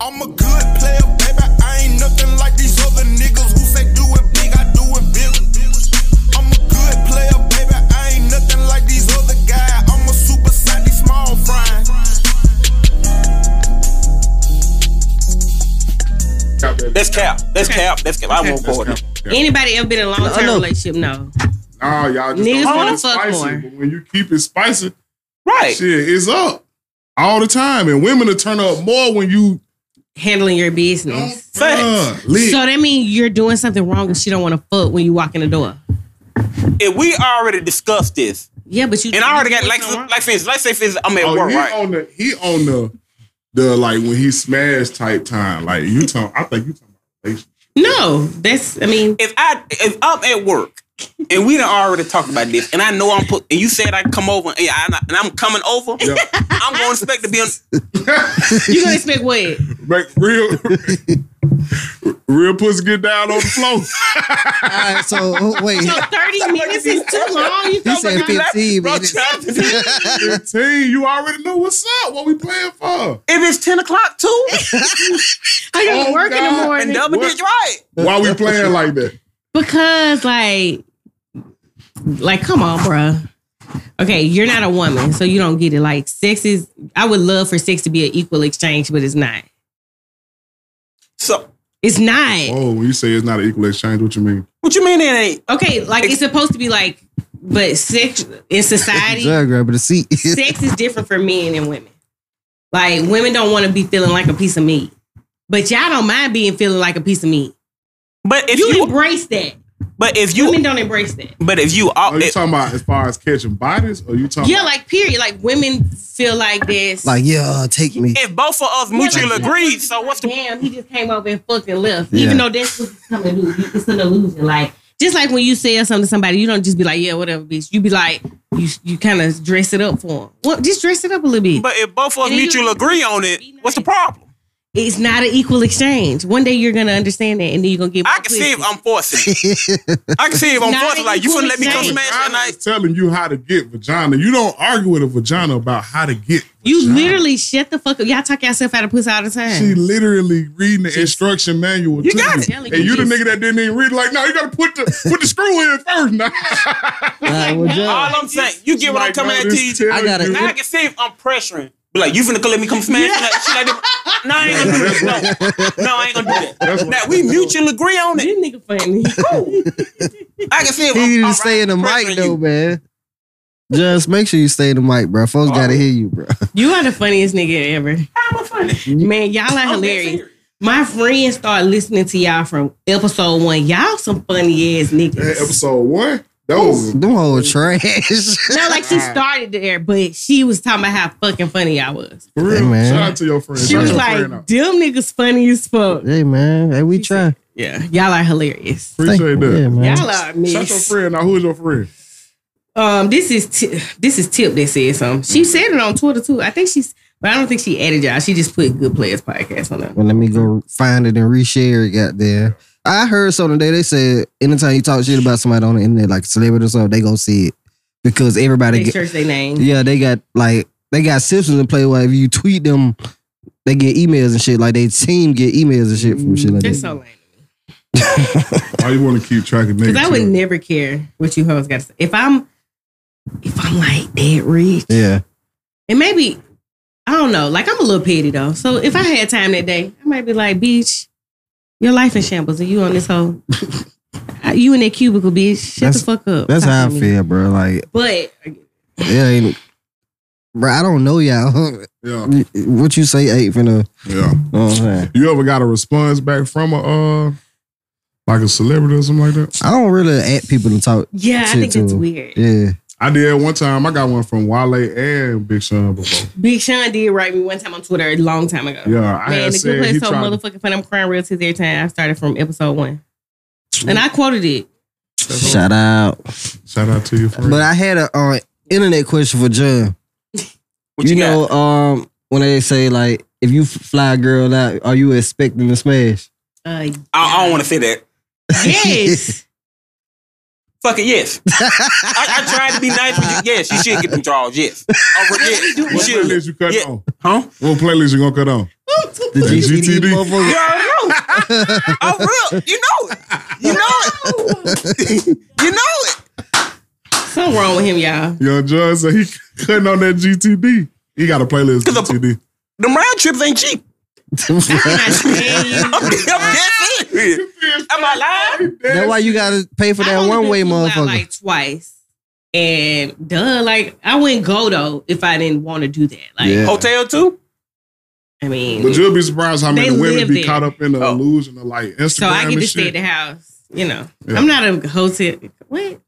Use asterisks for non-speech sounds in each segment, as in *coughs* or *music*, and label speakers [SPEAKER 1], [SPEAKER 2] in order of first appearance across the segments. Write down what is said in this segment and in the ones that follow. [SPEAKER 1] I'm a good player, baby. I ain't nothing like these other niggas who say do it big, I do it big. I'm a good player, baby. I ain't nothing like these other guys. I'm a super size, these small fry.
[SPEAKER 2] Cap, baby.
[SPEAKER 3] That's cap. That's
[SPEAKER 4] Okay.
[SPEAKER 3] cap. That's cap. I won't
[SPEAKER 2] That's
[SPEAKER 3] board
[SPEAKER 2] cap.
[SPEAKER 3] it.
[SPEAKER 2] cap.
[SPEAKER 4] Anybody ever been in a long term
[SPEAKER 3] no.
[SPEAKER 4] relationship? No.
[SPEAKER 2] Nah, y'all just
[SPEAKER 4] Niggas
[SPEAKER 2] don't
[SPEAKER 4] wanna
[SPEAKER 2] want it
[SPEAKER 4] fuck
[SPEAKER 2] spicy.
[SPEAKER 4] more.
[SPEAKER 2] But when you keep it spicy,
[SPEAKER 3] Right.
[SPEAKER 2] shit, it's up all the time. And women will turn up more when you
[SPEAKER 4] Handling your business.
[SPEAKER 3] Facts.
[SPEAKER 2] Uh, lit.
[SPEAKER 4] So that means you're doing something wrong and she don't want to fuck when you walk in the door.
[SPEAKER 3] If we already discussed this,
[SPEAKER 4] Yeah, but you
[SPEAKER 3] *laughs* and I already got
[SPEAKER 4] you
[SPEAKER 3] like,
[SPEAKER 4] doing
[SPEAKER 3] like for instance, let's say for instance, I'm at
[SPEAKER 2] Oh,
[SPEAKER 3] work,
[SPEAKER 2] he
[SPEAKER 3] right?
[SPEAKER 2] on the he on the the like when he smashed type time. Like you talking, I think you talking about relationship.
[SPEAKER 4] No, that's
[SPEAKER 3] *laughs*
[SPEAKER 4] I mean
[SPEAKER 3] If I if I'm at work and we done already talked about this, and I know I'm put, and you said I come over, and, I, and I'm coming over,
[SPEAKER 2] Yeah.
[SPEAKER 3] *laughs* I'm gonna expect to be on.
[SPEAKER 4] you gonna expect what?
[SPEAKER 2] Make real *laughs* real pussy get down on the
[SPEAKER 3] *laughs*
[SPEAKER 2] floor.
[SPEAKER 5] All right, so oh, wait.
[SPEAKER 4] So thirty minutes is too long. You
[SPEAKER 5] *laughs* He
[SPEAKER 4] talking
[SPEAKER 5] said
[SPEAKER 4] about
[SPEAKER 5] 15
[SPEAKER 3] Bro,
[SPEAKER 5] minutes.
[SPEAKER 3] child, it
[SPEAKER 2] *laughs*
[SPEAKER 3] is-
[SPEAKER 2] Team, you already know what's up. What we playing for?
[SPEAKER 3] it is ten o'clock
[SPEAKER 4] *laughs*
[SPEAKER 3] too,
[SPEAKER 4] I gotta
[SPEAKER 2] Oh,
[SPEAKER 4] work in the
[SPEAKER 2] God.
[SPEAKER 3] and
[SPEAKER 4] morning
[SPEAKER 3] double
[SPEAKER 2] What?
[SPEAKER 3] digits, right?
[SPEAKER 2] Why we playing like that?
[SPEAKER 4] because like, like come on, bruh. Okay, you're not a woman, so you don't get it. Like sex is, I would love for sex to be an equal exchange, but it's not.
[SPEAKER 3] So
[SPEAKER 4] It's not.
[SPEAKER 2] Oh, when you say it's not an equal exchange, what you mean?
[SPEAKER 3] what you mean it ain't?
[SPEAKER 4] Okay, like it's supposed to be like, but sex in society,
[SPEAKER 5] Jug grabbing the seat.
[SPEAKER 4] sex is different for men and women. Like women don't want to be feeling like a piece of meat, but y'all don't mind being feeling like a piece of meat.
[SPEAKER 3] But if
[SPEAKER 4] You,
[SPEAKER 3] you,
[SPEAKER 4] embrace that.
[SPEAKER 3] but if
[SPEAKER 4] Women
[SPEAKER 3] you,
[SPEAKER 4] don't embrace that.
[SPEAKER 3] but if you, all
[SPEAKER 2] Are Oh, you talking about as far as catching bodies? Or you talking
[SPEAKER 4] Yeah, like period. Like women feel like this.
[SPEAKER 5] *laughs* like, yeah, uh, take
[SPEAKER 3] *laughs*
[SPEAKER 5] me.
[SPEAKER 3] if both of us mutually
[SPEAKER 4] like-
[SPEAKER 3] agreed, so what's the
[SPEAKER 4] damn? He just came over and fucking left,
[SPEAKER 5] Yeah.
[SPEAKER 4] even though that's what he's coming to do. It's an illusion. Like just like when you say something to somebody, you don't just be like, yeah, whatever, bitch. You be like, you you kind of dress it up for him. Well, just dress it up a little bit.
[SPEAKER 3] But if both of us
[SPEAKER 4] And you-
[SPEAKER 3] mutually agree on it,
[SPEAKER 4] Be nice.
[SPEAKER 3] what's the problem?
[SPEAKER 4] it's not an equal exchange. One day you're gonna understand that, and then you're gonna get.
[SPEAKER 3] I
[SPEAKER 4] more
[SPEAKER 3] can see if
[SPEAKER 4] pussy.
[SPEAKER 3] I'm forcing.
[SPEAKER 2] *laughs*
[SPEAKER 3] it. I can see if I'm
[SPEAKER 4] Not
[SPEAKER 3] forcing. Like you
[SPEAKER 4] equal
[SPEAKER 3] finna let me come
[SPEAKER 4] exchange.
[SPEAKER 3] smash
[SPEAKER 2] vagina
[SPEAKER 3] tonight.
[SPEAKER 2] is telling you how to get vagina? You don't argue with a vagina about how to get
[SPEAKER 4] You
[SPEAKER 2] vagina.
[SPEAKER 4] literally shut the fuck up. Y'all talk yourself out of pussy all the time.
[SPEAKER 2] She literally reading the instruction manual.
[SPEAKER 3] You
[SPEAKER 2] to
[SPEAKER 3] got it.
[SPEAKER 2] And you the nigga that didn't even read. it. Like, no, you gotta put the put the screw in first.
[SPEAKER 3] *laughs*
[SPEAKER 2] Now.
[SPEAKER 5] All right, well, Jug.
[SPEAKER 3] All I'm saying, you get what I'm
[SPEAKER 2] Like,
[SPEAKER 3] coming
[SPEAKER 2] no,
[SPEAKER 3] at
[SPEAKER 2] this
[SPEAKER 3] you.
[SPEAKER 2] tell
[SPEAKER 5] I gotta-
[SPEAKER 2] you-
[SPEAKER 3] Now I can see if I'm pressuring. Be like, you finna go let me come smash tonight. She like, that. no, I ain't gonna do that. No, no, I ain't gonna do
[SPEAKER 2] That's
[SPEAKER 3] that.
[SPEAKER 2] what-
[SPEAKER 3] Now we mutually agree on it.
[SPEAKER 4] This nigga funny.
[SPEAKER 2] *laughs*
[SPEAKER 3] I can see if
[SPEAKER 5] He
[SPEAKER 3] I'm,
[SPEAKER 5] need
[SPEAKER 3] I'm
[SPEAKER 5] to stay in the mic
[SPEAKER 3] pressuring
[SPEAKER 5] though,
[SPEAKER 3] you.
[SPEAKER 5] man. Just make sure you stay in the mic, bro. Folks
[SPEAKER 2] All
[SPEAKER 5] gotta
[SPEAKER 2] right.
[SPEAKER 5] hear you, bro. *laughs*
[SPEAKER 4] you are the funniest nigga ever.
[SPEAKER 3] I'm a funny.
[SPEAKER 4] Man, y'all are
[SPEAKER 3] I'm dead
[SPEAKER 4] hilarious.
[SPEAKER 3] serious.
[SPEAKER 4] My friends started listening to y'all from episode one. Y'all some funny ass
[SPEAKER 2] That
[SPEAKER 4] niggas.
[SPEAKER 2] episode one. That was
[SPEAKER 5] Them whole trash. *laughs*
[SPEAKER 4] No, like she started there, but she was talking about how fucking funny y'all was.
[SPEAKER 2] for real.
[SPEAKER 5] Hey, man.
[SPEAKER 2] Shout out to your friend.
[SPEAKER 4] She
[SPEAKER 2] Shout
[SPEAKER 4] was
[SPEAKER 2] your
[SPEAKER 4] like,
[SPEAKER 2] friend
[SPEAKER 4] them
[SPEAKER 2] out.
[SPEAKER 4] niggas funny as fuck.
[SPEAKER 5] hey man, hey, we try.
[SPEAKER 4] Yeah, y'all are hilarious.
[SPEAKER 2] Appreciate that.
[SPEAKER 5] Yeah, man.
[SPEAKER 4] Y'all are
[SPEAKER 2] Shout your
[SPEAKER 4] miss.
[SPEAKER 2] friend out. Who's your friend?
[SPEAKER 4] Um, this is Ti- this is Tip that said something.
[SPEAKER 5] Mm.
[SPEAKER 4] She said it on Twitter too. I think she's, but I don't think she added y'all. She just put Good Players podcast on there.
[SPEAKER 5] Well, let me go find it and reshare it. Goddamn. I heard something today. They said anytime you talk shit about somebody on the internet, like a celebrity or something, they gonna see it because everybody.
[SPEAKER 4] They
[SPEAKER 5] Get,
[SPEAKER 4] search their name.
[SPEAKER 5] yeah, they got like they got systems in play. Where if you tweet them, they get emails and shit. Like they team get emails and shit from shit like
[SPEAKER 4] That's
[SPEAKER 5] that.
[SPEAKER 4] so lame.
[SPEAKER 2] Why you want to keep track of niggas?
[SPEAKER 4] Because I would never care what you hoes got to say. If I'm, if I'm like that rich,
[SPEAKER 5] Yeah,
[SPEAKER 4] and maybe I don't know. Like I'm a little petty though. So if I had time that day, I might be like, "Bitch, your life in shambles, and you on this whole, *laughs* you in that cubicle, bitch. Shut
[SPEAKER 5] That's-
[SPEAKER 4] the fuck up."
[SPEAKER 5] that's
[SPEAKER 4] Talk
[SPEAKER 5] how I
[SPEAKER 4] to me.
[SPEAKER 5] feel, bro. Like
[SPEAKER 4] But
[SPEAKER 5] yeah, ain't, bro. I don't know y'all. *laughs*
[SPEAKER 2] Yeah,
[SPEAKER 5] what you say ain't finna.
[SPEAKER 2] yeah.
[SPEAKER 5] You know what I'm saying?
[SPEAKER 2] You ever got a response back from a uh like a celebrity or something like that?
[SPEAKER 5] I don't really at people to talk.
[SPEAKER 4] yeah, I
[SPEAKER 5] Shit
[SPEAKER 4] think that's
[SPEAKER 5] too.
[SPEAKER 4] weird.
[SPEAKER 5] Yeah,
[SPEAKER 2] I did one time. I got one from Wale and Big Sean before.
[SPEAKER 4] Big Sean did write me one time on Twitter a long time ago.
[SPEAKER 2] Yeah, I
[SPEAKER 4] Man,
[SPEAKER 2] had
[SPEAKER 4] the good
[SPEAKER 2] said
[SPEAKER 4] place
[SPEAKER 2] he
[SPEAKER 4] so
[SPEAKER 2] tried. to-
[SPEAKER 4] motherfucking fun. I'm crying real tears every time. I started from episode one, and I quoted it.
[SPEAKER 5] shout out.
[SPEAKER 2] Shout out to your friend.
[SPEAKER 5] But I had a uh, internet question for John.
[SPEAKER 3] What
[SPEAKER 5] you
[SPEAKER 3] you got?
[SPEAKER 5] know, um, when they say like, if you f- fly a girl out, are you expecting to smash?
[SPEAKER 2] *laughs*
[SPEAKER 4] Uh,
[SPEAKER 3] I, I don't want to say that.
[SPEAKER 4] Yes.
[SPEAKER 3] Fucking
[SPEAKER 5] *laughs*
[SPEAKER 3] yes. I, I tried to be nice, but you, yes, you should get them draws. Yes. Over, yes. You
[SPEAKER 2] What
[SPEAKER 3] should.
[SPEAKER 2] playlist you cut
[SPEAKER 3] Yeah.
[SPEAKER 2] on?
[SPEAKER 3] Huh?
[SPEAKER 2] What playlist you gonna cut on?
[SPEAKER 5] The
[SPEAKER 2] The
[SPEAKER 5] GTD
[SPEAKER 2] GTD.
[SPEAKER 3] You *laughs*
[SPEAKER 5] motherfucker. *laughs*
[SPEAKER 3] already know. Oh, real. You know it. You know it. you know it.
[SPEAKER 4] Something wrong with him, y'all.
[SPEAKER 2] Young John said he *laughs* cutting on that GTD. He got a playlist
[SPEAKER 3] Cause the- *laughs*
[SPEAKER 2] GTD.
[SPEAKER 3] Them round trips ain't cheap. *laughs*
[SPEAKER 4] I'm
[SPEAKER 2] *laughs*
[SPEAKER 4] not saying you.
[SPEAKER 3] I'm dead serious. Am I lying?
[SPEAKER 5] That's why you gotta pay for
[SPEAKER 4] I've
[SPEAKER 5] that
[SPEAKER 4] only
[SPEAKER 5] one
[SPEAKER 4] been
[SPEAKER 5] way,
[SPEAKER 4] flew out,
[SPEAKER 5] motherfucker.
[SPEAKER 4] Like twice, and duh, like I wouldn't go though if I didn't want to do that. Like
[SPEAKER 5] Yeah.
[SPEAKER 3] Hotel too?
[SPEAKER 4] I mean,
[SPEAKER 2] But you'll be surprised how many
[SPEAKER 4] They
[SPEAKER 2] women
[SPEAKER 4] live
[SPEAKER 2] be
[SPEAKER 4] there.
[SPEAKER 2] caught up in the
[SPEAKER 3] Oh.
[SPEAKER 2] illusion of like Instagram
[SPEAKER 4] so I get
[SPEAKER 2] and
[SPEAKER 4] to stay
[SPEAKER 2] shit.
[SPEAKER 4] at the house. You know,
[SPEAKER 2] Yeah.
[SPEAKER 4] I'm not a hotel. What?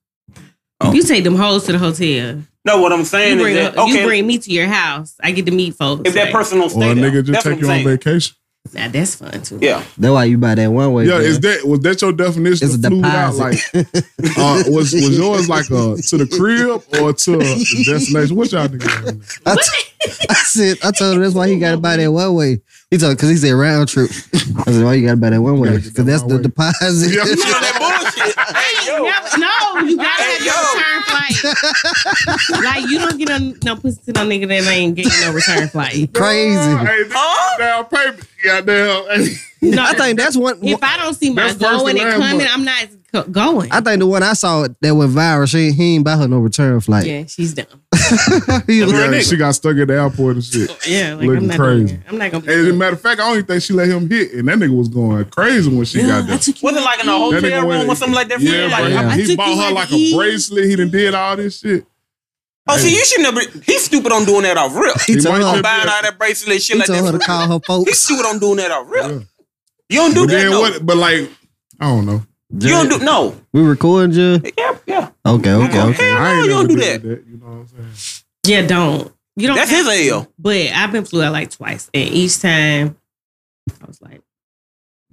[SPEAKER 3] Oh.
[SPEAKER 4] You take them hoes to the hotel.
[SPEAKER 3] No, what I'm saying
[SPEAKER 4] You bring,
[SPEAKER 3] is that
[SPEAKER 4] you
[SPEAKER 3] okay.
[SPEAKER 4] bring me to your house. I get to meet folks.
[SPEAKER 3] if that
[SPEAKER 4] like,
[SPEAKER 3] person don't
[SPEAKER 2] Or
[SPEAKER 3] stay
[SPEAKER 2] a
[SPEAKER 3] there,
[SPEAKER 2] nigga just
[SPEAKER 3] that's
[SPEAKER 2] take
[SPEAKER 3] what
[SPEAKER 2] you
[SPEAKER 3] I'm
[SPEAKER 2] on
[SPEAKER 3] saying.
[SPEAKER 2] vacation.
[SPEAKER 4] now that's fun too.
[SPEAKER 3] Yeah,
[SPEAKER 5] That's why you buy that one way.
[SPEAKER 2] Yeah,
[SPEAKER 5] man.
[SPEAKER 2] is that was that your definition
[SPEAKER 5] It's
[SPEAKER 2] of
[SPEAKER 5] a
[SPEAKER 2] flew out?
[SPEAKER 5] deposit.
[SPEAKER 2] Like
[SPEAKER 5] *laughs*
[SPEAKER 2] uh, was was yours like a to the crib or to the destination? What y'all niggas?
[SPEAKER 5] I, t- I said, I told him that's why he got to buy that one way. He told because he said round trip. I said, why you got to buy that one way?
[SPEAKER 2] Gotta get that
[SPEAKER 5] Because that's
[SPEAKER 2] one
[SPEAKER 5] the
[SPEAKER 2] way.
[SPEAKER 5] deposit.
[SPEAKER 2] Yeah.
[SPEAKER 5] *laughs*
[SPEAKER 3] you know that bullshit. hey yo,
[SPEAKER 4] Never- no, you gotta
[SPEAKER 3] Hey,
[SPEAKER 4] have your return flight. like you don't get no, no pussy to no nigga that ain't getting no return flight.
[SPEAKER 5] Crazy.
[SPEAKER 2] Hey, this
[SPEAKER 3] Huh?
[SPEAKER 2] down payment. Goddamn. *laughs* Hey.
[SPEAKER 4] No,
[SPEAKER 5] I think that's one.
[SPEAKER 4] if I don't see my
[SPEAKER 2] That's first
[SPEAKER 4] going
[SPEAKER 2] and
[SPEAKER 4] and
[SPEAKER 2] last,
[SPEAKER 4] coming,
[SPEAKER 2] but-
[SPEAKER 4] I'm not co- going.
[SPEAKER 5] I think the one I saw that went viral. She he ain't buy her no return flight.
[SPEAKER 4] yeah, she's dumb.
[SPEAKER 5] *laughs* He was
[SPEAKER 2] Yeah,
[SPEAKER 5] like,
[SPEAKER 2] she got stuck at the airport and shit.
[SPEAKER 4] Yeah, like
[SPEAKER 2] Looking
[SPEAKER 4] I'm not
[SPEAKER 2] crazy.
[SPEAKER 4] Gonna, I'm not gonna.
[SPEAKER 2] As a matter of fact, I don't even think she let him hit, and that nigga was going crazy when she
[SPEAKER 4] *gasps*
[SPEAKER 2] got there.
[SPEAKER 3] was it like in a
[SPEAKER 2] That nigga
[SPEAKER 3] hotel room
[SPEAKER 2] went-
[SPEAKER 3] or something like that? For
[SPEAKER 2] Yeah, bro,
[SPEAKER 3] you? Like,
[SPEAKER 5] yeah.
[SPEAKER 4] I
[SPEAKER 2] he
[SPEAKER 4] took
[SPEAKER 2] bought
[SPEAKER 4] you
[SPEAKER 2] her
[SPEAKER 4] out
[SPEAKER 2] like
[SPEAKER 4] to
[SPEAKER 2] a
[SPEAKER 4] eat.
[SPEAKER 2] bracelet. He done did all this shit.
[SPEAKER 3] Oh, see, you should never. He's stupid on doing that off real.
[SPEAKER 5] He
[SPEAKER 2] He
[SPEAKER 5] told
[SPEAKER 2] might
[SPEAKER 5] her,
[SPEAKER 2] just-
[SPEAKER 3] Buying all that bracelet and shit
[SPEAKER 5] he
[SPEAKER 3] like
[SPEAKER 5] told her to
[SPEAKER 3] that.
[SPEAKER 5] call her *laughs*
[SPEAKER 3] He's
[SPEAKER 5] folks.
[SPEAKER 3] stupid on doing that off real.
[SPEAKER 2] Yeah.
[SPEAKER 3] You don't do
[SPEAKER 2] But
[SPEAKER 3] that.
[SPEAKER 2] then
[SPEAKER 3] no.
[SPEAKER 2] what? But like, I don't know.
[SPEAKER 3] You don't do no.
[SPEAKER 5] We recording you?
[SPEAKER 3] Yeah, yeah.
[SPEAKER 5] Okay, okay,
[SPEAKER 3] Hell
[SPEAKER 5] okay.
[SPEAKER 2] I
[SPEAKER 3] no,
[SPEAKER 2] ain't never
[SPEAKER 3] you don't do
[SPEAKER 2] been with
[SPEAKER 3] that.
[SPEAKER 2] that. You know what I'm saying?
[SPEAKER 4] Yeah, don't. You don't.
[SPEAKER 3] That's
[SPEAKER 4] have
[SPEAKER 3] his
[SPEAKER 4] to.
[SPEAKER 3] L.
[SPEAKER 4] But I've been flew out like twice, and each time I was like,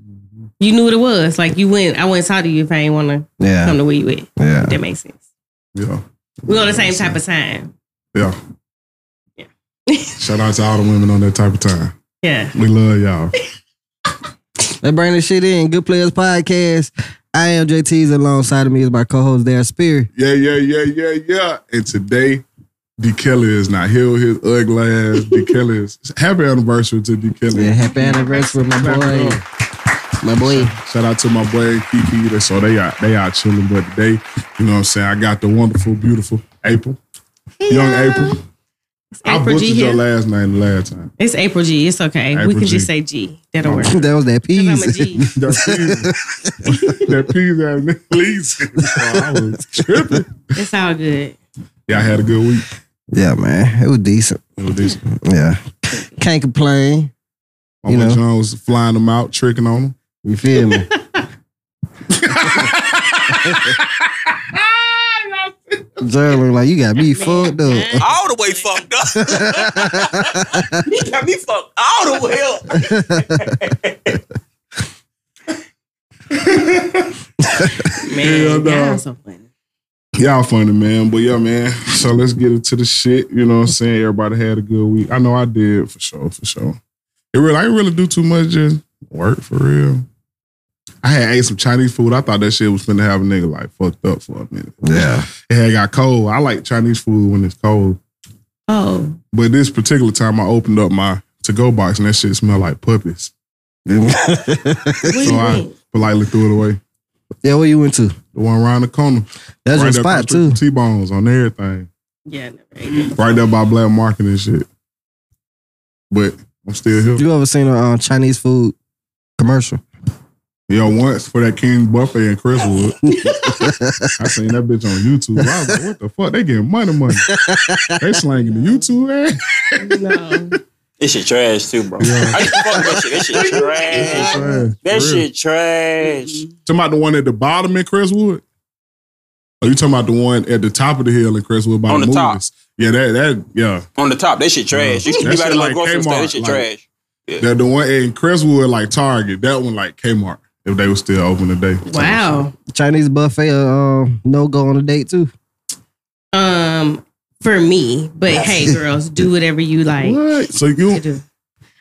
[SPEAKER 2] Mm-hmm.
[SPEAKER 4] you knew what it was. Like you went, I wouldn't talk to you if I ain't want to
[SPEAKER 5] Yeah,
[SPEAKER 4] come to where you at.
[SPEAKER 5] yeah.
[SPEAKER 4] That makes sense.
[SPEAKER 2] Yeah,
[SPEAKER 4] We on the same type of time.
[SPEAKER 2] yeah.
[SPEAKER 4] Yeah.
[SPEAKER 2] *laughs* Shout out to all the women on that type of time.
[SPEAKER 4] Yeah.
[SPEAKER 2] We love y'all.
[SPEAKER 4] *laughs*
[SPEAKER 5] They bring this shit in. Good Players Podcast. I am JT's alongside of me is my co-host Darren Spear.
[SPEAKER 2] Yeah, yeah, yeah, yeah, yeah. And today, D. Kelly is not here with his ugly ass.
[SPEAKER 4] *laughs*
[SPEAKER 2] D. Kelly is happy anniversary to D. Kelly.
[SPEAKER 5] Yeah, happy anniversary, my
[SPEAKER 2] Clap it
[SPEAKER 5] boy.
[SPEAKER 2] up.
[SPEAKER 5] My boy. *laughs*
[SPEAKER 2] Shout out to my boy Kiki. They so they out they out chilling, but today, you know what I'm saying. I got the wonderful, beautiful April, young April.
[SPEAKER 4] It's
[SPEAKER 2] I
[SPEAKER 4] April
[SPEAKER 2] butchered
[SPEAKER 4] G
[SPEAKER 2] your
[SPEAKER 4] here.
[SPEAKER 2] last name the last time.
[SPEAKER 4] It's April G. It's okay. we
[SPEAKER 2] April
[SPEAKER 4] can
[SPEAKER 2] G.
[SPEAKER 4] just say G.
[SPEAKER 2] *laughs*
[SPEAKER 4] That'll work. 'Cause
[SPEAKER 5] That was that
[SPEAKER 4] I'm a
[SPEAKER 5] piece.
[SPEAKER 4] G. *laughs*
[SPEAKER 2] That peas, that peas out there, please. *laughs* Oh, I was tripping.
[SPEAKER 4] It's all good.
[SPEAKER 2] Y'all had a good week.
[SPEAKER 5] *laughs* Yeah, man. It was decent.
[SPEAKER 2] It was
[SPEAKER 5] *laughs*
[SPEAKER 2] decent.
[SPEAKER 5] Yeah. Can't complain.
[SPEAKER 2] My
[SPEAKER 5] You
[SPEAKER 2] boy
[SPEAKER 5] know.
[SPEAKER 2] John was flying them out, tricking on them.
[SPEAKER 5] You feel me? Jerry look like you got me fucked up.
[SPEAKER 3] all the way fucked up. *laughs* he got me fucked all the way up.
[SPEAKER 4] Man,
[SPEAKER 2] Hell no.
[SPEAKER 4] y'all so funny.
[SPEAKER 2] *laughs* Y'all funny, man. But yeah, man. So let's get into the shit. You know what I'm saying? Everybody had a good week. I know I did for sure, for sure. It really, I didn't really do too much, just work for real. I had ate some Chinese food. I thought that shit was finna have a nigga like fucked up for a minute.
[SPEAKER 5] Yeah.
[SPEAKER 2] It had got cold. I like Chinese food when it's cold.
[SPEAKER 4] Oh,
[SPEAKER 2] But this particular time I opened up my to-go box and that shit smelled like puppies.
[SPEAKER 5] *laughs*
[SPEAKER 4] what do you
[SPEAKER 2] So I-
[SPEAKER 4] think?
[SPEAKER 2] But like threw it away.
[SPEAKER 5] yeah, where you went to?
[SPEAKER 2] The one around the corner.
[SPEAKER 5] That's your
[SPEAKER 2] there
[SPEAKER 5] spot
[SPEAKER 2] across the
[SPEAKER 5] too.
[SPEAKER 2] street from T-bones on everything.
[SPEAKER 4] Yeah, I never ate it.
[SPEAKER 2] right there by Black Market and shit. But I'm still here.
[SPEAKER 5] You ever seen a uh, Chinese food commercial?
[SPEAKER 2] Yo, once for that King Buffet in
[SPEAKER 5] *laughs*
[SPEAKER 2] Crestwood, I seen that bitch on YouTube. I was like, what the fuck? They getting money, money. They slanging the YouTube ad.
[SPEAKER 4] No.
[SPEAKER 3] This shit trash too, bro.
[SPEAKER 2] Yeah. *laughs*
[SPEAKER 3] I used to fuck with that shit. That shit trash. That shit trash.
[SPEAKER 4] Mm-mm.
[SPEAKER 2] Talking about the one at the bottom in Crestwood. Are you talking about the one at the top of the hill in Crestwood by
[SPEAKER 3] On
[SPEAKER 2] the,
[SPEAKER 3] the top.
[SPEAKER 2] movies? Yeah, that that yeah.
[SPEAKER 3] On the top, that shit trash. You
[SPEAKER 2] That
[SPEAKER 3] can be
[SPEAKER 2] shit
[SPEAKER 3] out of
[SPEAKER 2] like
[SPEAKER 3] like grocery store.
[SPEAKER 2] Kmart,
[SPEAKER 3] That shit
[SPEAKER 2] like-
[SPEAKER 3] trash.
[SPEAKER 2] That the one in Crestwood like Target. That one like Kmart if they was still open today.
[SPEAKER 4] Wow.
[SPEAKER 5] Chinese buffet, uh, um, no go on a date too.
[SPEAKER 4] Um, for me, but hey, girls, do whatever you like
[SPEAKER 2] What? So
[SPEAKER 4] to
[SPEAKER 2] you
[SPEAKER 5] Mm.
[SPEAKER 4] do.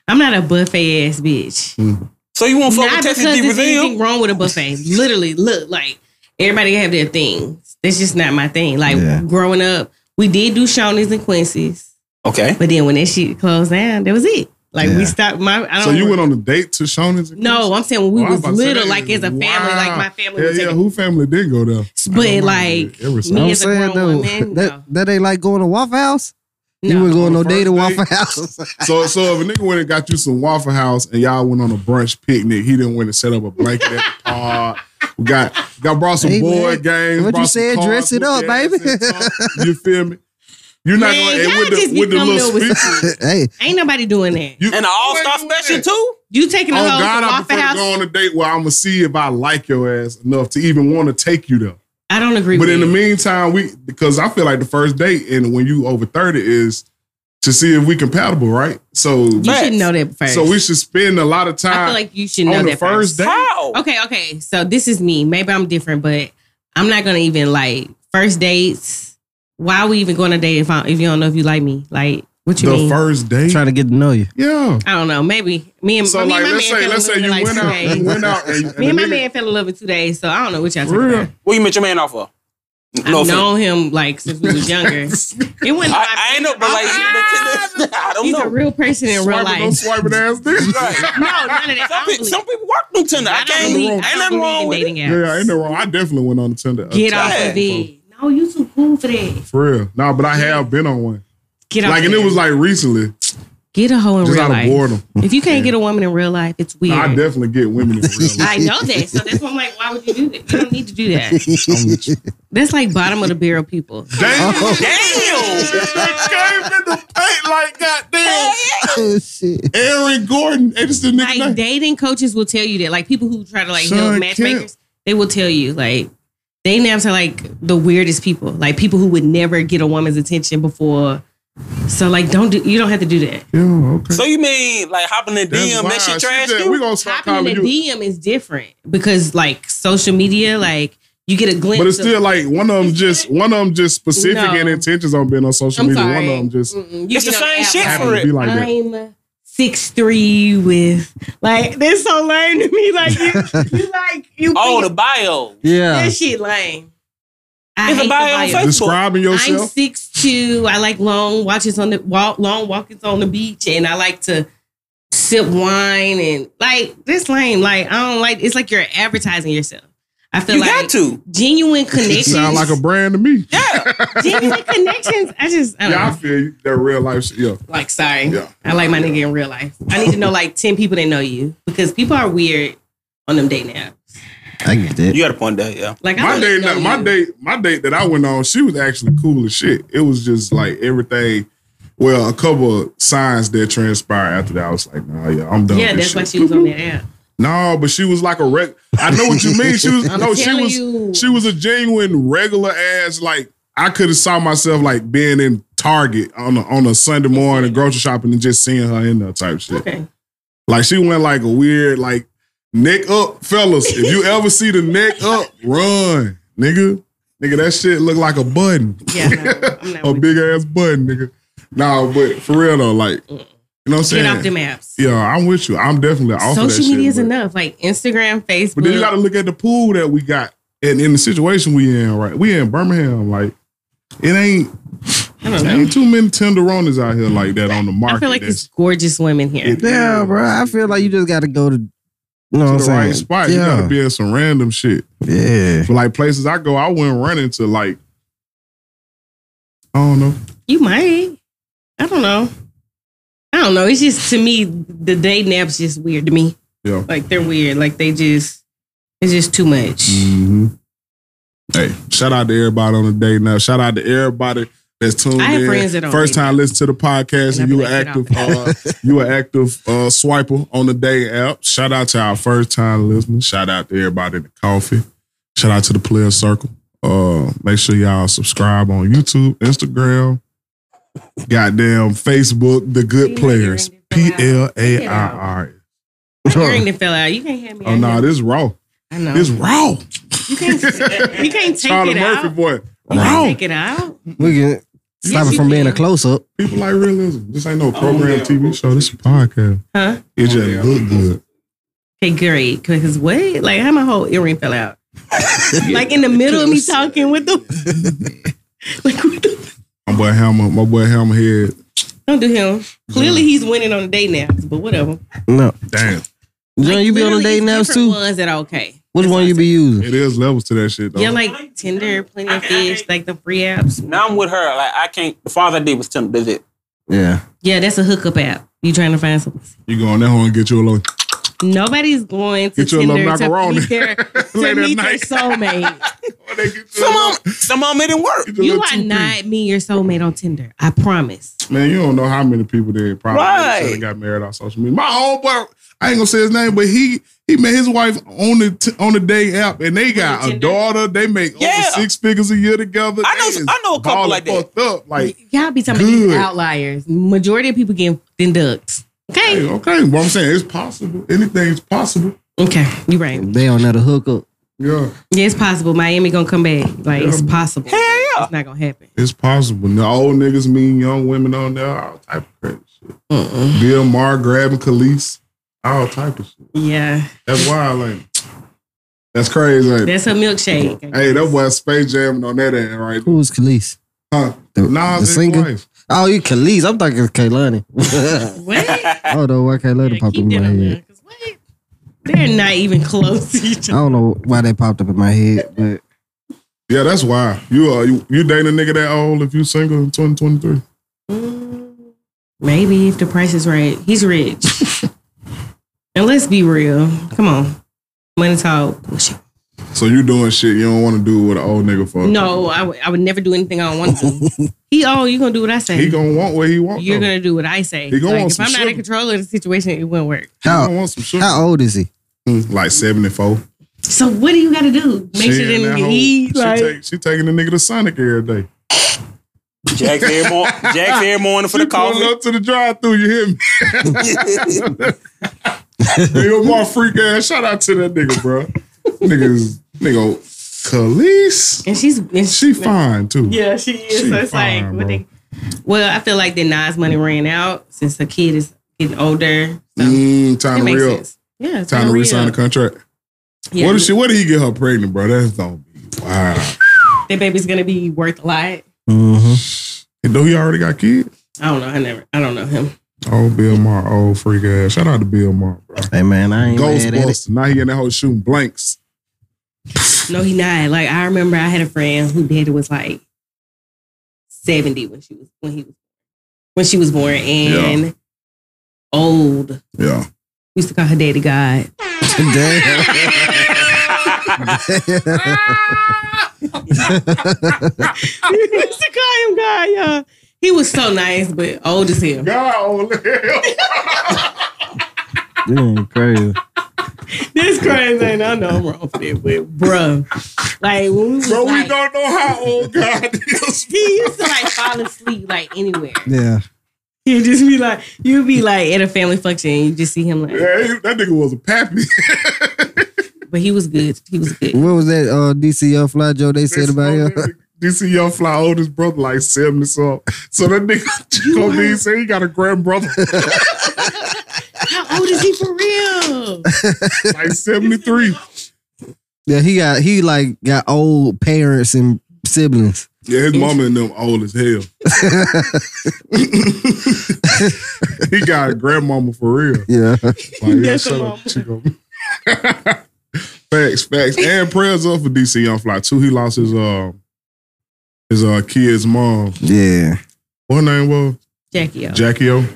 [SPEAKER 4] I'm not a buffet ass bitch.
[SPEAKER 3] So you won't fuck
[SPEAKER 4] Not
[SPEAKER 3] with
[SPEAKER 4] because
[SPEAKER 3] Texas D
[SPEAKER 4] there's
[SPEAKER 3] Brazil?
[SPEAKER 4] anything wrong with a buffet. Literally, look like everybody have their things. That's just not my thing. Like
[SPEAKER 5] Yeah.
[SPEAKER 4] growing up, we did do Shoney's and Quincy's,
[SPEAKER 3] Okay.
[SPEAKER 4] but then when that shit closed down, that was it. Like we
[SPEAKER 5] Yeah.
[SPEAKER 4] stopped. My I don't.
[SPEAKER 2] So you
[SPEAKER 4] work-
[SPEAKER 2] went on a date to Shonen's? and
[SPEAKER 4] No,
[SPEAKER 2] Chris's?
[SPEAKER 4] I'm saying when we
[SPEAKER 2] Oh, I
[SPEAKER 4] was
[SPEAKER 2] about to say,
[SPEAKER 4] little,
[SPEAKER 2] that
[SPEAKER 4] like
[SPEAKER 2] is
[SPEAKER 4] as a family, like my
[SPEAKER 2] wild.
[SPEAKER 4] family
[SPEAKER 2] Hell
[SPEAKER 4] would
[SPEAKER 2] yeah,
[SPEAKER 4] take
[SPEAKER 2] who family did go there? I
[SPEAKER 4] But,
[SPEAKER 2] know mine
[SPEAKER 4] like,
[SPEAKER 2] did. every
[SPEAKER 4] me-
[SPEAKER 2] summer.
[SPEAKER 5] I'm
[SPEAKER 4] as a
[SPEAKER 5] saying
[SPEAKER 4] grown
[SPEAKER 5] though,
[SPEAKER 4] woman, no.
[SPEAKER 5] that, that ain't like going to Waffle House. You
[SPEAKER 4] No.
[SPEAKER 5] wouldn't go on no
[SPEAKER 2] First
[SPEAKER 5] day to
[SPEAKER 2] date?
[SPEAKER 5] Waffle House. *laughs*
[SPEAKER 2] So, so if a nigga went and got you some Waffle House and y'all went on a brunch picnic, he didn't went and set up a blanket at the park. We got got brought some
[SPEAKER 5] Hey,
[SPEAKER 2] board
[SPEAKER 5] man,
[SPEAKER 2] games.
[SPEAKER 5] what you
[SPEAKER 2] brought some
[SPEAKER 5] said,
[SPEAKER 2] cards,
[SPEAKER 5] dress it
[SPEAKER 2] put
[SPEAKER 5] up,
[SPEAKER 2] your ass
[SPEAKER 5] baby.
[SPEAKER 2] in something. You feel me? You're not
[SPEAKER 4] Man,
[SPEAKER 2] gonna
[SPEAKER 4] y'all
[SPEAKER 2] and with
[SPEAKER 4] just
[SPEAKER 2] the
[SPEAKER 4] be
[SPEAKER 2] with the
[SPEAKER 4] coming
[SPEAKER 2] little
[SPEAKER 4] up with
[SPEAKER 2] speeches.
[SPEAKER 5] hey,
[SPEAKER 4] Ain't nobody doing that.
[SPEAKER 2] You,
[SPEAKER 3] And an all star
[SPEAKER 2] Where you at?
[SPEAKER 3] special too?
[SPEAKER 4] You taking a
[SPEAKER 2] Oh
[SPEAKER 4] whole
[SPEAKER 2] God, I
[SPEAKER 4] Waffle
[SPEAKER 2] prefer to go
[SPEAKER 4] House?
[SPEAKER 2] on a date where I'm gonna see if I like your ass enough to even want to take you there.
[SPEAKER 4] I don't agree.
[SPEAKER 2] But
[SPEAKER 4] with
[SPEAKER 2] in the
[SPEAKER 4] you.
[SPEAKER 2] meantime, we because I feel like the first date and when you over thirty is to see if we compatible, right? So
[SPEAKER 4] you should
[SPEAKER 3] Facts.
[SPEAKER 4] know that first.
[SPEAKER 2] so we should spend a lot of
[SPEAKER 4] I
[SPEAKER 2] time
[SPEAKER 4] feel like you should know
[SPEAKER 2] on the
[SPEAKER 4] that
[SPEAKER 2] first date.
[SPEAKER 3] How?
[SPEAKER 4] Okay, okay. So this is me. Maybe I'm different, but I'm not gonna even like first dates. Why are we even going to date if I, if you don't know if you like me? Like what you
[SPEAKER 2] The
[SPEAKER 4] mean?
[SPEAKER 2] first date,
[SPEAKER 5] trying to get to know you.
[SPEAKER 2] yeah.
[SPEAKER 4] I don't know. Maybe me and
[SPEAKER 2] So
[SPEAKER 4] me
[SPEAKER 2] like,
[SPEAKER 4] and my
[SPEAKER 2] let's
[SPEAKER 4] man
[SPEAKER 2] say
[SPEAKER 4] fell
[SPEAKER 2] let's
[SPEAKER 4] in
[SPEAKER 2] say
[SPEAKER 4] love
[SPEAKER 2] you
[SPEAKER 4] in
[SPEAKER 2] went
[SPEAKER 4] like
[SPEAKER 2] out,
[SPEAKER 4] two
[SPEAKER 2] you
[SPEAKER 4] days.
[SPEAKER 2] went out, and,
[SPEAKER 4] Me and my
[SPEAKER 2] the nigga-
[SPEAKER 4] man fell in love in two days, so I don't know what y'all
[SPEAKER 2] For
[SPEAKER 4] talking
[SPEAKER 2] real.
[SPEAKER 4] about.
[SPEAKER 3] Where you met your man off of? No
[SPEAKER 4] I've
[SPEAKER 3] offense.
[SPEAKER 4] known him like since we was younger.
[SPEAKER 2] *laughs*
[SPEAKER 4] it wasn't.
[SPEAKER 3] I, I ain't know, but
[SPEAKER 4] *laughs*
[SPEAKER 3] like, but- I don't
[SPEAKER 4] he's
[SPEAKER 3] know.
[SPEAKER 4] a real person in real
[SPEAKER 2] Swiping,
[SPEAKER 4] life.
[SPEAKER 2] those swiping ass nigga.
[SPEAKER 3] Right.
[SPEAKER 2] *laughs*
[SPEAKER 4] No, none of that.
[SPEAKER 3] Some,
[SPEAKER 4] *laughs* I don't
[SPEAKER 3] pe-
[SPEAKER 4] believe-
[SPEAKER 3] some people work through Tinder. I,
[SPEAKER 4] I don't
[SPEAKER 3] can't.
[SPEAKER 4] believe.
[SPEAKER 3] Ain't
[SPEAKER 4] I
[SPEAKER 3] nothing
[SPEAKER 4] don't
[SPEAKER 3] wrong
[SPEAKER 4] believe
[SPEAKER 3] with it.
[SPEAKER 4] in dating apps.
[SPEAKER 2] Yeah, ain't no wrong. I definitely went on a Tinder.
[SPEAKER 4] Get off
[SPEAKER 3] Yeah.
[SPEAKER 4] of it. No, you too cool for that.
[SPEAKER 2] for real. Nah, but I have been on one.
[SPEAKER 4] Get off.
[SPEAKER 2] Like, and
[SPEAKER 4] of
[SPEAKER 2] it was like recently,
[SPEAKER 4] get a hoe in
[SPEAKER 2] just
[SPEAKER 4] real
[SPEAKER 2] out of
[SPEAKER 4] life.
[SPEAKER 2] boredom.
[SPEAKER 4] If you can't get a woman in real life, it's weird.
[SPEAKER 2] I
[SPEAKER 4] I,
[SPEAKER 2] definitely get women in real
[SPEAKER 4] *laughs*
[SPEAKER 2] life.
[SPEAKER 4] know that, so that's why I'm like, why would you do that? You don't need to do that.
[SPEAKER 2] *laughs* I'm with you.
[SPEAKER 4] That's like bottom of the
[SPEAKER 2] *laughs*
[SPEAKER 4] barrel people.
[SPEAKER 2] Damn,
[SPEAKER 5] Oh,
[SPEAKER 3] Damn.
[SPEAKER 4] *laughs*
[SPEAKER 2] it came in the paint like goddamn
[SPEAKER 5] *laughs* shit.
[SPEAKER 2] Aaron Gordon. It's the nigga.
[SPEAKER 4] Like
[SPEAKER 2] name.
[SPEAKER 4] dating coaches will tell you that. Like people who try to like
[SPEAKER 2] Son,
[SPEAKER 4] help
[SPEAKER 2] Kemp.
[SPEAKER 4] matchmakers, they will tell you like they names are like the weirdest people. Like people who would never get a woman's attention before. So like, don't do. You don't have to do that.
[SPEAKER 2] Yeah, okay.
[SPEAKER 3] So you mean like hopping in the
[SPEAKER 2] That's
[SPEAKER 3] DM,
[SPEAKER 2] wild.
[SPEAKER 3] that shit
[SPEAKER 2] She
[SPEAKER 3] trash
[SPEAKER 2] said,
[SPEAKER 3] you?
[SPEAKER 2] We gonna start
[SPEAKER 4] Hopping
[SPEAKER 2] calling
[SPEAKER 4] in
[SPEAKER 2] you.
[SPEAKER 4] the DM is different because like social media, like you get a glimpse.
[SPEAKER 2] But it's
[SPEAKER 4] of-
[SPEAKER 2] still like one of them just one of them just specific
[SPEAKER 4] No.
[SPEAKER 2] and intentions on being on social
[SPEAKER 4] I'm
[SPEAKER 2] media.
[SPEAKER 4] sorry.
[SPEAKER 2] One of them just
[SPEAKER 4] Mm-mm. You
[SPEAKER 3] It's the
[SPEAKER 4] get on
[SPEAKER 3] same
[SPEAKER 4] app
[SPEAKER 3] shit
[SPEAKER 4] like-
[SPEAKER 2] happens
[SPEAKER 3] for
[SPEAKER 2] to be
[SPEAKER 3] it.
[SPEAKER 2] like that.
[SPEAKER 4] I'm six three with like that's so lame to me. Like
[SPEAKER 2] *laughs*
[SPEAKER 4] you, you like you
[SPEAKER 3] Oh, the
[SPEAKER 4] think
[SPEAKER 3] bio.
[SPEAKER 5] Yeah.
[SPEAKER 4] that shit lame. I
[SPEAKER 3] It's a
[SPEAKER 4] hate the
[SPEAKER 3] bio on
[SPEAKER 4] bio.
[SPEAKER 3] Facebook.
[SPEAKER 2] Describing
[SPEAKER 4] I'm
[SPEAKER 2] yourself.
[SPEAKER 4] six two. I like long watches on the walk, long walkings on the beach, and I like to sip wine and like this lame. Like I don't like. It's like you're advertising yourself. I feel
[SPEAKER 3] You
[SPEAKER 4] like
[SPEAKER 3] got to.
[SPEAKER 2] *laughs*
[SPEAKER 4] genuine connections.
[SPEAKER 2] Sound like a brand to me.
[SPEAKER 3] Yeah.
[SPEAKER 2] *laughs*
[SPEAKER 4] genuine connections. I just I don't
[SPEAKER 2] Yeah, I
[SPEAKER 4] know.
[SPEAKER 2] feel you. That real life shit. Yeah.
[SPEAKER 4] Like, sorry.
[SPEAKER 2] Yeah.
[SPEAKER 4] I like my nigga in real life. I need to know like 10 people that know you because people are weird on them dating apps.
[SPEAKER 5] I get that.
[SPEAKER 3] You got a point there, yeah.
[SPEAKER 4] Like, I
[SPEAKER 2] My
[SPEAKER 4] don't
[SPEAKER 2] date,
[SPEAKER 4] know
[SPEAKER 2] my
[SPEAKER 4] you.
[SPEAKER 2] date, my date that I went on, she was actually cool as shit. It was just like everything. Well, a couple of signs that transpired after that. I was like, nah, yeah, I'm done.
[SPEAKER 4] Yeah,
[SPEAKER 2] with
[SPEAKER 4] that's
[SPEAKER 2] this
[SPEAKER 4] why
[SPEAKER 2] shit.
[SPEAKER 4] she was on that app.
[SPEAKER 2] No, but she was like a reg. I know what you mean. She
[SPEAKER 4] *laughs*
[SPEAKER 2] was
[SPEAKER 4] I'm
[SPEAKER 2] no, she
[SPEAKER 4] telling
[SPEAKER 2] was
[SPEAKER 4] you.
[SPEAKER 2] she was a genuine regular ass. Like I could have saw myself like being in Target on a, on a Sunday morning grocery shopping and just seeing her in there type shit.
[SPEAKER 4] Okay.
[SPEAKER 2] Like she went like a weird like neck up, fellas. If you ever see the neck up, run, nigga, nigga. That shit look like a button,
[SPEAKER 4] Yeah, no, I'm
[SPEAKER 2] *laughs*
[SPEAKER 4] not
[SPEAKER 2] a
[SPEAKER 4] with
[SPEAKER 2] big ass button, nigga. Nah, but for real though, like you know what I'm
[SPEAKER 4] you. Get off
[SPEAKER 2] saying.
[SPEAKER 4] them apps.
[SPEAKER 2] Yeah, I'm with you. I'm definitely off of that
[SPEAKER 4] Social media
[SPEAKER 2] shit,
[SPEAKER 4] is
[SPEAKER 2] but-
[SPEAKER 4] enough. Like Instagram, Facebook.
[SPEAKER 2] but then you got to look at the pool that we got and in the situation we in, right? We in Birmingham, like it ain't
[SPEAKER 4] I don't
[SPEAKER 2] it
[SPEAKER 4] know.
[SPEAKER 2] ain't too many tenderonis out here like that on the market.
[SPEAKER 4] I feel like it's
[SPEAKER 2] that's
[SPEAKER 4] gorgeous women here.
[SPEAKER 2] It-
[SPEAKER 5] Yeah, bro. I feel like you just got to go to, you know what
[SPEAKER 2] to
[SPEAKER 5] I'm
[SPEAKER 2] the
[SPEAKER 5] saying?
[SPEAKER 2] right spot. You
[SPEAKER 5] Yeah.
[SPEAKER 2] gotta be in some random shit.
[SPEAKER 5] yeah.
[SPEAKER 2] But like places I go, I wouldn't run into like I don't know.
[SPEAKER 4] You might. I don't know. I don't know. It's just to me, the dating apps just weird to me.
[SPEAKER 2] Yeah.
[SPEAKER 4] Like they're weird. Like they just, it's just too much.
[SPEAKER 2] Mm. Mm-hmm. Hey, shout out to everybody on the day now. Shout out to everybody that's tuned
[SPEAKER 4] I have
[SPEAKER 2] in.
[SPEAKER 4] friends that don't
[SPEAKER 2] First
[SPEAKER 4] date
[SPEAKER 2] time listen to the podcast,
[SPEAKER 4] And I
[SPEAKER 2] and
[SPEAKER 4] be
[SPEAKER 2] you were
[SPEAKER 4] like, get
[SPEAKER 2] active.
[SPEAKER 4] off
[SPEAKER 2] Uh, you were active uh, swiper on the day app. Shout out to our first time listeners. Shout out to everybody in the coffee. Shout out to the player circle. Uh, make sure y'all subscribe on YouTube, Instagram, goddamn Facebook, the good
[SPEAKER 4] You're
[SPEAKER 2] players.
[SPEAKER 4] hearing
[SPEAKER 2] P
[SPEAKER 4] it
[SPEAKER 2] L A
[SPEAKER 4] Get
[SPEAKER 2] I
[SPEAKER 4] out.
[SPEAKER 2] R. *laughs*
[SPEAKER 4] My ring that fell out. You can't have me.
[SPEAKER 2] Oh
[SPEAKER 4] out
[SPEAKER 2] no,
[SPEAKER 4] here.
[SPEAKER 2] this raw.
[SPEAKER 4] I know.
[SPEAKER 2] This raw.
[SPEAKER 4] you can't. You can't take
[SPEAKER 2] Charlie
[SPEAKER 4] it
[SPEAKER 2] Murphy
[SPEAKER 4] out.
[SPEAKER 2] boy.
[SPEAKER 4] You can't
[SPEAKER 2] Raw.
[SPEAKER 4] take it out.
[SPEAKER 5] We can stop
[SPEAKER 4] Yes,
[SPEAKER 5] it from
[SPEAKER 4] you
[SPEAKER 5] being a
[SPEAKER 4] can.
[SPEAKER 5] close up.
[SPEAKER 2] People like Oh, realism. This ain't no program TV show. This is a podcast. Oh,
[SPEAKER 4] Huh?
[SPEAKER 2] It just look good.
[SPEAKER 4] Okay, great. Because what? Like, how my whole earring fell out? like, in the middle of me talking with the. *laughs* like, what the
[SPEAKER 2] My boy Hammer, my boy Hammerhead.
[SPEAKER 4] don't do him. Clearly, he's winning on the date now, but whatever.
[SPEAKER 5] No.
[SPEAKER 2] Damn,
[SPEAKER 5] John, you be on a
[SPEAKER 4] Literally,
[SPEAKER 5] date
[SPEAKER 4] it's
[SPEAKER 5] now
[SPEAKER 4] different
[SPEAKER 5] too?
[SPEAKER 4] Ones that are okay.
[SPEAKER 5] Which one you be using?
[SPEAKER 2] it is levels to that shit though.
[SPEAKER 4] Yeah, like Tinder, Plenty of Fish, like the free apps.
[SPEAKER 3] Now I'm with her. Like I can't. The father I did was Tinder. That's it.
[SPEAKER 5] Yeah.
[SPEAKER 4] Yeah, that's a hookup app. You trying to find someone?
[SPEAKER 2] you go on that home and get you a little.
[SPEAKER 4] Nobody's going to
[SPEAKER 2] Get you a little
[SPEAKER 4] Tinder to
[SPEAKER 2] macaroni.
[SPEAKER 4] meet their, to
[SPEAKER 2] *laughs* Late at
[SPEAKER 4] meet their
[SPEAKER 2] night.
[SPEAKER 4] soulmate.
[SPEAKER 2] They get you a
[SPEAKER 3] Some
[SPEAKER 2] little-
[SPEAKER 3] of 'em- some of them it didn't work.
[SPEAKER 2] get a
[SPEAKER 4] you
[SPEAKER 2] *laughs* little
[SPEAKER 4] are
[SPEAKER 2] two-piece.
[SPEAKER 4] not meeting your soulmate on Tinder. I promise.
[SPEAKER 2] Man, you don't know how many people there probably
[SPEAKER 3] Right.
[SPEAKER 2] should've got married on social media. My homeboy, I ain't gonna say his name, but he he met his wife on the t- on the day app, and they got a
[SPEAKER 4] Tinder?
[SPEAKER 2] daughter. They make
[SPEAKER 3] Yeah.
[SPEAKER 2] over six figures a year together.
[SPEAKER 3] I know-
[SPEAKER 2] They is
[SPEAKER 3] I know a couple
[SPEAKER 2] balling
[SPEAKER 3] like that.
[SPEAKER 2] fucked Up. Like,
[SPEAKER 4] Y'all be talking about these
[SPEAKER 2] Good.
[SPEAKER 4] outliers. Majority of people getting fucking ducks.
[SPEAKER 2] hey,
[SPEAKER 4] Okay.
[SPEAKER 2] okay, what I'm saying it's possible. Anything's possible.
[SPEAKER 4] Okay. You right.
[SPEAKER 5] They on that hookup.
[SPEAKER 2] Yeah,
[SPEAKER 4] Yeah, it's possible. Miami gonna come back. Like it's
[SPEAKER 2] Yeah.
[SPEAKER 4] possible.
[SPEAKER 3] Hell yeah.
[SPEAKER 4] It's not gonna happen.
[SPEAKER 2] it's possible. The old niggas mean young women on there, all type of crazy shit. Bill Maher grabbing Khalees, all type of shit.
[SPEAKER 4] Yeah.
[SPEAKER 2] That's wild. Like, that's crazy. ain't it?
[SPEAKER 4] That's her
[SPEAKER 2] *laughs*
[SPEAKER 4] milkshake.
[SPEAKER 2] Hey, that boy Space jamming on that end right
[SPEAKER 5] Who's Khalees?
[SPEAKER 2] Huh?
[SPEAKER 5] The,
[SPEAKER 2] Nas
[SPEAKER 5] the
[SPEAKER 2] his
[SPEAKER 5] singer?
[SPEAKER 2] wife.
[SPEAKER 5] Oh, you Khalees. I'm thinking
[SPEAKER 4] *laughs*
[SPEAKER 5] Kaylani.
[SPEAKER 4] What?
[SPEAKER 5] I don't know why Kaylani
[SPEAKER 4] Yeah,
[SPEAKER 5] popped
[SPEAKER 4] keep
[SPEAKER 5] up
[SPEAKER 4] that
[SPEAKER 5] in my
[SPEAKER 4] on
[SPEAKER 5] head.
[SPEAKER 4] there, 'cause what? They're not even close to each other.
[SPEAKER 5] I don't know why they popped up in my head, but
[SPEAKER 2] Yeah, that's why you uh you, you dating a nigga that old if you single in 2023.
[SPEAKER 4] Mm, Maybe if the price is right, he's
[SPEAKER 2] *laughs*
[SPEAKER 4] rich. and let's be real. Come on. Money talk.
[SPEAKER 2] So you doing shit you don't want to do with an old nigga for?
[SPEAKER 4] No, I would- I would never do anything I don't
[SPEAKER 2] *laughs*
[SPEAKER 4] want to. he oh, you gonna do what I say.
[SPEAKER 2] he gonna want what he want.
[SPEAKER 4] You're
[SPEAKER 2] though.
[SPEAKER 4] gonna do what I say.
[SPEAKER 2] He gonna
[SPEAKER 4] Like,
[SPEAKER 2] want
[SPEAKER 4] if
[SPEAKER 2] some
[SPEAKER 4] I'm not in
[SPEAKER 2] sugar.
[SPEAKER 4] control of the situation, it wouldn't work.
[SPEAKER 2] He
[SPEAKER 5] how
[SPEAKER 2] gonna want some sugar.
[SPEAKER 5] how old is he?
[SPEAKER 2] Like 74.
[SPEAKER 4] So what do you gotta do? Make
[SPEAKER 2] She
[SPEAKER 4] sure
[SPEAKER 2] in
[SPEAKER 4] that
[SPEAKER 2] that
[SPEAKER 4] he
[SPEAKER 2] whole-
[SPEAKER 4] like
[SPEAKER 2] she, take, she taking the nigga to Sonic every day.
[SPEAKER 3] Jack's every morning. Jack's every morning for
[SPEAKER 2] She
[SPEAKER 3] the
[SPEAKER 2] pulling
[SPEAKER 3] coffee.
[SPEAKER 2] up to the drive through. You hear me? Bill Maher freak ass. Shout out to that nigga, bro. Niggas, nigga, Khalees.
[SPEAKER 4] and she's and
[SPEAKER 2] She fine too.
[SPEAKER 4] Yeah, she is.
[SPEAKER 2] She
[SPEAKER 4] so it's
[SPEAKER 2] fine,
[SPEAKER 4] like what
[SPEAKER 2] bro.
[SPEAKER 4] they, well, I feel like the Nas money ran out since the kid is getting older. So
[SPEAKER 2] Mm, time
[SPEAKER 4] it
[SPEAKER 2] to
[SPEAKER 4] makes
[SPEAKER 2] re up.
[SPEAKER 4] sense. Yeah, it's
[SPEAKER 2] Time to
[SPEAKER 4] re-up.
[SPEAKER 2] resign the contract.
[SPEAKER 4] Yeah,
[SPEAKER 2] What if she? What did he get her pregnant, bro? That's gonna be wow.
[SPEAKER 4] That baby's gonna be worth a lot.
[SPEAKER 5] Mm-hmm.
[SPEAKER 2] And though he already got kids.
[SPEAKER 4] I don't know. I never. I don't know him.
[SPEAKER 2] Oh, Bill Maher, oh freak ass! Shout out to Bill Maher, bro.
[SPEAKER 5] Hey man, I ain't mad at it.
[SPEAKER 2] Ghostbuster. Now he in that whole shooting blanks.
[SPEAKER 4] No, he not. Like I remember, I had a friend who dad was like seventy when she was when he was when she was born and old.
[SPEAKER 2] Yeah,
[SPEAKER 4] We used to call her daddy God. *laughs* we used to call him God. Yeah, he was so nice, but old as hell.
[SPEAKER 2] God, oh, hell.
[SPEAKER 5] *laughs* *laughs* Damn, Damn, crazy.
[SPEAKER 4] This crazy. and I know I'm wrong for that, but bruh, like when we was
[SPEAKER 2] bro,
[SPEAKER 4] like,
[SPEAKER 2] we don't know how old God is.
[SPEAKER 4] he used to like fall asleep like anywhere.
[SPEAKER 5] Yeah.
[SPEAKER 4] He'd just be like, you'd be like at a family function, and you just see him like.
[SPEAKER 2] Yeah, he- that nigga was a pappy. *laughs*
[SPEAKER 4] But he was good. He was good.
[SPEAKER 5] What was that uh DCL Fly Joe they said about him?
[SPEAKER 2] DC Young Fly oldest brother like seventy so so that nigga *laughs* gonna be say he got a grandbrother
[SPEAKER 4] How old is he for real?
[SPEAKER 2] like seventy three.
[SPEAKER 5] *laughs* Yeah, he got he like got old parents and siblings.
[SPEAKER 2] Yeah, his mama and them old as hell. he got a grandmama for
[SPEAKER 5] *laughs*
[SPEAKER 2] real.
[SPEAKER 5] Yeah.
[SPEAKER 2] Like, yeah,
[SPEAKER 4] That's a
[SPEAKER 2] shut up, Chico. *laughs* facts, facts, and prayers up for DC Young Fly too. He lost his uh his uh kid's mom.
[SPEAKER 5] Yeah.
[SPEAKER 2] What her name was
[SPEAKER 4] Jackie, O.
[SPEAKER 2] Jackie O.
[SPEAKER 4] she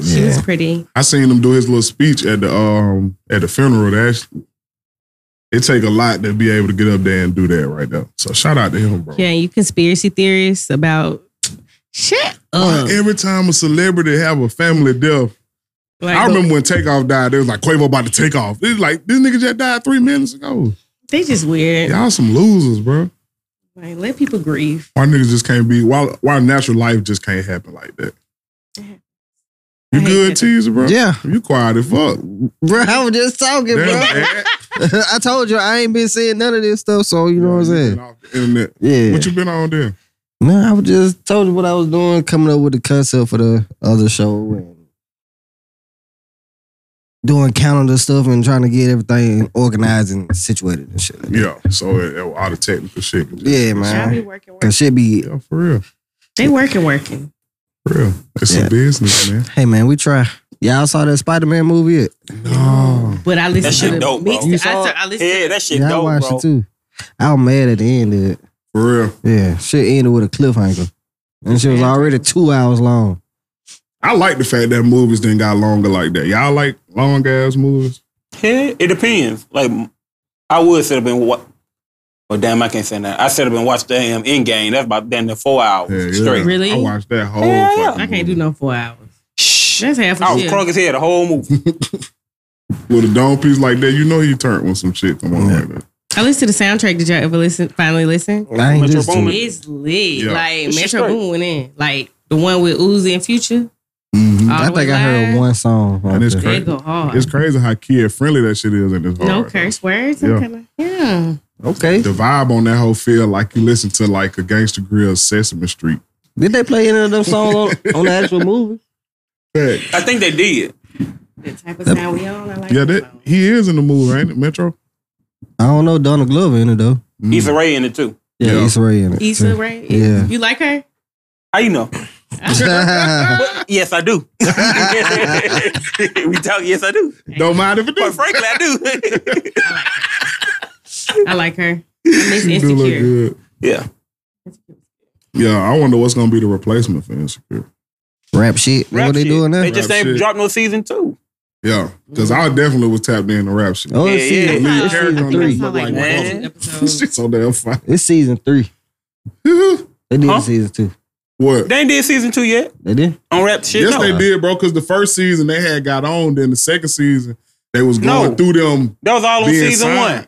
[SPEAKER 4] was
[SPEAKER 5] Yeah.
[SPEAKER 4] pretty.
[SPEAKER 2] I seen him do his little speech at the um at the funeral. That's it take a lot to be able to get up there and do that right now. So shout out to him, bro.
[SPEAKER 4] Yeah, you conspiracy theorists about shut
[SPEAKER 2] Uh,
[SPEAKER 4] up.
[SPEAKER 2] every time a celebrity have a family death,
[SPEAKER 4] Like,
[SPEAKER 2] I remember when Takeoff died, they was like Quavo about to take off. It's like this nigga just died three minutes ago.
[SPEAKER 4] they just weird.
[SPEAKER 2] Y'all some losers, bro.
[SPEAKER 4] Like let people grieve.
[SPEAKER 2] Why niggas just can't be why why natural life just can't happen like that.
[SPEAKER 4] I
[SPEAKER 2] You
[SPEAKER 4] hate
[SPEAKER 2] good,
[SPEAKER 4] that.
[SPEAKER 2] teaser, bro?
[SPEAKER 5] Yeah.
[SPEAKER 2] You quiet as fuck.
[SPEAKER 5] Bro, I was just talking,
[SPEAKER 2] Damn,
[SPEAKER 5] bro.
[SPEAKER 2] man.
[SPEAKER 5] *laughs* I told you I ain't been saying none of this stuff, so you know what I'm
[SPEAKER 2] Been
[SPEAKER 5] saying?
[SPEAKER 2] off the internet.
[SPEAKER 5] Yeah.
[SPEAKER 2] What you been on there?
[SPEAKER 5] Man, I was just told you what I was doing, coming up with the concept for the other show. And doing calendar stuff and trying to get everything organized and situated and shit. like that.
[SPEAKER 2] Yeah. So it, it- all the technical shit. can just-
[SPEAKER 5] Yeah,
[SPEAKER 4] Y'all be
[SPEAKER 5] man.
[SPEAKER 4] working, working.
[SPEAKER 5] Cause shit be
[SPEAKER 2] Yeah, for real.
[SPEAKER 4] They working, working.
[SPEAKER 2] For real. It's
[SPEAKER 5] Yeah.
[SPEAKER 2] a business, man.
[SPEAKER 5] hey man, we try. Y'all saw that Spider Man movie yet?
[SPEAKER 2] No.
[SPEAKER 4] But I listen
[SPEAKER 3] That
[SPEAKER 4] to
[SPEAKER 3] shit
[SPEAKER 4] the
[SPEAKER 3] dope, bro.
[SPEAKER 4] mixed- I, tur- I listen.
[SPEAKER 3] Yeah, that shit
[SPEAKER 5] yeah, I
[SPEAKER 3] dope,
[SPEAKER 5] watched
[SPEAKER 3] bro.
[SPEAKER 5] it too. I was mad at the end of it.
[SPEAKER 2] For real.
[SPEAKER 5] Yeah, shit ended with a cliffhanger, and she was already two hours long.
[SPEAKER 2] I like the fact that movies didn't got longer like that. Y'all like long ass movies?
[SPEAKER 3] Yeah, it depends. Like, I would sit up and watch. Well, damn, I can't say that. I sit up and watch the damn Endgame. That's about damn near four hours
[SPEAKER 2] Yeah, yeah.
[SPEAKER 3] straight.
[SPEAKER 4] Really?
[SPEAKER 2] I watched that whole.
[SPEAKER 3] Hell yeah.
[SPEAKER 2] fucking
[SPEAKER 4] I can't do
[SPEAKER 2] movie.
[SPEAKER 4] no four hours.
[SPEAKER 3] Shh.
[SPEAKER 4] That's half
[SPEAKER 3] I
[SPEAKER 4] a
[SPEAKER 3] was
[SPEAKER 4] year.
[SPEAKER 3] crunk as hell the whole movie.
[SPEAKER 2] With a dome piece like that, you know he turned when some shit come on like that.
[SPEAKER 4] I listen to the soundtrack. Did y'all ever listen? Finally listen.
[SPEAKER 5] *laughs* I ain't
[SPEAKER 3] Metro
[SPEAKER 5] listen to
[SPEAKER 3] Boomin.
[SPEAKER 5] it.
[SPEAKER 4] It's lit.
[SPEAKER 2] Yeah.
[SPEAKER 4] Like
[SPEAKER 3] It's
[SPEAKER 4] Metro
[SPEAKER 3] straight.
[SPEAKER 4] Boom went in. Like the one with Uzi and Future.
[SPEAKER 2] Mhm.
[SPEAKER 4] All
[SPEAKER 5] I
[SPEAKER 4] the way
[SPEAKER 5] think I heard
[SPEAKER 4] live.
[SPEAKER 5] one song.
[SPEAKER 2] And it's
[SPEAKER 5] out there.
[SPEAKER 2] Crazy.
[SPEAKER 4] They go hard.
[SPEAKER 2] It's crazy how kid friendly that shit is in this
[SPEAKER 4] no
[SPEAKER 2] hard.
[SPEAKER 4] curse words.
[SPEAKER 2] Yeah.
[SPEAKER 4] Yeah. Kinda, yeah.
[SPEAKER 5] Okay,
[SPEAKER 2] The vibe on that whole feel like you listen to like a gangster grill Sesame Street.
[SPEAKER 5] did they play any of them songs
[SPEAKER 3] *laughs*
[SPEAKER 5] on, on the actual movie?
[SPEAKER 2] Fact.
[SPEAKER 3] I think they did.
[SPEAKER 4] The type of sound we on. I like.
[SPEAKER 2] Yeah,
[SPEAKER 4] that
[SPEAKER 2] that he is in the movie, ain't it? Metro.
[SPEAKER 5] I don't know. Donald Glover in it though.
[SPEAKER 2] Mm.
[SPEAKER 3] Issa Rae in it too.
[SPEAKER 5] Yeah,
[SPEAKER 2] Yeah.
[SPEAKER 5] Issa Rae in it.
[SPEAKER 4] Issa, right?
[SPEAKER 5] Yeah.
[SPEAKER 4] You like her?
[SPEAKER 3] How you know?
[SPEAKER 5] too.
[SPEAKER 3] Yes, I do. *laughs* we talk. Yes, I do.
[SPEAKER 2] Don't mind if it
[SPEAKER 3] But
[SPEAKER 2] does.
[SPEAKER 3] frankly, I do. *laughs*
[SPEAKER 4] I
[SPEAKER 2] *laughs*
[SPEAKER 4] like her. I miss
[SPEAKER 2] She do look
[SPEAKER 4] insecure.
[SPEAKER 2] good.
[SPEAKER 3] yeah.
[SPEAKER 2] Yeah, I wonder what's gonna be the replacement for Insecure.
[SPEAKER 5] *laughs* Rap shit.
[SPEAKER 3] Rap
[SPEAKER 5] what they
[SPEAKER 3] shit.
[SPEAKER 5] doing now?
[SPEAKER 3] They just
[SPEAKER 2] Rap
[SPEAKER 3] they
[SPEAKER 2] shit.
[SPEAKER 3] dropped no season two.
[SPEAKER 2] Yeah, because I definitely was tapped in the rap shit.
[SPEAKER 5] oh, it's
[SPEAKER 3] Yeah, yeah. Lead
[SPEAKER 5] season,
[SPEAKER 4] I
[SPEAKER 5] it's
[SPEAKER 4] saw-
[SPEAKER 2] character
[SPEAKER 5] season
[SPEAKER 2] on
[SPEAKER 4] I think I
[SPEAKER 2] *laughs*
[SPEAKER 4] saw, like,
[SPEAKER 5] three.
[SPEAKER 3] Man.
[SPEAKER 4] one or two episodes.
[SPEAKER 2] She's so damn fine. *laughs*
[SPEAKER 5] It's season three. They did
[SPEAKER 3] Huh?
[SPEAKER 5] season two.
[SPEAKER 2] what?
[SPEAKER 3] They ain't did season two yet
[SPEAKER 5] They did.
[SPEAKER 3] on rap shit.
[SPEAKER 2] yes,
[SPEAKER 3] no.
[SPEAKER 2] they did, bro. Because the first season they had got on, then the second season they was going
[SPEAKER 3] No.
[SPEAKER 2] through them,
[SPEAKER 3] That was all on
[SPEAKER 2] Being
[SPEAKER 3] season
[SPEAKER 2] signed.
[SPEAKER 3] one.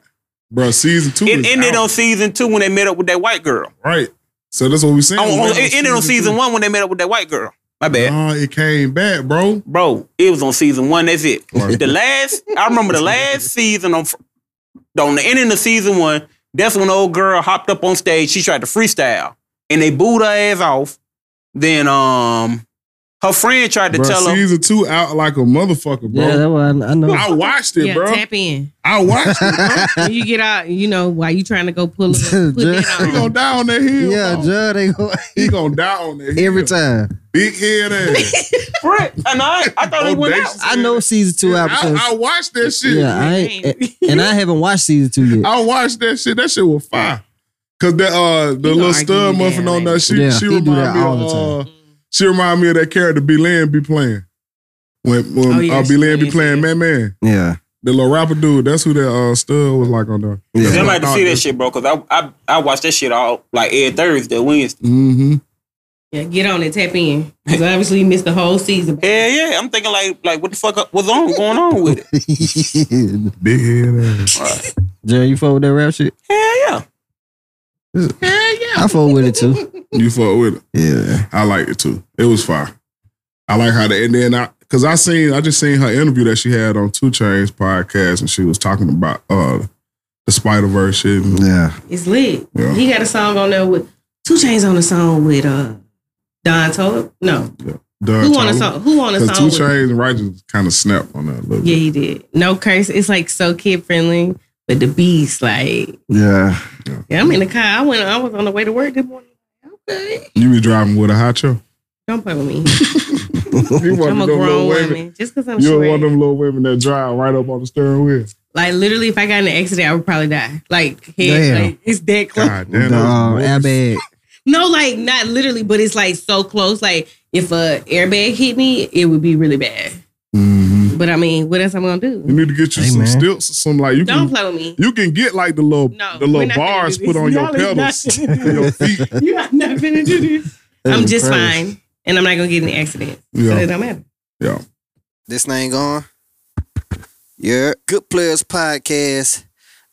[SPEAKER 2] bro. Season two
[SPEAKER 3] It
[SPEAKER 2] is
[SPEAKER 3] ended
[SPEAKER 2] out,
[SPEAKER 3] on season two when they met up with that white girl.
[SPEAKER 2] right. So that's what we saying.
[SPEAKER 3] On- on-
[SPEAKER 2] man,
[SPEAKER 3] Oh, it ended on season
[SPEAKER 2] two. Uh-huh.
[SPEAKER 3] one when they met up with that white girl. My bad.
[SPEAKER 2] Nah, it came back, bro.
[SPEAKER 3] Bro, it was on season one. That's it.
[SPEAKER 2] Right.
[SPEAKER 3] The last, I remember
[SPEAKER 2] *laughs*
[SPEAKER 3] the last season on, fr- on the ending of season one, that's when the old girl hopped up on stage. She tried to freestyle and they booed her ass off. Then um, her friend tried to
[SPEAKER 2] Bro,
[SPEAKER 3] tell her.
[SPEAKER 2] season two out like a motherfucker, bro.
[SPEAKER 5] Yeah, that one I, I know. *laughs*
[SPEAKER 2] I watched it,
[SPEAKER 4] Yeah,
[SPEAKER 2] bro.
[SPEAKER 4] tap in.
[SPEAKER 2] I watched it. Bro.
[SPEAKER 4] When you get out, you know, while you trying to
[SPEAKER 2] *laughs*
[SPEAKER 4] go pull up, put
[SPEAKER 5] Just-
[SPEAKER 2] He
[SPEAKER 4] that
[SPEAKER 2] gonna
[SPEAKER 4] on.
[SPEAKER 2] die on that hill.
[SPEAKER 5] yeah,
[SPEAKER 2] bro.
[SPEAKER 5] Judd. They go
[SPEAKER 2] he gonna die on that hill.
[SPEAKER 5] every time.
[SPEAKER 2] Big head
[SPEAKER 5] *laughs*
[SPEAKER 2] ass.
[SPEAKER 3] Frick. And I, I thought it went out.
[SPEAKER 2] Audacious.
[SPEAKER 5] I know season two
[SPEAKER 2] I,
[SPEAKER 5] episodes.
[SPEAKER 2] I watched that shit.
[SPEAKER 5] Yeah, I ain't, and I haven't watched season two yet.
[SPEAKER 2] I watched that shit. That shit was fire. Cause that uh the
[SPEAKER 4] gonna
[SPEAKER 2] little
[SPEAKER 4] argue
[SPEAKER 2] stud
[SPEAKER 4] with
[SPEAKER 2] muffin
[SPEAKER 4] that,
[SPEAKER 2] on
[SPEAKER 4] like-
[SPEAKER 2] that, she
[SPEAKER 5] Yeah,
[SPEAKER 2] she
[SPEAKER 5] he do
[SPEAKER 2] remind
[SPEAKER 5] that
[SPEAKER 2] me
[SPEAKER 5] all
[SPEAKER 2] of,
[SPEAKER 5] the
[SPEAKER 2] uh, she remind me of that character B Land be playing. When when
[SPEAKER 4] Oh, yeah,
[SPEAKER 2] uh,
[SPEAKER 4] she
[SPEAKER 2] B Land be
[SPEAKER 4] played
[SPEAKER 2] playing
[SPEAKER 4] it.
[SPEAKER 2] Man Man,
[SPEAKER 5] Yeah, *laughs*
[SPEAKER 2] the little rapper dude. That's who that uh stud was like on there.
[SPEAKER 5] Yeah.
[SPEAKER 3] They
[SPEAKER 5] Them
[SPEAKER 3] like to see that shit, bro, because I, I I watch that shit all like every Thursday, Wednesday.
[SPEAKER 2] Mm-hmm.
[SPEAKER 4] Yeah, get on it, tap in. Because obviously you missed the whole season.
[SPEAKER 3] Hell yeah, I'm thinking like like what the fuck was on going on with it?
[SPEAKER 5] Jerry,
[SPEAKER 2] Big head ass.
[SPEAKER 5] you fuck with that rap shit?
[SPEAKER 3] Hell yeah,
[SPEAKER 5] I fuck with it too.
[SPEAKER 2] You fuck with it.
[SPEAKER 5] Yeah.
[SPEAKER 2] I liked it too. It was fire. I like how the and then I because I seen I just seen her interview that she had on Two Chains podcast and she was talking about uh the Spider Verse shit. and-
[SPEAKER 5] Yeah.
[SPEAKER 4] It's lit.
[SPEAKER 2] Yeah.
[SPEAKER 4] He got a song on there with two chains on the song with uh Don Tolliver. No.
[SPEAKER 2] Done
[SPEAKER 4] Who on a
[SPEAKER 2] talking.
[SPEAKER 4] song? Who on a
[SPEAKER 2] Because
[SPEAKER 4] song?
[SPEAKER 2] Two
[SPEAKER 4] with-
[SPEAKER 2] Chains and Righteous kind of snapped on that a little bit.
[SPEAKER 4] Yeah, he did. No curse. It's like so kid friendly, but the beast, like
[SPEAKER 5] Yeah.
[SPEAKER 4] yeah, I'm in the car. I went. I was on the way to work this morning. Okay,
[SPEAKER 2] You be driving with a hot show.
[SPEAKER 4] don't play with me.
[SPEAKER 2] You one
[SPEAKER 4] I'm
[SPEAKER 2] of
[SPEAKER 4] a
[SPEAKER 2] them little
[SPEAKER 4] grown
[SPEAKER 2] women.
[SPEAKER 4] woman. Just because I'm
[SPEAKER 2] You one of
[SPEAKER 4] short,
[SPEAKER 2] them little women that drive right up on the steering wheel.
[SPEAKER 4] like literally, if I got in an accident, I would probably die. Like,
[SPEAKER 5] Damn.
[SPEAKER 4] head, like it's that close.
[SPEAKER 2] God
[SPEAKER 5] The
[SPEAKER 2] damn
[SPEAKER 5] um,
[SPEAKER 2] that was
[SPEAKER 5] airbag.
[SPEAKER 4] No, like not literally, but it's like so close. Like if a airbag hit me, it would be really bad.
[SPEAKER 2] Mhm.
[SPEAKER 4] But I mean, what else I'm gonna
[SPEAKER 2] You
[SPEAKER 4] do?
[SPEAKER 2] need to get you
[SPEAKER 5] Hey,
[SPEAKER 2] some
[SPEAKER 5] man.
[SPEAKER 2] stilts or something like you can.
[SPEAKER 4] Don't play with me.
[SPEAKER 2] You can get like the little
[SPEAKER 4] No,
[SPEAKER 2] the
[SPEAKER 4] we're
[SPEAKER 2] little
[SPEAKER 4] not gonna
[SPEAKER 2] bars
[SPEAKER 4] do
[SPEAKER 2] put
[SPEAKER 4] this.
[SPEAKER 2] on your
[SPEAKER 4] Y'all ain't
[SPEAKER 2] pedals, *laughs*
[SPEAKER 4] *laughs* not gonna do
[SPEAKER 2] your feet.
[SPEAKER 4] You are not gonna do this. I'm just
[SPEAKER 5] Christ.
[SPEAKER 4] fine, and I'm not gonna get in an accident. So
[SPEAKER 2] Yeah.
[SPEAKER 4] it don't matter.
[SPEAKER 2] Yeah.
[SPEAKER 5] This thing going. Yeah. Good Players Podcast.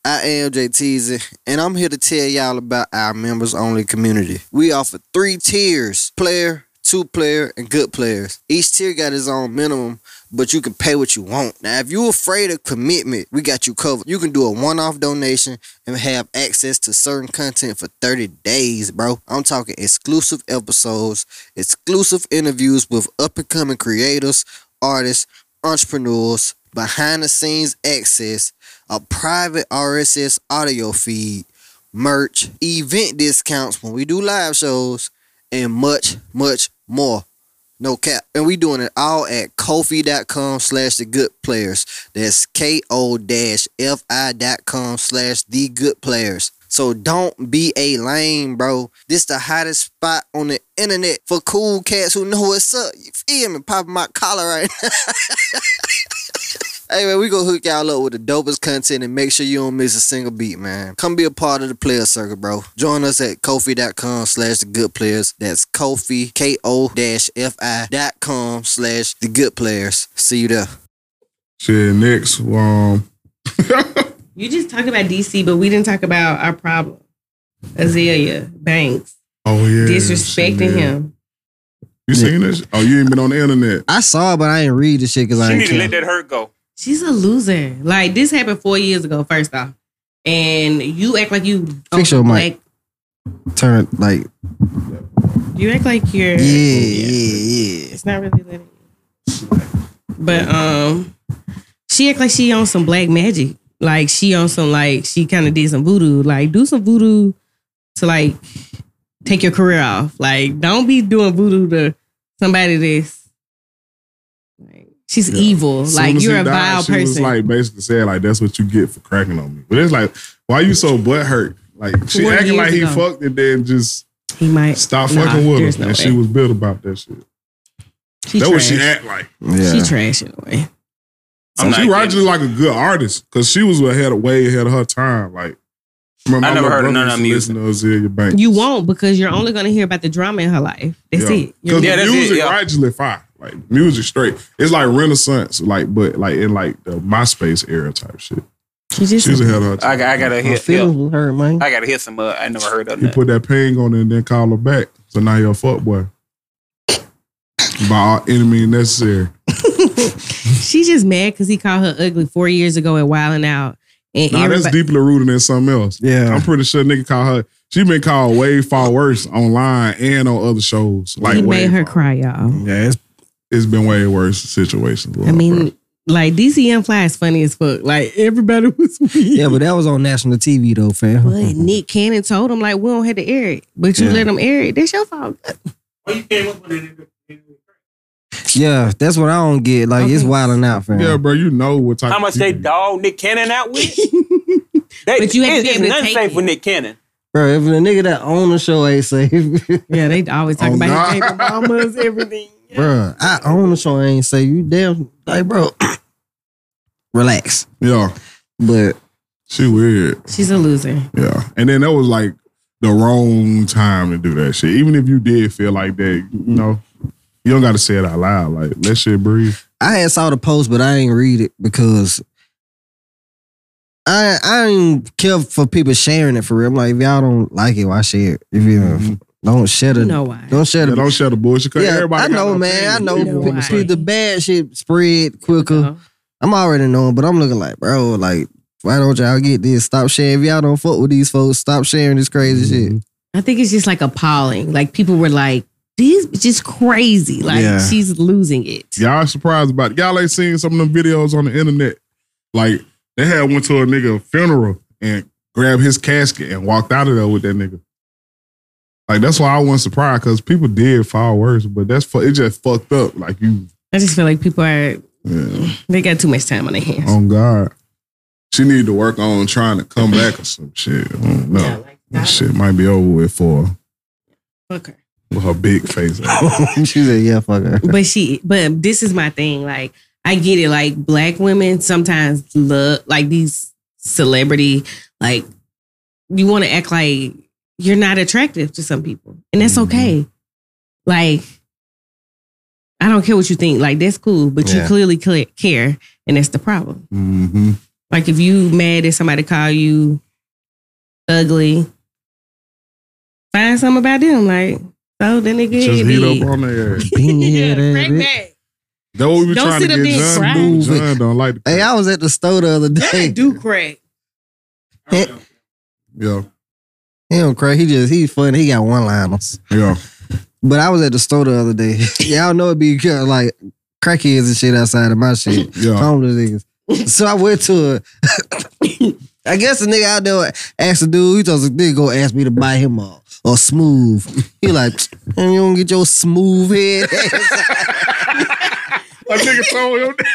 [SPEAKER 5] I am JTZ, and I'm here to tell y'all about our members only community. We offer three tiers player, two player, and good players. Each tier got its own minimum, but you can pay what you want. Now, if you're afraid of commitment, we got you covered. You can do a one off donation and have access to certain content for 30 days, bro. I'm talking exclusive episodes, exclusive interviews with up and coming creators, artists, entrepreneurs, behind the scenes access, a private RSS audio feed, merch, event discounts when we do live shows, and much, much more. No cap. And we doing it all at Kofi.com slash the good players. That's K-O dash F-I dot com slash the good players. So don't be a lame, bro. This the hottest spot on the internet for cool cats who know what's up. You feel me? Popping my collar right now. Hey man, we gonna hook y'all up with the dopest content and make sure you don't miss a single beat, man. Come be a part of the player circle, bro. Join us at Kofi.com slash the good players. That's Kofi K O dash F I dot com slash the good players. See you there.
[SPEAKER 2] Shit, next, um,
[SPEAKER 4] You just talked about DC, but we didn't talk about our problem. Azalea Banks
[SPEAKER 2] oh yeah, shit,
[SPEAKER 4] disrespecting
[SPEAKER 2] man.
[SPEAKER 4] him.
[SPEAKER 2] You seen this? Oh, you ain't been on the internet.
[SPEAKER 5] I saw it, but I ain't read the shit because
[SPEAKER 3] She
[SPEAKER 5] I
[SPEAKER 3] need
[SPEAKER 5] ain't
[SPEAKER 3] to let
[SPEAKER 5] care.
[SPEAKER 3] that hurt go.
[SPEAKER 4] She's a loser. Like this happened four years ago. First off, and you act like you
[SPEAKER 5] Fix your mic.
[SPEAKER 4] like
[SPEAKER 5] Turn like
[SPEAKER 4] you act like you're
[SPEAKER 5] yeah, yeah, yeah.
[SPEAKER 4] It's not really letting. you. But um, she act like she on some black magic. Like she on some like she kind of did some voodoo. Like do some voodoo to like take your career off. Like don't be doing voodoo to somebody that's like she's evil.
[SPEAKER 2] Soon
[SPEAKER 4] Like
[SPEAKER 2] as
[SPEAKER 4] you're
[SPEAKER 2] he
[SPEAKER 4] a
[SPEAKER 2] died,
[SPEAKER 4] vile
[SPEAKER 2] she Was
[SPEAKER 4] person.
[SPEAKER 2] like basically said like that's what you get for cracking on me. But it's like why you so butt hurt? Like she
[SPEAKER 4] Four
[SPEAKER 2] acting
[SPEAKER 4] years
[SPEAKER 2] like he
[SPEAKER 4] ago.
[SPEAKER 2] fucked and then just
[SPEAKER 4] he might
[SPEAKER 2] stop
[SPEAKER 4] Nah,
[SPEAKER 2] fucking with
[SPEAKER 4] there's
[SPEAKER 2] him.
[SPEAKER 4] no
[SPEAKER 2] and
[SPEAKER 4] way.
[SPEAKER 2] she was built about that shit.
[SPEAKER 4] She
[SPEAKER 2] that
[SPEAKER 4] trash.
[SPEAKER 2] what she act like.
[SPEAKER 4] She
[SPEAKER 5] yeah.
[SPEAKER 4] trash in a way.
[SPEAKER 3] I'm
[SPEAKER 2] she
[SPEAKER 3] not
[SPEAKER 2] Roger
[SPEAKER 3] kidding.
[SPEAKER 2] like a good artist because she was ahead of way ahead of her time. Like remember,
[SPEAKER 3] I
[SPEAKER 2] my
[SPEAKER 3] never
[SPEAKER 2] little
[SPEAKER 3] heard of
[SPEAKER 2] brother
[SPEAKER 3] none of
[SPEAKER 2] used to listen to Azealia Banks.
[SPEAKER 4] You won't because you're only gonna hear about the drama in her life. That's
[SPEAKER 2] Yeah.
[SPEAKER 4] it. You're
[SPEAKER 2] Because
[SPEAKER 3] Yeah,
[SPEAKER 2] the
[SPEAKER 3] that's it,
[SPEAKER 2] music
[SPEAKER 3] yeah.
[SPEAKER 2] originally fire. Like music straight. It's like Renaissance, like but like in like the MySpace era type shit.
[SPEAKER 4] she just
[SPEAKER 2] She was ahead of her
[SPEAKER 3] I,
[SPEAKER 2] time.
[SPEAKER 3] got- I gotta
[SPEAKER 5] My
[SPEAKER 3] hit.
[SPEAKER 5] feelings
[SPEAKER 3] Yeah.
[SPEAKER 5] was hurt, man.
[SPEAKER 3] I gotta hit some. Uh, I never heard of
[SPEAKER 2] He
[SPEAKER 3] that.
[SPEAKER 2] put that ping on it and then call her back. So now you're a fuck boy. By all enemy necessary.
[SPEAKER 4] She just mad because he called her ugly four years ago at Wildin' Out, and
[SPEAKER 2] Now that's
[SPEAKER 4] everybody,
[SPEAKER 2] deeply rooted in something else.
[SPEAKER 5] Yeah.
[SPEAKER 2] I'm pretty sure nigga called her. She been called way far worse online and on other shows. Like
[SPEAKER 4] he
[SPEAKER 2] way
[SPEAKER 4] made her
[SPEAKER 2] far-
[SPEAKER 4] cry, y'all.
[SPEAKER 5] Yeah, it's
[SPEAKER 2] It's been way worse situations.
[SPEAKER 4] I mean, like DCM Fly is funny as fuck. Like everybody *laughs* was weird.
[SPEAKER 5] yeah, but that was on national TV though, fam.
[SPEAKER 4] But Nick Cannon told him like we don't have to air it, but you
[SPEAKER 5] Yeah.
[SPEAKER 4] let him air it. That's your fault.
[SPEAKER 5] Yeah, that's what I don't get. Like it's
[SPEAKER 4] Okay.
[SPEAKER 5] wilding out, fam.
[SPEAKER 2] yeah, bro, you know what type.
[SPEAKER 3] How
[SPEAKER 2] of
[SPEAKER 3] much they
[SPEAKER 2] people you-
[SPEAKER 3] dog Nick Cannon
[SPEAKER 2] *laughs*
[SPEAKER 3] out with? They,
[SPEAKER 4] But you have to
[SPEAKER 3] it's- it's
[SPEAKER 4] be able to
[SPEAKER 3] nothing
[SPEAKER 4] take
[SPEAKER 3] safe
[SPEAKER 4] it.
[SPEAKER 3] with Nick Cannon.
[SPEAKER 5] Bro, if the nigga that own the show ain't safe, *laughs*
[SPEAKER 4] yeah, they always talk
[SPEAKER 2] Oh,
[SPEAKER 4] about his
[SPEAKER 2] nah.
[SPEAKER 4] baby mamas, everything.
[SPEAKER 5] bro, I own the show ain't safe. You damn like, bro, *clears throat* relax.
[SPEAKER 2] Yeah,
[SPEAKER 5] But
[SPEAKER 2] she weird.
[SPEAKER 4] She's a loser.
[SPEAKER 2] Yeah, and then that was like the wrong time to do that shit. Even if you did feel like that, you know, you don't got to say it out loud. Like let shit breathe.
[SPEAKER 5] I had saw the post, but I ain't read it because I I ain't care for people sharing it for real. I'm like, if y'all don't like it, why share it? If you don't share the
[SPEAKER 4] You know why?
[SPEAKER 5] don't share
[SPEAKER 2] Mm-hmm. Yeah,
[SPEAKER 5] the
[SPEAKER 2] don't share the bullshit. 'cause
[SPEAKER 5] yeah,
[SPEAKER 2] everybody
[SPEAKER 5] I
[SPEAKER 2] got
[SPEAKER 5] know,
[SPEAKER 2] an
[SPEAKER 5] man. I
[SPEAKER 2] opinion.
[SPEAKER 5] know.
[SPEAKER 4] You know
[SPEAKER 5] P-
[SPEAKER 4] why.
[SPEAKER 5] p- the bad shit spread quicker.
[SPEAKER 4] So,
[SPEAKER 5] I'm already knowing, but I'm looking like, bro, like, why don't y'all get this? Stop sharing. If y'all don't fuck with these folks, stop sharing this crazy
[SPEAKER 2] Mm-hmm.
[SPEAKER 5] shit.
[SPEAKER 4] I think it's just like appalling. Like people were like, "This is just crazy." Like
[SPEAKER 5] Yeah.
[SPEAKER 4] she's losing it.
[SPEAKER 2] Y'all surprised about it. Y'all ain't seen some of them videos on the internet. Like they had went to a nigga funeral and grabbed his casket and walked out of there with that nigga. Like that's why I wasn't surprised because people did far worse, but that's fu- it just fucked up. Like you,
[SPEAKER 4] I just feel like people are
[SPEAKER 2] yeah.
[SPEAKER 4] they got too much time on their hands.
[SPEAKER 5] Oh.
[SPEAKER 2] on Oh, God, she need to work on trying to come back or some shit. I don't know.
[SPEAKER 4] Yeah, like
[SPEAKER 2] That
[SPEAKER 4] that.
[SPEAKER 2] shit might be over with for her,
[SPEAKER 4] Fuck her.
[SPEAKER 2] with her big face.
[SPEAKER 5] *laughs* she said, yeah, fuck her.
[SPEAKER 4] but she but this is my thing like i get it like black women sometimes love like these celebrity like you want to act like you're not attractive to some people and that's
[SPEAKER 5] Mm-hmm.
[SPEAKER 2] Mhm.
[SPEAKER 4] okay like i don't care what you think like that's cool but
[SPEAKER 5] Yeah.
[SPEAKER 4] you clearly cle- care and that's the problem
[SPEAKER 2] *laughs* mm-hmm.
[SPEAKER 4] like if you mad that somebody call you ugly find something about them like so then they get
[SPEAKER 2] Just
[SPEAKER 4] it
[SPEAKER 2] heat
[SPEAKER 4] big.
[SPEAKER 2] up on there. *laughs*
[SPEAKER 5] Being here, that
[SPEAKER 4] crack
[SPEAKER 5] bitch.
[SPEAKER 4] back.
[SPEAKER 2] That what we were
[SPEAKER 4] Don't
[SPEAKER 2] trying
[SPEAKER 4] sit
[SPEAKER 2] to
[SPEAKER 4] up
[SPEAKER 2] get
[SPEAKER 4] there and
[SPEAKER 2] John.
[SPEAKER 4] cry.
[SPEAKER 2] to do. John don't like the
[SPEAKER 5] Hey, I was at the store the other day.
[SPEAKER 4] They do crack.
[SPEAKER 5] He,
[SPEAKER 2] yeah
[SPEAKER 5] he don't crack. He just, he funny. He got one liners.
[SPEAKER 2] yeah.
[SPEAKER 5] *laughs* But I was at the store the other day. y'all know it'd be good, uh, like crackheads and shit outside of my
[SPEAKER 2] *laughs*
[SPEAKER 5] shit.
[SPEAKER 2] Yeah.
[SPEAKER 5] Homeless niggas. So I went to it. *coughs* I guess the nigga out there asked the dude, he just nigga go ask me to buy him a, a smooth. He like, and you don't get your smooth head. *laughs*
[SPEAKER 2] My nigga told him.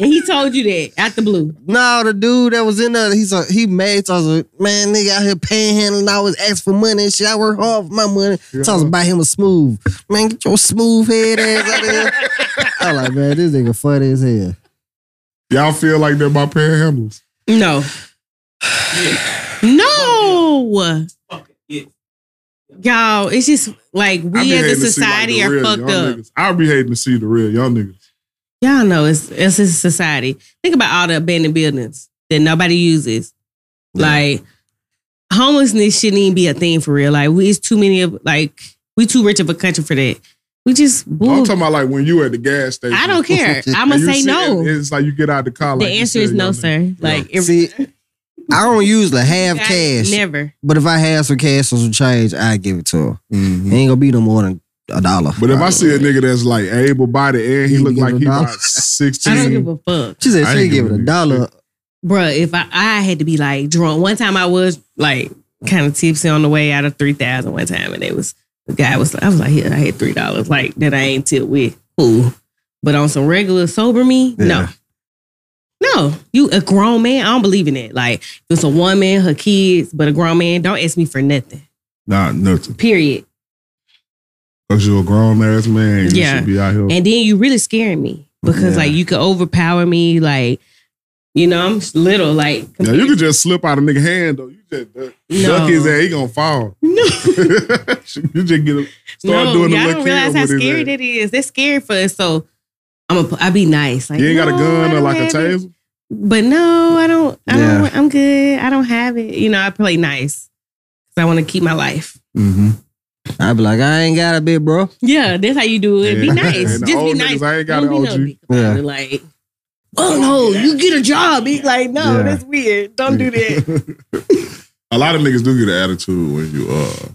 [SPEAKER 4] And he told you that out the blue.
[SPEAKER 5] no, the dude that was in there, he's a, he mad. So I was like, man, nigga out here panhandling, always asking for money and shit. I work hard for my money. So I was buy him a smooth. Man, get your smooth head ass out of here.
[SPEAKER 2] *laughs*
[SPEAKER 5] I was like, man, this nigga funny as hell.
[SPEAKER 2] Y'all feel like they're my panhandlers.
[SPEAKER 4] No. no. Y'all, it's just like
[SPEAKER 2] I be
[SPEAKER 4] we as
[SPEAKER 2] hating
[SPEAKER 4] a
[SPEAKER 2] to see, like,
[SPEAKER 4] society
[SPEAKER 2] the
[SPEAKER 4] are
[SPEAKER 2] real
[SPEAKER 4] fucked
[SPEAKER 2] young
[SPEAKER 4] up.
[SPEAKER 2] Niggas. I be hating to see the real young niggas.
[SPEAKER 4] Y'all know it's it's a society. Think about all the abandoned buildings that nobody uses. Like homelessness shouldn't even be a thing for real. Like we it's too many of like we too rich of a country for that. We just
[SPEAKER 2] I'm
[SPEAKER 4] bull.
[SPEAKER 2] talking about like when you at the gas station.
[SPEAKER 4] I don't care. I'ma
[SPEAKER 2] And you
[SPEAKER 4] say
[SPEAKER 2] see-
[SPEAKER 4] no.
[SPEAKER 2] and It's like you get out the car.
[SPEAKER 4] The
[SPEAKER 2] like, you
[SPEAKER 4] answer
[SPEAKER 2] said,
[SPEAKER 4] is no,
[SPEAKER 2] young nigga.
[SPEAKER 4] sir. Like it-
[SPEAKER 5] See, I don't usually have
[SPEAKER 4] I-
[SPEAKER 5] cash,
[SPEAKER 4] Never.
[SPEAKER 5] but if I have some cash or some change, I give it to her. It ain't gonna be no more than a dollar.
[SPEAKER 2] Mm-hmm. But if I see a nigga that's like able bodied and he
[SPEAKER 5] You
[SPEAKER 2] look
[SPEAKER 5] give
[SPEAKER 2] like
[SPEAKER 5] a
[SPEAKER 2] he
[SPEAKER 5] dollar?
[SPEAKER 2] about sixteen,
[SPEAKER 4] I don't give a fuck.
[SPEAKER 5] she said
[SPEAKER 2] I
[SPEAKER 5] she
[SPEAKER 2] ain't
[SPEAKER 5] give it
[SPEAKER 2] giving
[SPEAKER 5] a
[SPEAKER 2] you
[SPEAKER 5] dollar.
[SPEAKER 4] Bruh, if I, I had to be like drunk. One time I was like kind of tipsy on the way out of 3000 one time and it was the guy was I was like, yeah, I had three dollars like that I ain't tipped with. Cool. But on some regular sober me,
[SPEAKER 5] Yeah.
[SPEAKER 4] no. No. You a grown man, I don't believe in that. Like it's a woman, her kids, but a grown man, don't ask me for nothing.
[SPEAKER 2] Nah, nothing.
[SPEAKER 4] Period.
[SPEAKER 2] Cause you're a grown ass man. You
[SPEAKER 4] Yeah.
[SPEAKER 2] should be out here.
[SPEAKER 4] And then you really scaring me. Because
[SPEAKER 5] Yeah.
[SPEAKER 4] like you could overpower me, like, you know, I'm little, like
[SPEAKER 2] now you could just slip out a nigga hand though. You just duck,
[SPEAKER 4] No.
[SPEAKER 2] duck his ass. He gonna fall. *laughs*
[SPEAKER 4] no.
[SPEAKER 2] you just get a, start doing the
[SPEAKER 4] y'all
[SPEAKER 2] little
[SPEAKER 4] don't realize
[SPEAKER 2] kid
[SPEAKER 4] how
[SPEAKER 2] with his
[SPEAKER 4] scary
[SPEAKER 2] ass.
[SPEAKER 4] that is. That's scary for us. So I'm a, I be nice. Like
[SPEAKER 2] You ain't got a
[SPEAKER 4] "No, I
[SPEAKER 2] gun or
[SPEAKER 4] don't
[SPEAKER 2] like a
[SPEAKER 4] have it."
[SPEAKER 2] taser.
[SPEAKER 4] But no, I don't. I
[SPEAKER 5] Yeah.
[SPEAKER 4] don't. I'm good. I don't have it. You know, I play nice because I want to keep my life.
[SPEAKER 5] Mm-hmm. I'd be like, I ain't got a bit, bro.
[SPEAKER 4] Yeah, that's how you do it. Be
[SPEAKER 2] Yeah.
[SPEAKER 4] nice.
[SPEAKER 2] *laughs* And the
[SPEAKER 4] Just be
[SPEAKER 2] old
[SPEAKER 4] nice.
[SPEAKER 2] Niggas, I ain't got
[SPEAKER 4] don't
[SPEAKER 2] an
[SPEAKER 4] be no
[SPEAKER 2] OG.
[SPEAKER 4] dick about
[SPEAKER 5] Yeah.
[SPEAKER 4] it. Like, oh no, you get a job. It's like, no,
[SPEAKER 5] Yeah.
[SPEAKER 4] that's weird. Don't do that.
[SPEAKER 2] *laughs* a lot of niggas do get an attitude when you uh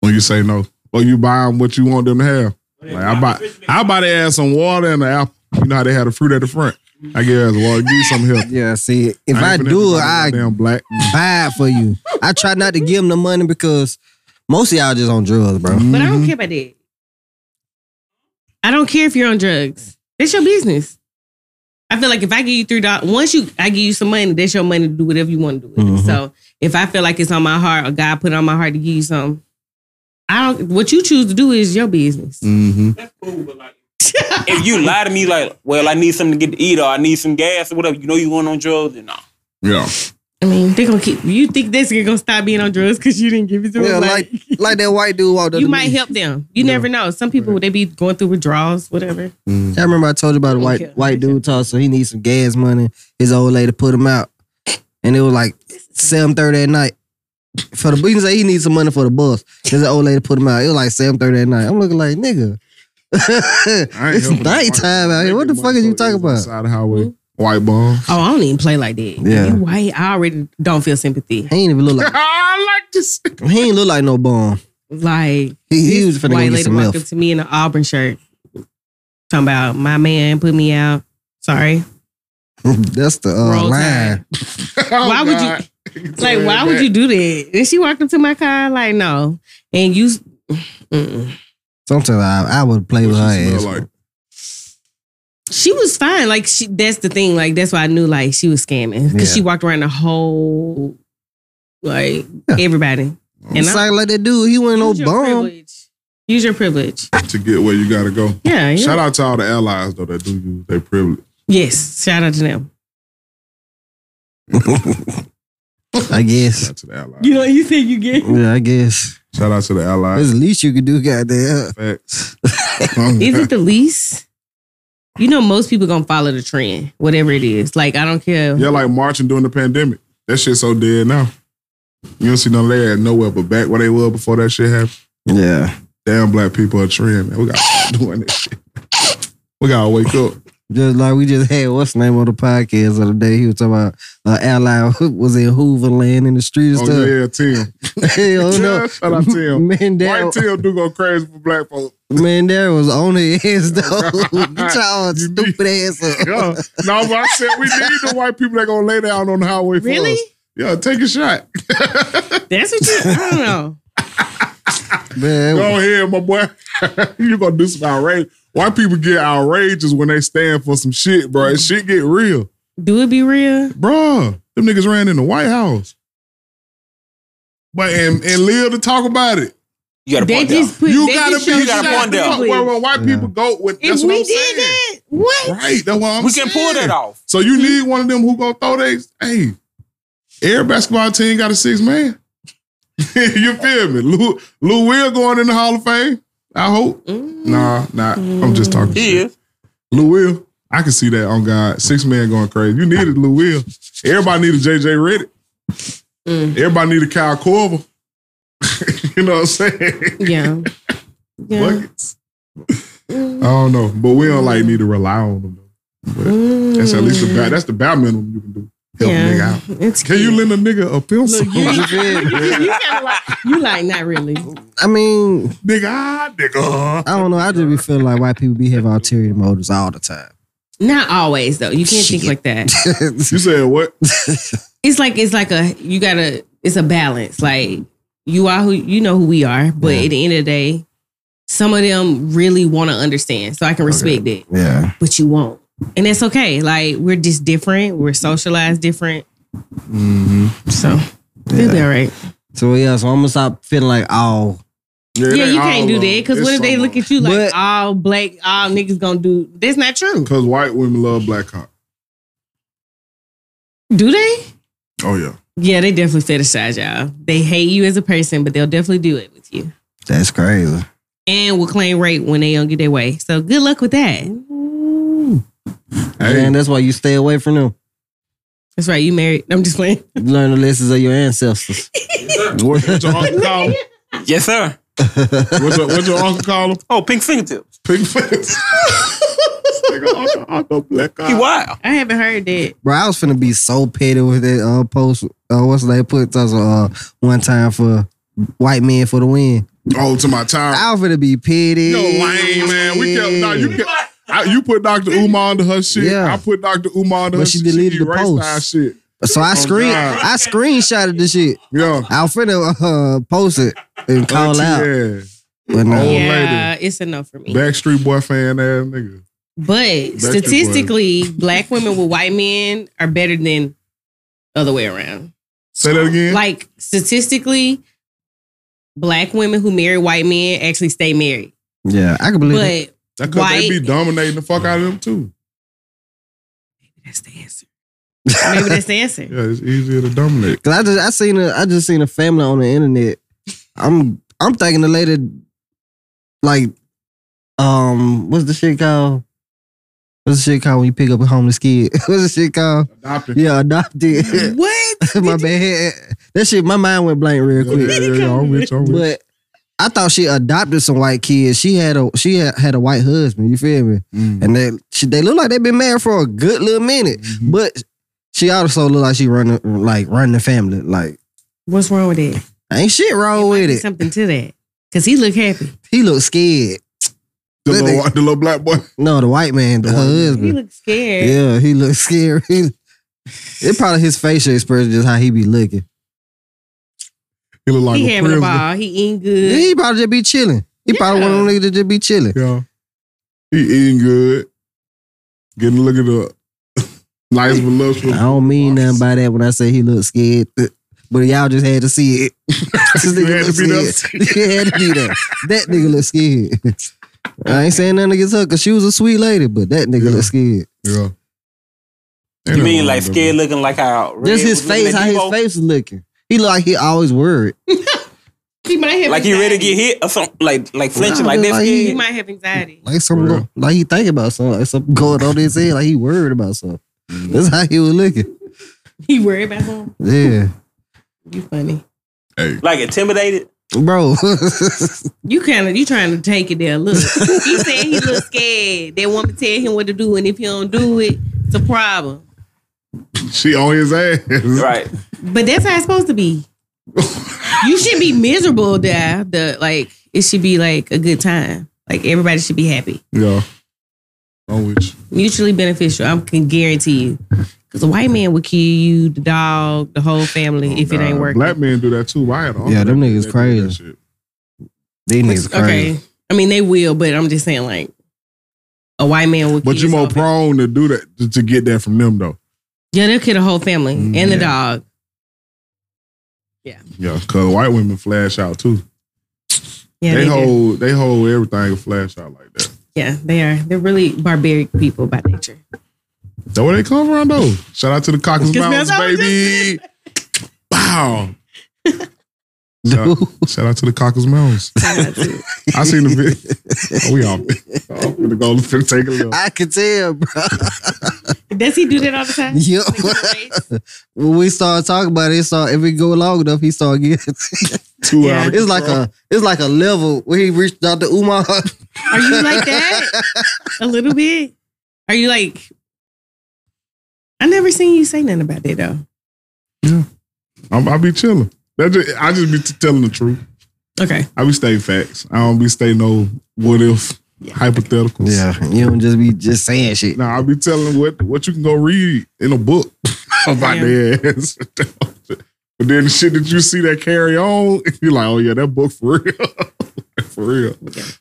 [SPEAKER 2] when you say no or you buy them what you want them to have. Like I buy I buy their ass some water and an apple. You know how they had the fruit at the front. I give ass water, give you some help.
[SPEAKER 5] Yeah, see, *laughs* if I,
[SPEAKER 2] ain't finna
[SPEAKER 5] do it,
[SPEAKER 2] buy
[SPEAKER 5] I
[SPEAKER 2] no damn black.
[SPEAKER 5] buy it for you. I try not to give him the money because most of y'all just on drugs, bro.
[SPEAKER 4] But I don't care about that. I don't care if you're on drugs. That's your business. I feel like if I give you three dollars, once you I give you some money, that's your money to do whatever you want to do with it.
[SPEAKER 5] Mhm.
[SPEAKER 4] So if I feel like it's on my heart or God put it on my heart to give you something, I don't. What you choose to do is your business.
[SPEAKER 5] Mm-hmm.
[SPEAKER 3] if you lie to me like, well, I need something to get to eat or I need some gas or whatever, you know you going on drugs and no.
[SPEAKER 2] Yeah.
[SPEAKER 4] I mean, they're gonna keep. You think this is gonna stop being on drugs because you didn't give it to
[SPEAKER 5] Yeah,
[SPEAKER 4] them? Like,
[SPEAKER 5] like like that white dude walked
[SPEAKER 4] *laughs*
[SPEAKER 5] up
[SPEAKER 4] you
[SPEAKER 5] to
[SPEAKER 4] might
[SPEAKER 5] me.
[SPEAKER 4] help them. You never know. Some people they be going through withdrawals, whatever.
[SPEAKER 5] I remember I told you about a white
[SPEAKER 4] Okay.
[SPEAKER 5] white dude talk, so he needs some gas money. His old lady put him out, and it was like seven thirty at night. For the he said he needs some money for the bus. His old lady put him out. It was like seven thirty at night. I'm looking like nigga.
[SPEAKER 2] I ain't
[SPEAKER 5] *laughs* it's
[SPEAKER 2] helping
[SPEAKER 5] nighttime
[SPEAKER 2] the
[SPEAKER 5] out here. What the
[SPEAKER 2] white
[SPEAKER 5] fuck are you
[SPEAKER 2] folks
[SPEAKER 5] talking about?
[SPEAKER 2] Side of the highway. White bomb.
[SPEAKER 4] Oh, I don't even play like that.
[SPEAKER 5] Yeah.
[SPEAKER 4] You white, I already don't feel sympathy.
[SPEAKER 5] He ain't even look like
[SPEAKER 2] *laughs* I like this.
[SPEAKER 5] he ain't look like no bum.
[SPEAKER 4] Like
[SPEAKER 5] He, he
[SPEAKER 4] this
[SPEAKER 5] was finna
[SPEAKER 4] white
[SPEAKER 5] go get
[SPEAKER 4] lady
[SPEAKER 5] some
[SPEAKER 4] walked
[SPEAKER 5] milk.
[SPEAKER 4] up to me in an Auburn shirt, talking about my man put me out. Sorry,
[SPEAKER 5] *laughs* That's the uh,
[SPEAKER 4] Roll
[SPEAKER 5] line.
[SPEAKER 4] why would you-
[SPEAKER 2] you
[SPEAKER 4] *laughs* like why would you do Oh, that? And she walked into my car like no, and you. Mm-mm.
[SPEAKER 5] Sometimes I, I would play with her ass.
[SPEAKER 2] like?
[SPEAKER 4] She was fine. Like she, that's the thing. Like that's why I knew like she was scamming because
[SPEAKER 5] Yeah.
[SPEAKER 4] she walked around the whole, like
[SPEAKER 5] Yeah.
[SPEAKER 4] everybody. And
[SPEAKER 5] it's
[SPEAKER 4] I-
[SPEAKER 5] like, like that dude, he wasn't no
[SPEAKER 4] Use your
[SPEAKER 5] bum.
[SPEAKER 4] privilege. Use your privilege.
[SPEAKER 2] To get where you gotta go.
[SPEAKER 4] Yeah. yeah.
[SPEAKER 2] Shout out to all the allies though that do use their privilege.
[SPEAKER 4] Yes. Shout out to them.
[SPEAKER 5] I
[SPEAKER 2] Shout
[SPEAKER 5] guess.
[SPEAKER 2] out to the allies.
[SPEAKER 4] know, you said you get.
[SPEAKER 5] Yeah, I guess.
[SPEAKER 2] Shout out to the allies.
[SPEAKER 5] That's the least you could do, goddamn.
[SPEAKER 2] Facts. Um,
[SPEAKER 4] Is it the least? You know, most people gonna follow the trend, whatever it is. Like I don't
[SPEAKER 2] *laughs*
[SPEAKER 4] care.
[SPEAKER 2] yeah, like marching during the pandemic. That shit so dead now. You don't see no there nowhere but back where they were before that shit happened.
[SPEAKER 5] Yeah.
[SPEAKER 2] *laughs* Damn black people are trend, man. We gotta stop doing this shit. We gotta wake up.
[SPEAKER 5] Just like we just had what's the name on the podcast the other day. He was talking about uh, ally was in Hooverland in the street and
[SPEAKER 2] Oh
[SPEAKER 5] stuff.
[SPEAKER 2] yeah, Tim.
[SPEAKER 5] *laughs* Hell
[SPEAKER 2] *laughs*
[SPEAKER 5] no.
[SPEAKER 2] Shout out Tim. White
[SPEAKER 5] Man, that
[SPEAKER 2] Tim do go crazy for black folks.
[SPEAKER 5] man, that was
[SPEAKER 2] *laughs*
[SPEAKER 5] on his ass though. *laughs* Get y'all
[SPEAKER 2] You
[SPEAKER 5] stupid ass up.
[SPEAKER 2] Yeah. No, but I said we need the white people that gonna lay down on the highway for
[SPEAKER 4] Really?
[SPEAKER 2] us. Yeah, take a shot.
[SPEAKER 4] That's what you.
[SPEAKER 2] *laughs*
[SPEAKER 4] I don't know.
[SPEAKER 5] Man,
[SPEAKER 2] Go ahead, my boy. *laughs* you gonna do some outrage. White people get outrageous when they stand for some shit, bro. And shit get real.
[SPEAKER 4] Do it be real?
[SPEAKER 2] Bruh, them niggas ran in the White House. But and, and live to talk about it.
[SPEAKER 3] You got to
[SPEAKER 4] They
[SPEAKER 3] point down.
[SPEAKER 4] just put.
[SPEAKER 2] you
[SPEAKER 4] they
[SPEAKER 2] gotta
[SPEAKER 4] just
[SPEAKER 2] be
[SPEAKER 4] showed
[SPEAKER 3] shot
[SPEAKER 2] shot
[SPEAKER 4] you
[SPEAKER 3] one
[SPEAKER 2] the
[SPEAKER 3] down.
[SPEAKER 2] fuck where, where white
[SPEAKER 5] Yeah.
[SPEAKER 2] people go with that's
[SPEAKER 4] If
[SPEAKER 2] what
[SPEAKER 4] we
[SPEAKER 2] I'm
[SPEAKER 4] did
[SPEAKER 2] saying.
[SPEAKER 4] that, what?
[SPEAKER 2] Right. That's what I'm
[SPEAKER 3] We
[SPEAKER 2] saying.
[SPEAKER 3] can pull that off.
[SPEAKER 2] So you need one of them who gonna throw they hey. Every basketball team got a six man. *laughs* you feel me? Lou Lou Will going in the Hall of Fame. I hope.
[SPEAKER 4] Mm,
[SPEAKER 2] Nah, nah. I'm just talking.
[SPEAKER 3] He
[SPEAKER 2] shit.
[SPEAKER 3] is.
[SPEAKER 2] Lou Will. I can see that on God. Six man going crazy. You needed Lou Will. Everybody needed JJ Reddick.
[SPEAKER 4] Mm.
[SPEAKER 2] Everybody needed Kyle Corver. *laughs* you know what I'm saying?
[SPEAKER 4] Yeah. Yeah.
[SPEAKER 2] Buckets. I don't know. But we don't like need to rely on them though. But that's at least the bare, that's the bare minimum you can do. Help a nigga out.
[SPEAKER 4] Mm, It's
[SPEAKER 2] Can you
[SPEAKER 4] cute.
[SPEAKER 2] lend a nigga a pencil?
[SPEAKER 4] Look, you-
[SPEAKER 5] *laughs* You feel
[SPEAKER 4] *laughs*
[SPEAKER 5] me?
[SPEAKER 4] you kinda like you like not really.
[SPEAKER 5] I mean,
[SPEAKER 2] *laughs* nigga, ah, nigga.
[SPEAKER 5] I don't know. I just be feeling like white people be having ulterior motives all the time. *laughs*
[SPEAKER 4] Not always though. You can't think
[SPEAKER 5] Shit.
[SPEAKER 4] like that.
[SPEAKER 2] You said what?
[SPEAKER 4] It's like it's like a you gotta it's a balance. Like you are who you know who we are, but
[SPEAKER 5] Yeah.
[SPEAKER 4] at the end of the day, some of them really wanna understand. So I can respect it.
[SPEAKER 5] yeah.
[SPEAKER 4] But you won't. And that's okay. Like we're just different. We're socialized different.
[SPEAKER 5] Mm-hmm.
[SPEAKER 4] So they'll be all right.
[SPEAKER 5] So yeah, so I'm gonna stop feeling like oh
[SPEAKER 2] it
[SPEAKER 4] yeah,
[SPEAKER 2] ain't
[SPEAKER 4] you
[SPEAKER 2] all
[SPEAKER 4] can't do
[SPEAKER 2] of
[SPEAKER 4] that.
[SPEAKER 2] them.
[SPEAKER 4] Because
[SPEAKER 2] It's
[SPEAKER 4] what if they
[SPEAKER 2] some
[SPEAKER 4] look
[SPEAKER 2] of
[SPEAKER 4] at you like
[SPEAKER 5] But-
[SPEAKER 4] all black, all niggas gonna do that's not true.
[SPEAKER 2] Because white women love black cock.
[SPEAKER 4] Do they?
[SPEAKER 2] Oh yeah.
[SPEAKER 4] Yeah, they definitely fetishize y'all. They hate you as a person, but they'll definitely do it with you.
[SPEAKER 5] that's crazy.
[SPEAKER 4] And will claim rape when they don't get their way. So good luck with that.
[SPEAKER 2] Hey,
[SPEAKER 5] And that's why you stay away from them.
[SPEAKER 4] That's right, you married. I'm just playing. *laughs*
[SPEAKER 5] Learn the lessons of your *laughs* ancestors.
[SPEAKER 2] what, what your uncle call him?
[SPEAKER 3] Yes, sir.
[SPEAKER 2] What your, what your uncle call him?
[SPEAKER 3] Oh, pink fingertips.
[SPEAKER 2] Pink face. nigga, uncle, uncle black cock.
[SPEAKER 5] Uh,
[SPEAKER 3] He wild.
[SPEAKER 4] I haven't heard that.
[SPEAKER 5] Bro, I was finna be so petty with that uh, post. Uh, what's they put us uh, one time for white men for the win.
[SPEAKER 2] Oh, to my time.
[SPEAKER 5] I was finna be petty.
[SPEAKER 2] No lame, man. We kept no. You kept, I, you put Dr. Uma under her shit.
[SPEAKER 5] Yeah.
[SPEAKER 2] I put Dr. Uma under her
[SPEAKER 5] But she
[SPEAKER 2] shit.
[SPEAKER 5] deleted the
[SPEAKER 2] erased
[SPEAKER 5] post.
[SPEAKER 2] our shit.
[SPEAKER 5] *laughs* So I screen,
[SPEAKER 2] Oh, God.
[SPEAKER 5] I screenshotted the shit.
[SPEAKER 2] Yeah.
[SPEAKER 5] I was finna uh, post it and call out.
[SPEAKER 2] Yeah.
[SPEAKER 5] But no.
[SPEAKER 2] Old
[SPEAKER 4] yeah, it's enough for me.
[SPEAKER 2] Backstreet Boy fan ass nigga.
[SPEAKER 4] but
[SPEAKER 2] Boy.
[SPEAKER 4] statistically, *laughs* black women with white men are better than other way around.
[SPEAKER 2] Say that again.
[SPEAKER 4] Like statistically, black women who marry white men actually stay married.
[SPEAKER 5] Yeah, I can believe it.
[SPEAKER 4] But
[SPEAKER 2] that cause they be
[SPEAKER 4] white-
[SPEAKER 2] dominating the fuck out of them too.
[SPEAKER 4] that's the answer. Maybe that's the answer.
[SPEAKER 2] Yeah, it's easier to dominate.
[SPEAKER 5] Cause I just I seen a I just seen a family on the internet. I'm I'm thinking the lady like um what's the shit called? What's the shit called when you pick up a homeless kid? *laughs* what's the shit called?
[SPEAKER 2] Adopting.
[SPEAKER 5] *laughs* Yeah, adopted.
[SPEAKER 4] What?
[SPEAKER 5] *laughs* my bad. That shit my mind went blank real
[SPEAKER 2] Yeah, yeah,
[SPEAKER 5] quick.
[SPEAKER 2] yeah, yeah, I'm with you. I'm with you.
[SPEAKER 5] But I thought she adopted some white kids. She had a she had, had a white husband, you feel me?
[SPEAKER 2] Mm.
[SPEAKER 5] And they she, they look like they've been married for a good little minute.
[SPEAKER 2] Mhm.
[SPEAKER 5] But she also look like she running like running the family. Like
[SPEAKER 4] What's wrong with that?
[SPEAKER 5] Ain't shit wrong
[SPEAKER 4] Might
[SPEAKER 5] with
[SPEAKER 4] be
[SPEAKER 5] it.
[SPEAKER 4] Something to that. Cause he look happy.
[SPEAKER 5] He look scared.
[SPEAKER 2] The little, the little black boy. *laughs*
[SPEAKER 5] No, the white man, the,
[SPEAKER 2] The white man.
[SPEAKER 4] He
[SPEAKER 5] husband.
[SPEAKER 4] look scared.
[SPEAKER 5] yeah, he look *laughs* scared. He, it probably his facial expression, just how he be looking.
[SPEAKER 2] He look like
[SPEAKER 4] he
[SPEAKER 2] a
[SPEAKER 4] having a
[SPEAKER 2] prisoner.
[SPEAKER 4] ball. He eating good.
[SPEAKER 5] He probably just be chilling. He probably one of them niggas that just be chilling.
[SPEAKER 2] Yeah. He eating good. Getting a look at the *laughs* nice voluptuous.
[SPEAKER 5] I don't mean nothing by that when I say he look scared. But y'all just had to see it. *laughs* this
[SPEAKER 2] You had
[SPEAKER 5] nigga
[SPEAKER 2] to be
[SPEAKER 5] look scared. *laughs* You had to be there. That nigga look scared. I ain't saying nothing against her because she was a sweet lady, but that nigga
[SPEAKER 2] Yeah.
[SPEAKER 5] look scared.
[SPEAKER 2] Yeah.
[SPEAKER 3] You mean like scared looking like how Red
[SPEAKER 5] Just his
[SPEAKER 3] was looking
[SPEAKER 5] face,
[SPEAKER 3] at
[SPEAKER 5] how his
[SPEAKER 3] Debo?
[SPEAKER 5] face is looking. He look like he always worried.
[SPEAKER 4] He might have
[SPEAKER 3] Like
[SPEAKER 4] anxiety.
[SPEAKER 3] you ready to get hit or something? Like like flinching
[SPEAKER 5] Nah,
[SPEAKER 3] like
[SPEAKER 5] like
[SPEAKER 3] that
[SPEAKER 5] he-
[SPEAKER 4] He
[SPEAKER 3] scared?
[SPEAKER 4] might have anxiety.
[SPEAKER 5] like something,
[SPEAKER 2] For real.
[SPEAKER 5] go, like he think about something, like something going on in his head, like he worried about something.
[SPEAKER 2] Mm-hmm.
[SPEAKER 5] That's how he was looking.
[SPEAKER 4] He worried about home.
[SPEAKER 5] Yeah,
[SPEAKER 4] You funny.
[SPEAKER 2] Hey,
[SPEAKER 3] Like intimidated?
[SPEAKER 2] *laughs*
[SPEAKER 5] Bro,
[SPEAKER 4] You kind of you trying to take it there. Look, he said he look scared. That woman tell him what to do, and if he don't do it, it's a problem.
[SPEAKER 2] She on his ass.
[SPEAKER 3] Right.
[SPEAKER 4] But that's how it's supposed to be. you should be miserable, there. The like it should be like a good time. Like everybody should be happy,
[SPEAKER 2] *laughs* Yeah. On which.
[SPEAKER 4] mutually beneficial. I can guarantee you, because a white man would kill you, the dog, the whole family if it ain't
[SPEAKER 2] Nah,
[SPEAKER 4] working.
[SPEAKER 2] Black men do that too. I had an uncle
[SPEAKER 5] Yeah, them
[SPEAKER 2] that-
[SPEAKER 5] niggas
[SPEAKER 2] that did that
[SPEAKER 5] crazy.
[SPEAKER 2] shit.
[SPEAKER 5] these niggas crazy.
[SPEAKER 4] okay, I mean they will, but I'm just saying like a white man would.
[SPEAKER 2] But
[SPEAKER 4] kill
[SPEAKER 2] you're more
[SPEAKER 4] his whole fam-
[SPEAKER 2] prone to do that to, to get that from them though.
[SPEAKER 4] Yeah, they'll kill the whole family
[SPEAKER 5] Mm,
[SPEAKER 4] and the
[SPEAKER 5] yeah.
[SPEAKER 4] dog.
[SPEAKER 2] Yeah, cause white women flash out too. they,
[SPEAKER 4] Yeah, they, do.
[SPEAKER 2] hold they hold everything flash out like that.
[SPEAKER 4] Yeah, they are. They're really barbaric people by nature.
[SPEAKER 2] That where they come from though. Shout out to the Caucus
[SPEAKER 4] Cause
[SPEAKER 2] Mountains,
[SPEAKER 4] that's what I was
[SPEAKER 2] baby. Wow.
[SPEAKER 5] Dude,
[SPEAKER 2] Shout out to the Caucus Mountains. *laughs* I seen the video. Oh, we all. I'm gonna go finna take a look.
[SPEAKER 5] I can tell, bro. *laughs*
[SPEAKER 4] Does he do that all the time?
[SPEAKER 5] Yep.
[SPEAKER 2] *laughs*
[SPEAKER 4] Like, in the race?
[SPEAKER 5] when we start talking about it, it start, if we go long enough, he start getting. *laughs*
[SPEAKER 2] Two
[SPEAKER 4] Yeah.
[SPEAKER 2] hours.
[SPEAKER 5] It's like a it's like a level where he reached out to Umar. *laughs*
[SPEAKER 4] Are you like that? A little bit? Are you like I never seen you say nothing about that though.
[SPEAKER 2] I'm, I be chilling. That just, I just be t- telling the truth.
[SPEAKER 4] Okay.
[SPEAKER 2] I be stating facts. I don't be stating no what if hypotheticals.
[SPEAKER 5] you don't just be just saying shit.
[SPEAKER 2] Now I be telling what what you can go read in a book *laughs* about
[SPEAKER 4] Yeah.
[SPEAKER 2] their ass. *laughs* but then the shit that you see that carry on, *laughs* you're like, oh yeah, that book for real, *laughs* for real.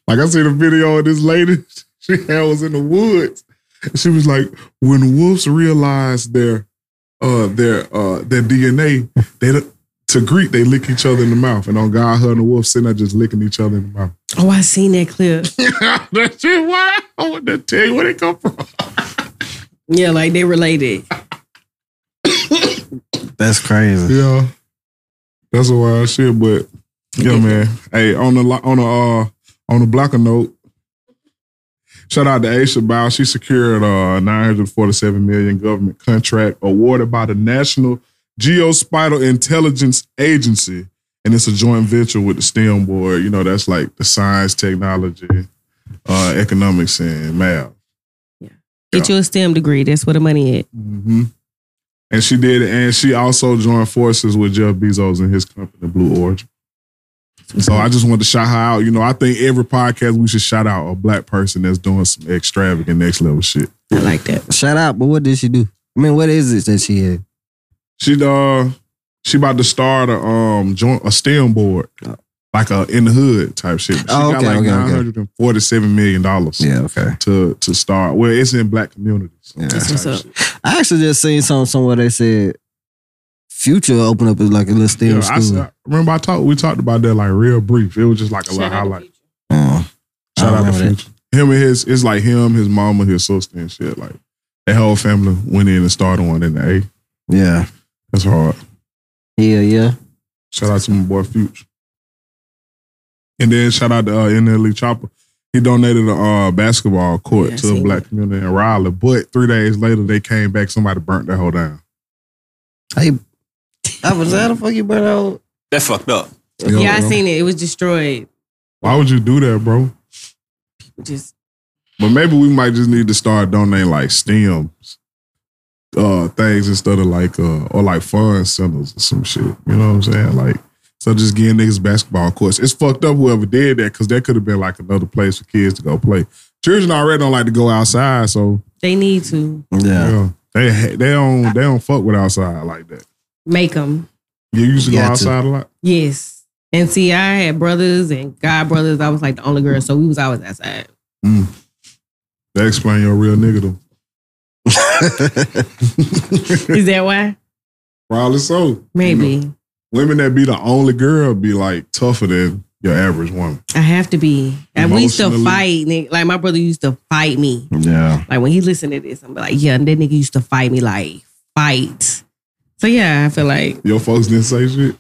[SPEAKER 2] Like I seen a video of this lady *laughs* she had was in the woods. She was like, when wolves realize their uh their uh their DNA, they don't- to greet they lick each other in the mouth, and on God, her and the wolf sitting there just licking each other in the mouth. *laughs*
[SPEAKER 4] Oh, I seen that clip.
[SPEAKER 2] that shit wild. I want to tell you where they come from.
[SPEAKER 4] Yeah, like they related.
[SPEAKER 5] That's crazy.
[SPEAKER 2] Yeah, that's a wild shit. But yeah, man. Hey, on the lo- on the uh on the blocker note, shout out to Aisha Bow. She secured a 947 million government contract awarded by the National Geospatial Intelligence Agency, and it's a joint venture with the STEM board. You know, that's like the science, technology, uh, economics, and math.
[SPEAKER 4] Get you a STEM degree. That's where the money at.
[SPEAKER 2] hmm And she did, and she also joined forces with Jeff Bezos and his company, Blue Origin. So I just wanted to shout her out. You know, I think every podcast we should shout out a black person that's doing some extravagant next level shit.
[SPEAKER 4] I like that.
[SPEAKER 5] Shout out, but what did she do? I mean, what is it that she had?
[SPEAKER 2] She uh she about to start a um joint a STEM board. Like a in the hood type shit. She
[SPEAKER 5] Oh,
[SPEAKER 2] got
[SPEAKER 5] okay,
[SPEAKER 2] like
[SPEAKER 5] okay, okay.
[SPEAKER 2] nine hundred and forty seven million dollars
[SPEAKER 5] okay.
[SPEAKER 2] to to start. Well, it's in black communities.
[SPEAKER 5] Yeah.
[SPEAKER 4] That's what's
[SPEAKER 2] Type
[SPEAKER 4] up.
[SPEAKER 2] shit.
[SPEAKER 5] I actually just seen something somewhere they said Future open up as like a little STEM
[SPEAKER 2] Yeah, I, s-
[SPEAKER 5] school.
[SPEAKER 2] I remember I talked we talked about that like real brief. It was just like a little highlight.
[SPEAKER 5] Oh, I
[SPEAKER 2] Shout out to
[SPEAKER 5] remember that.
[SPEAKER 2] Future. Him and his, it's like him, his mama, his sister and shit. Like that whole family went in and started one in the A.
[SPEAKER 5] Yeah.
[SPEAKER 2] That's hard.
[SPEAKER 5] Yeah, yeah.
[SPEAKER 2] Shout out to my boy Future. And then shout out to uh, NLE Chopper. He donated a uh, basketball court
[SPEAKER 4] Yeah, I
[SPEAKER 2] to the
[SPEAKER 4] seen
[SPEAKER 2] black community in Raleigh. But three days later, they came back. Somebody burnt that whole down.
[SPEAKER 5] Hey, I was how the fuck you brought out?
[SPEAKER 3] That's fucked up.
[SPEAKER 2] You know,
[SPEAKER 4] Yeah, I
[SPEAKER 2] bro?
[SPEAKER 4] seen it. It was destroyed.
[SPEAKER 2] Why would you do that, bro?
[SPEAKER 4] Just
[SPEAKER 2] But maybe we might just need to start donating like stems, uh, things instead of like uh or like fun centers or some shit. You know what I'm saying? Like so just getting niggas basketball courts. It's fucked up whoever did that because that could have been like another place for kids to go play. Children already don't like to go outside, so
[SPEAKER 4] they need to
[SPEAKER 5] Yeah.
[SPEAKER 2] yeah, they they don't they don't fuck with outside like that.
[SPEAKER 4] make them.
[SPEAKER 2] You used to go
[SPEAKER 5] Got to.
[SPEAKER 2] outside a lot.
[SPEAKER 4] Yes. And see, I had brothers and god brothers. I was like the only girl, so we was always
[SPEAKER 5] *laughs*
[SPEAKER 4] outside.
[SPEAKER 2] That explain your real nigga though.
[SPEAKER 4] Is that why?
[SPEAKER 2] Probably so.
[SPEAKER 4] Maybe
[SPEAKER 2] Women that be the only girl be like tougher than your average woman.
[SPEAKER 4] I have to be. And we used to
[SPEAKER 2] Emotionally.
[SPEAKER 4] fight. nigga. Like my brother used to fight me.
[SPEAKER 5] Yeah.
[SPEAKER 4] Like when he listened to this, I'm like, yeah, that nigga used to fight me. Like fight. So yeah, I feel like
[SPEAKER 2] Your folks didn't say shit.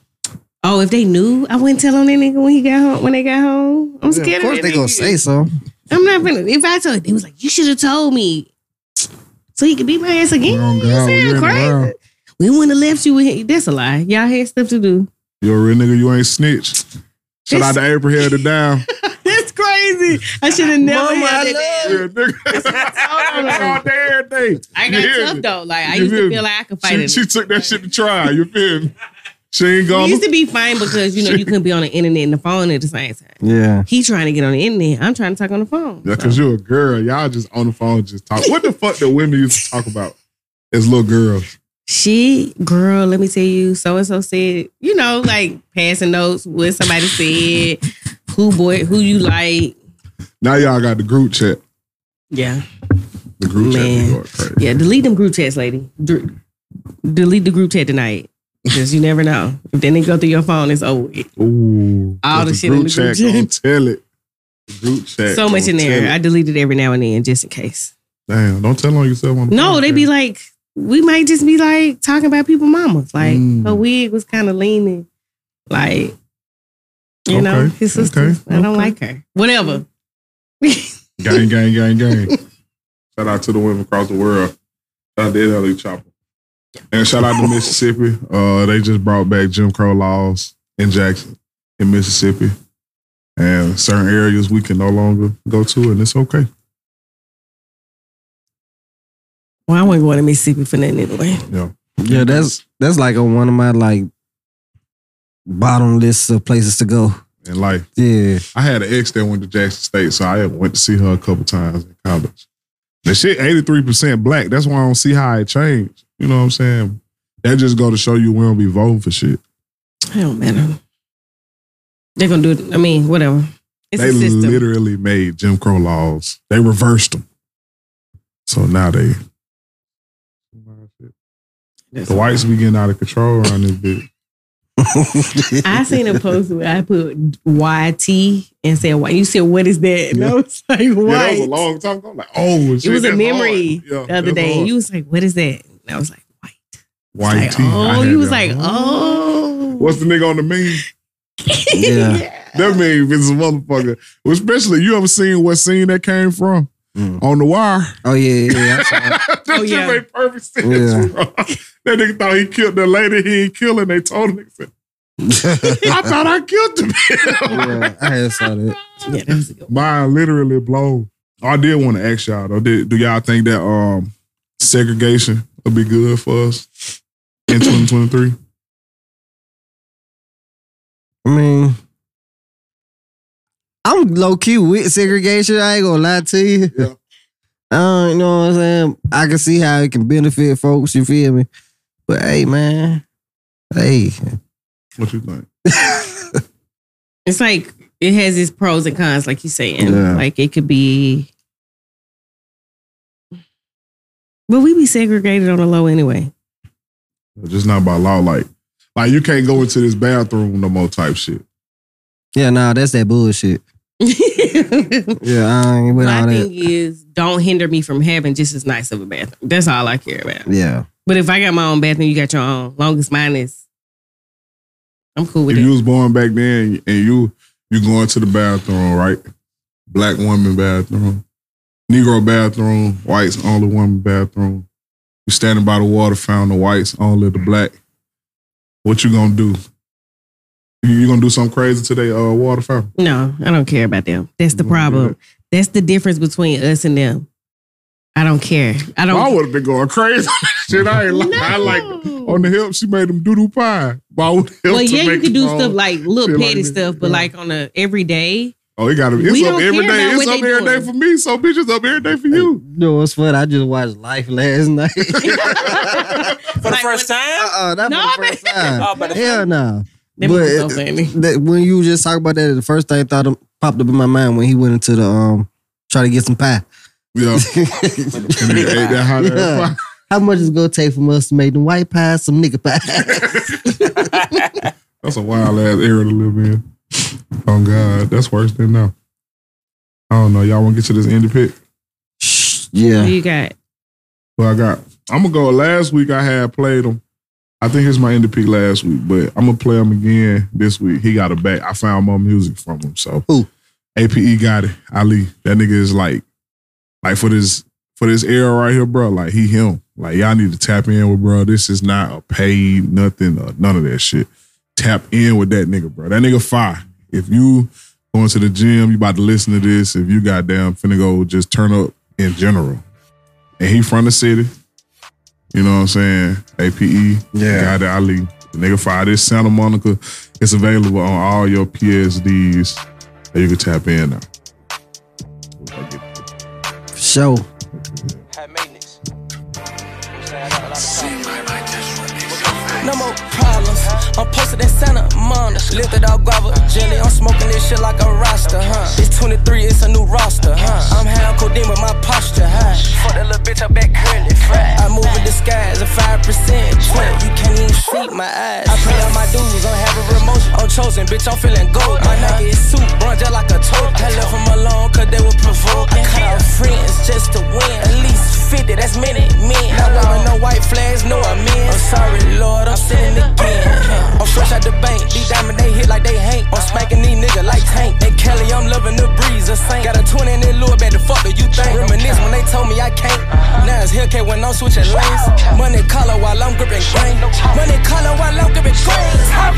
[SPEAKER 4] oh, if they knew, I wouldn't tell on that nigga when he got home. When they got home, I'm
[SPEAKER 5] Yeah,
[SPEAKER 4] scared.
[SPEAKER 5] of course
[SPEAKER 4] that
[SPEAKER 5] they gonna
[SPEAKER 4] nigga.
[SPEAKER 5] say so.
[SPEAKER 4] I'm not gonna. If I told, they was like, you should have told me, so he could beat my ass again.
[SPEAKER 2] Oh, God,
[SPEAKER 4] you
[SPEAKER 2] when you're in
[SPEAKER 4] sound
[SPEAKER 2] the
[SPEAKER 4] crazy.
[SPEAKER 2] wild.
[SPEAKER 4] We wouldn't have left you with him. That's a lie. Y'all had stuff to do.
[SPEAKER 2] You a real nigga, you ain't snitch. Shout out to April Hill to
[SPEAKER 4] *laughs*
[SPEAKER 2] down.
[SPEAKER 4] *laughs* That's crazy. I should have never
[SPEAKER 3] Mama,
[SPEAKER 4] had
[SPEAKER 3] I
[SPEAKER 4] that.
[SPEAKER 2] Yeah, nigga.
[SPEAKER 4] I,
[SPEAKER 2] All day, every day.
[SPEAKER 4] I
[SPEAKER 2] You
[SPEAKER 4] got
[SPEAKER 2] hear
[SPEAKER 4] tough
[SPEAKER 2] me?
[SPEAKER 4] though. Like I
[SPEAKER 2] You
[SPEAKER 4] used
[SPEAKER 2] feel
[SPEAKER 4] to
[SPEAKER 2] me?
[SPEAKER 4] feel like I could fight
[SPEAKER 2] She,
[SPEAKER 4] it.
[SPEAKER 2] she took that shit to trial. You feel me? She ain't
[SPEAKER 4] We
[SPEAKER 2] gonna.
[SPEAKER 4] used to be fine because you know you couldn't be on the internet and the phone at the same time.
[SPEAKER 5] Yeah.
[SPEAKER 4] He's trying to get on the internet. I'm trying to talk on the phone.
[SPEAKER 2] Yeah, because you're a girl. Y'all just on the phone just talk. What the fuck do women used to talk about as little girls?
[SPEAKER 4] She, girl, let me tell you, so and so said, you know, like passing notes, what somebody said, who boy, who you like.
[SPEAKER 2] Now y'all got the group chat.
[SPEAKER 4] Yeah.
[SPEAKER 2] The group chat
[SPEAKER 4] Man.
[SPEAKER 2] be going crazy.
[SPEAKER 4] Yeah. Delete them group chats, lady. Dr- delete the group chat tonight. Because you never know. If they didn't go through your phone, it's over. with.
[SPEAKER 2] Ooh,
[SPEAKER 4] All the shit in the group chat.
[SPEAKER 2] Gonna tell it. The group chat.
[SPEAKER 4] So much
[SPEAKER 2] gonna
[SPEAKER 4] in there.
[SPEAKER 2] tell
[SPEAKER 4] I
[SPEAKER 2] it.
[SPEAKER 4] delete it every now and then just in case.
[SPEAKER 2] Damn, don't tell on yourself. On the
[SPEAKER 4] No, they be
[SPEAKER 2] podcast.
[SPEAKER 4] like, we might just be like talking about people mamas. Like
[SPEAKER 2] Mm.
[SPEAKER 4] her wig was kind of leaning. Like, you know,
[SPEAKER 2] Okay,
[SPEAKER 4] his sister.
[SPEAKER 2] okay,
[SPEAKER 4] I
[SPEAKER 2] okay.
[SPEAKER 4] don't like her. Whatever.
[SPEAKER 2] gang, gang, gang, gang. shout out to the women across the world. Shout out to LA Chopper. And shout out to Mississippi. Uh, they just brought back Jim Crow laws in Jackson, in Mississippi. And certain areas we can no longer go to, and it's okay.
[SPEAKER 4] Well, I wasn't going to Mississippi for nothing anyway.
[SPEAKER 2] Yeah.
[SPEAKER 5] Yeah, that's that's like on one of my like bottom lists of places to go.
[SPEAKER 2] And like,
[SPEAKER 5] Yeah.
[SPEAKER 2] I had an ex that went to Jackson State, so I went to see her a couple times in college. The shit, 83% black. That's why I don't see how it changed. You know what I'm saying? That just go to show you we don't be voting for shit.
[SPEAKER 4] It don't matter. They're going to do it. I mean, whatever. It's
[SPEAKER 2] they
[SPEAKER 4] a system.
[SPEAKER 2] literally made Jim Crow laws. They reversed them. So now they the whites *laughs* be getting out of control around this bitch.
[SPEAKER 4] I seen a post where I put YT and said, "Why you said what is that?" And I was like,
[SPEAKER 2] Yeah, that
[SPEAKER 4] "Why?"
[SPEAKER 2] was a long time ago. I'm like, oh,
[SPEAKER 4] it
[SPEAKER 2] shit,
[SPEAKER 4] was a
[SPEAKER 2] that's
[SPEAKER 4] memory
[SPEAKER 2] hard. Yeah,
[SPEAKER 4] the other
[SPEAKER 2] that's
[SPEAKER 4] day.
[SPEAKER 2] hard.
[SPEAKER 4] You was like, "What is that?" And I was like, "White."
[SPEAKER 2] white
[SPEAKER 4] Like,
[SPEAKER 2] tea. I
[SPEAKER 4] oh,
[SPEAKER 2] had
[SPEAKER 4] you was
[SPEAKER 2] that.
[SPEAKER 4] like, oh.
[SPEAKER 2] What's the nigga on the meme?
[SPEAKER 4] *laughs*
[SPEAKER 5] Yeah.
[SPEAKER 2] That meme is a motherfucker. Especially you ever seen what scene that came from
[SPEAKER 5] Mm.
[SPEAKER 2] on the wire? *laughs*
[SPEAKER 5] Oh yeah, yeah. yeah. I saw it.
[SPEAKER 2] that
[SPEAKER 4] Oh,
[SPEAKER 2] shit
[SPEAKER 4] yeah.
[SPEAKER 2] made perfect sense.
[SPEAKER 5] Yeah.
[SPEAKER 2] bro. That nigga thought he killed the lady he ain't killing. They told him. *laughs* I thought I killed the man. *laughs*
[SPEAKER 5] yeah, I had saw that.
[SPEAKER 4] Yeah, that was a good one.
[SPEAKER 2] Mine literally blown. I did want to ask y'all though. Did, do y'all think that um segregation would be good for us in 2023?
[SPEAKER 5] I mean, I'm low key with segregation. I ain't gonna lie to you.
[SPEAKER 2] Yeah.
[SPEAKER 5] Uh, you know what I'm saying? I can see how it can benefit folks. You feel me? But hey, man, hey,
[SPEAKER 2] What you think?
[SPEAKER 4] It's like it has its pros and cons, like you saying.
[SPEAKER 5] Yeah.
[SPEAKER 4] Like it could be. But we be segregated on the low anyway.
[SPEAKER 2] Just not by law, like like you can't go into this bathroom no more type shit.
[SPEAKER 5] yeah, nah, that's that bullshit.
[SPEAKER 4] My
[SPEAKER 5] Yeah, I ain't with all
[SPEAKER 4] thing
[SPEAKER 5] that.
[SPEAKER 4] is, don't hinder me from having just as nice of a bathroom. That's all I care about.
[SPEAKER 5] Yeah,
[SPEAKER 4] But if I got my own bathroom, you got your own. Long as mine is, I'm cool with
[SPEAKER 2] if you
[SPEAKER 4] it.
[SPEAKER 2] was born back then and you you going to the bathroom, right? Black woman bathroom, Negro bathroom, whites only woman bathroom. You standing by the water fountain, whites only the black. What you gonna do? You, you gonna do something crazy today? Uh, water fountain.
[SPEAKER 4] No, I don't care about them. That's the
[SPEAKER 2] You wanna do
[SPEAKER 4] problem. That's the difference between us and them. I don't care.
[SPEAKER 2] that?
[SPEAKER 4] I don't.
[SPEAKER 2] I would have been going crazy. *laughs* Shit, I ain't like I like on the help. She made them doodoo pie. But I would help
[SPEAKER 4] Well,
[SPEAKER 2] to
[SPEAKER 4] yeah, you
[SPEAKER 2] make
[SPEAKER 4] could
[SPEAKER 2] them uh,
[SPEAKER 4] do
[SPEAKER 2] all-
[SPEAKER 4] stuff like
[SPEAKER 2] feel
[SPEAKER 4] little
[SPEAKER 2] like
[SPEAKER 4] petty
[SPEAKER 2] this.
[SPEAKER 4] stuff, but
[SPEAKER 2] Yeah.
[SPEAKER 4] like on a everyday.
[SPEAKER 2] Oh, it got to. It's
[SPEAKER 4] We
[SPEAKER 2] up
[SPEAKER 4] don't
[SPEAKER 2] every
[SPEAKER 4] care
[SPEAKER 2] day.
[SPEAKER 4] about
[SPEAKER 2] It's
[SPEAKER 4] what
[SPEAKER 2] up
[SPEAKER 4] they
[SPEAKER 2] every day
[SPEAKER 4] doing.
[SPEAKER 2] for me. So bitch, it's up every day for
[SPEAKER 5] you
[SPEAKER 2] you.
[SPEAKER 5] know what's fun? I just watched Life last *laughs* night.
[SPEAKER 3] For the first
[SPEAKER 5] *laughs*
[SPEAKER 3] time?
[SPEAKER 5] uh-uh, not
[SPEAKER 4] No,
[SPEAKER 5] for the first time.
[SPEAKER 3] Oh, but
[SPEAKER 5] Hell no.
[SPEAKER 4] That
[SPEAKER 5] But-
[SPEAKER 4] was so funny.
[SPEAKER 5] That when you just talk about that, the first thing thought of- popped up in my mind when he went into the um try to get some pie.
[SPEAKER 2] Yeah. And they ate that hot ass
[SPEAKER 5] Yeah.
[SPEAKER 2] pie.
[SPEAKER 5] How much is it gonna take from us to make them white pies some nigga *laughs* pies?
[SPEAKER 2] That's a wild ass era to live in. Oh God, that's worse than now. I don't know. Y'all want to get to this indie pick?
[SPEAKER 4] Who
[SPEAKER 5] yeah.
[SPEAKER 4] you got?
[SPEAKER 2] Well, I got. I'm gonna go. Last week I had played him. I think it's my indie pick last week, but I'm gonna play him again this week. He got a back. I found more music from him. So
[SPEAKER 5] Who?
[SPEAKER 2] APE got it. Ali. That nigga is like, like for this for this era right here, bro. Like he him. Like y'all need to tap in with bro. This is not a paid nothing or none of that shit. Tap in with that nigga, bro. That nigga fire. If you going to the gym, you about to listen to this. If you goddamn finna go, just turn up in general. And he from the city. You know what I'm saying? APE.
[SPEAKER 5] Yeah.
[SPEAKER 2] Guy that Ali. The nigga fired this Santa Monica. It's available on all your PSDs. That you can tap in now.
[SPEAKER 5] For sure.
[SPEAKER 6] high maintenance. No more problems. I'm posted in Santa Monica. Lifted out guava jelly. I'm smoking this shit like a roster, huh? It's 23, it's a new roster, huh? I'm high on codeine with my posture, huh? Fuck that little bitch, I back curly fry. I move in disguise, a 5% trend. You can't even see my eyes. I pay on my dues, I'm having remotion. I'm chosen, bitch, I'm feeling gold. My Nike is soup, brun just like a tote. I left them alone, cause they were provoked. I cut out friends just to win. At least 50, that's many men. Not wearing no white flags, no I'm in. I'm sorry, Lord, I'm sinning again. I'm fresh out the bank, these diamonds they hit like they ain't. I'm smacking these niggas like Tank. And Kelly, I'm loving the breeze, a saint. Got a twin in it, Lord, better fuck do you think? Reminisce when they told me I can't. Now it's Hellcat when I'm switching lanes. Money color while I'm gripping grain. Money color while I'm gripping grain.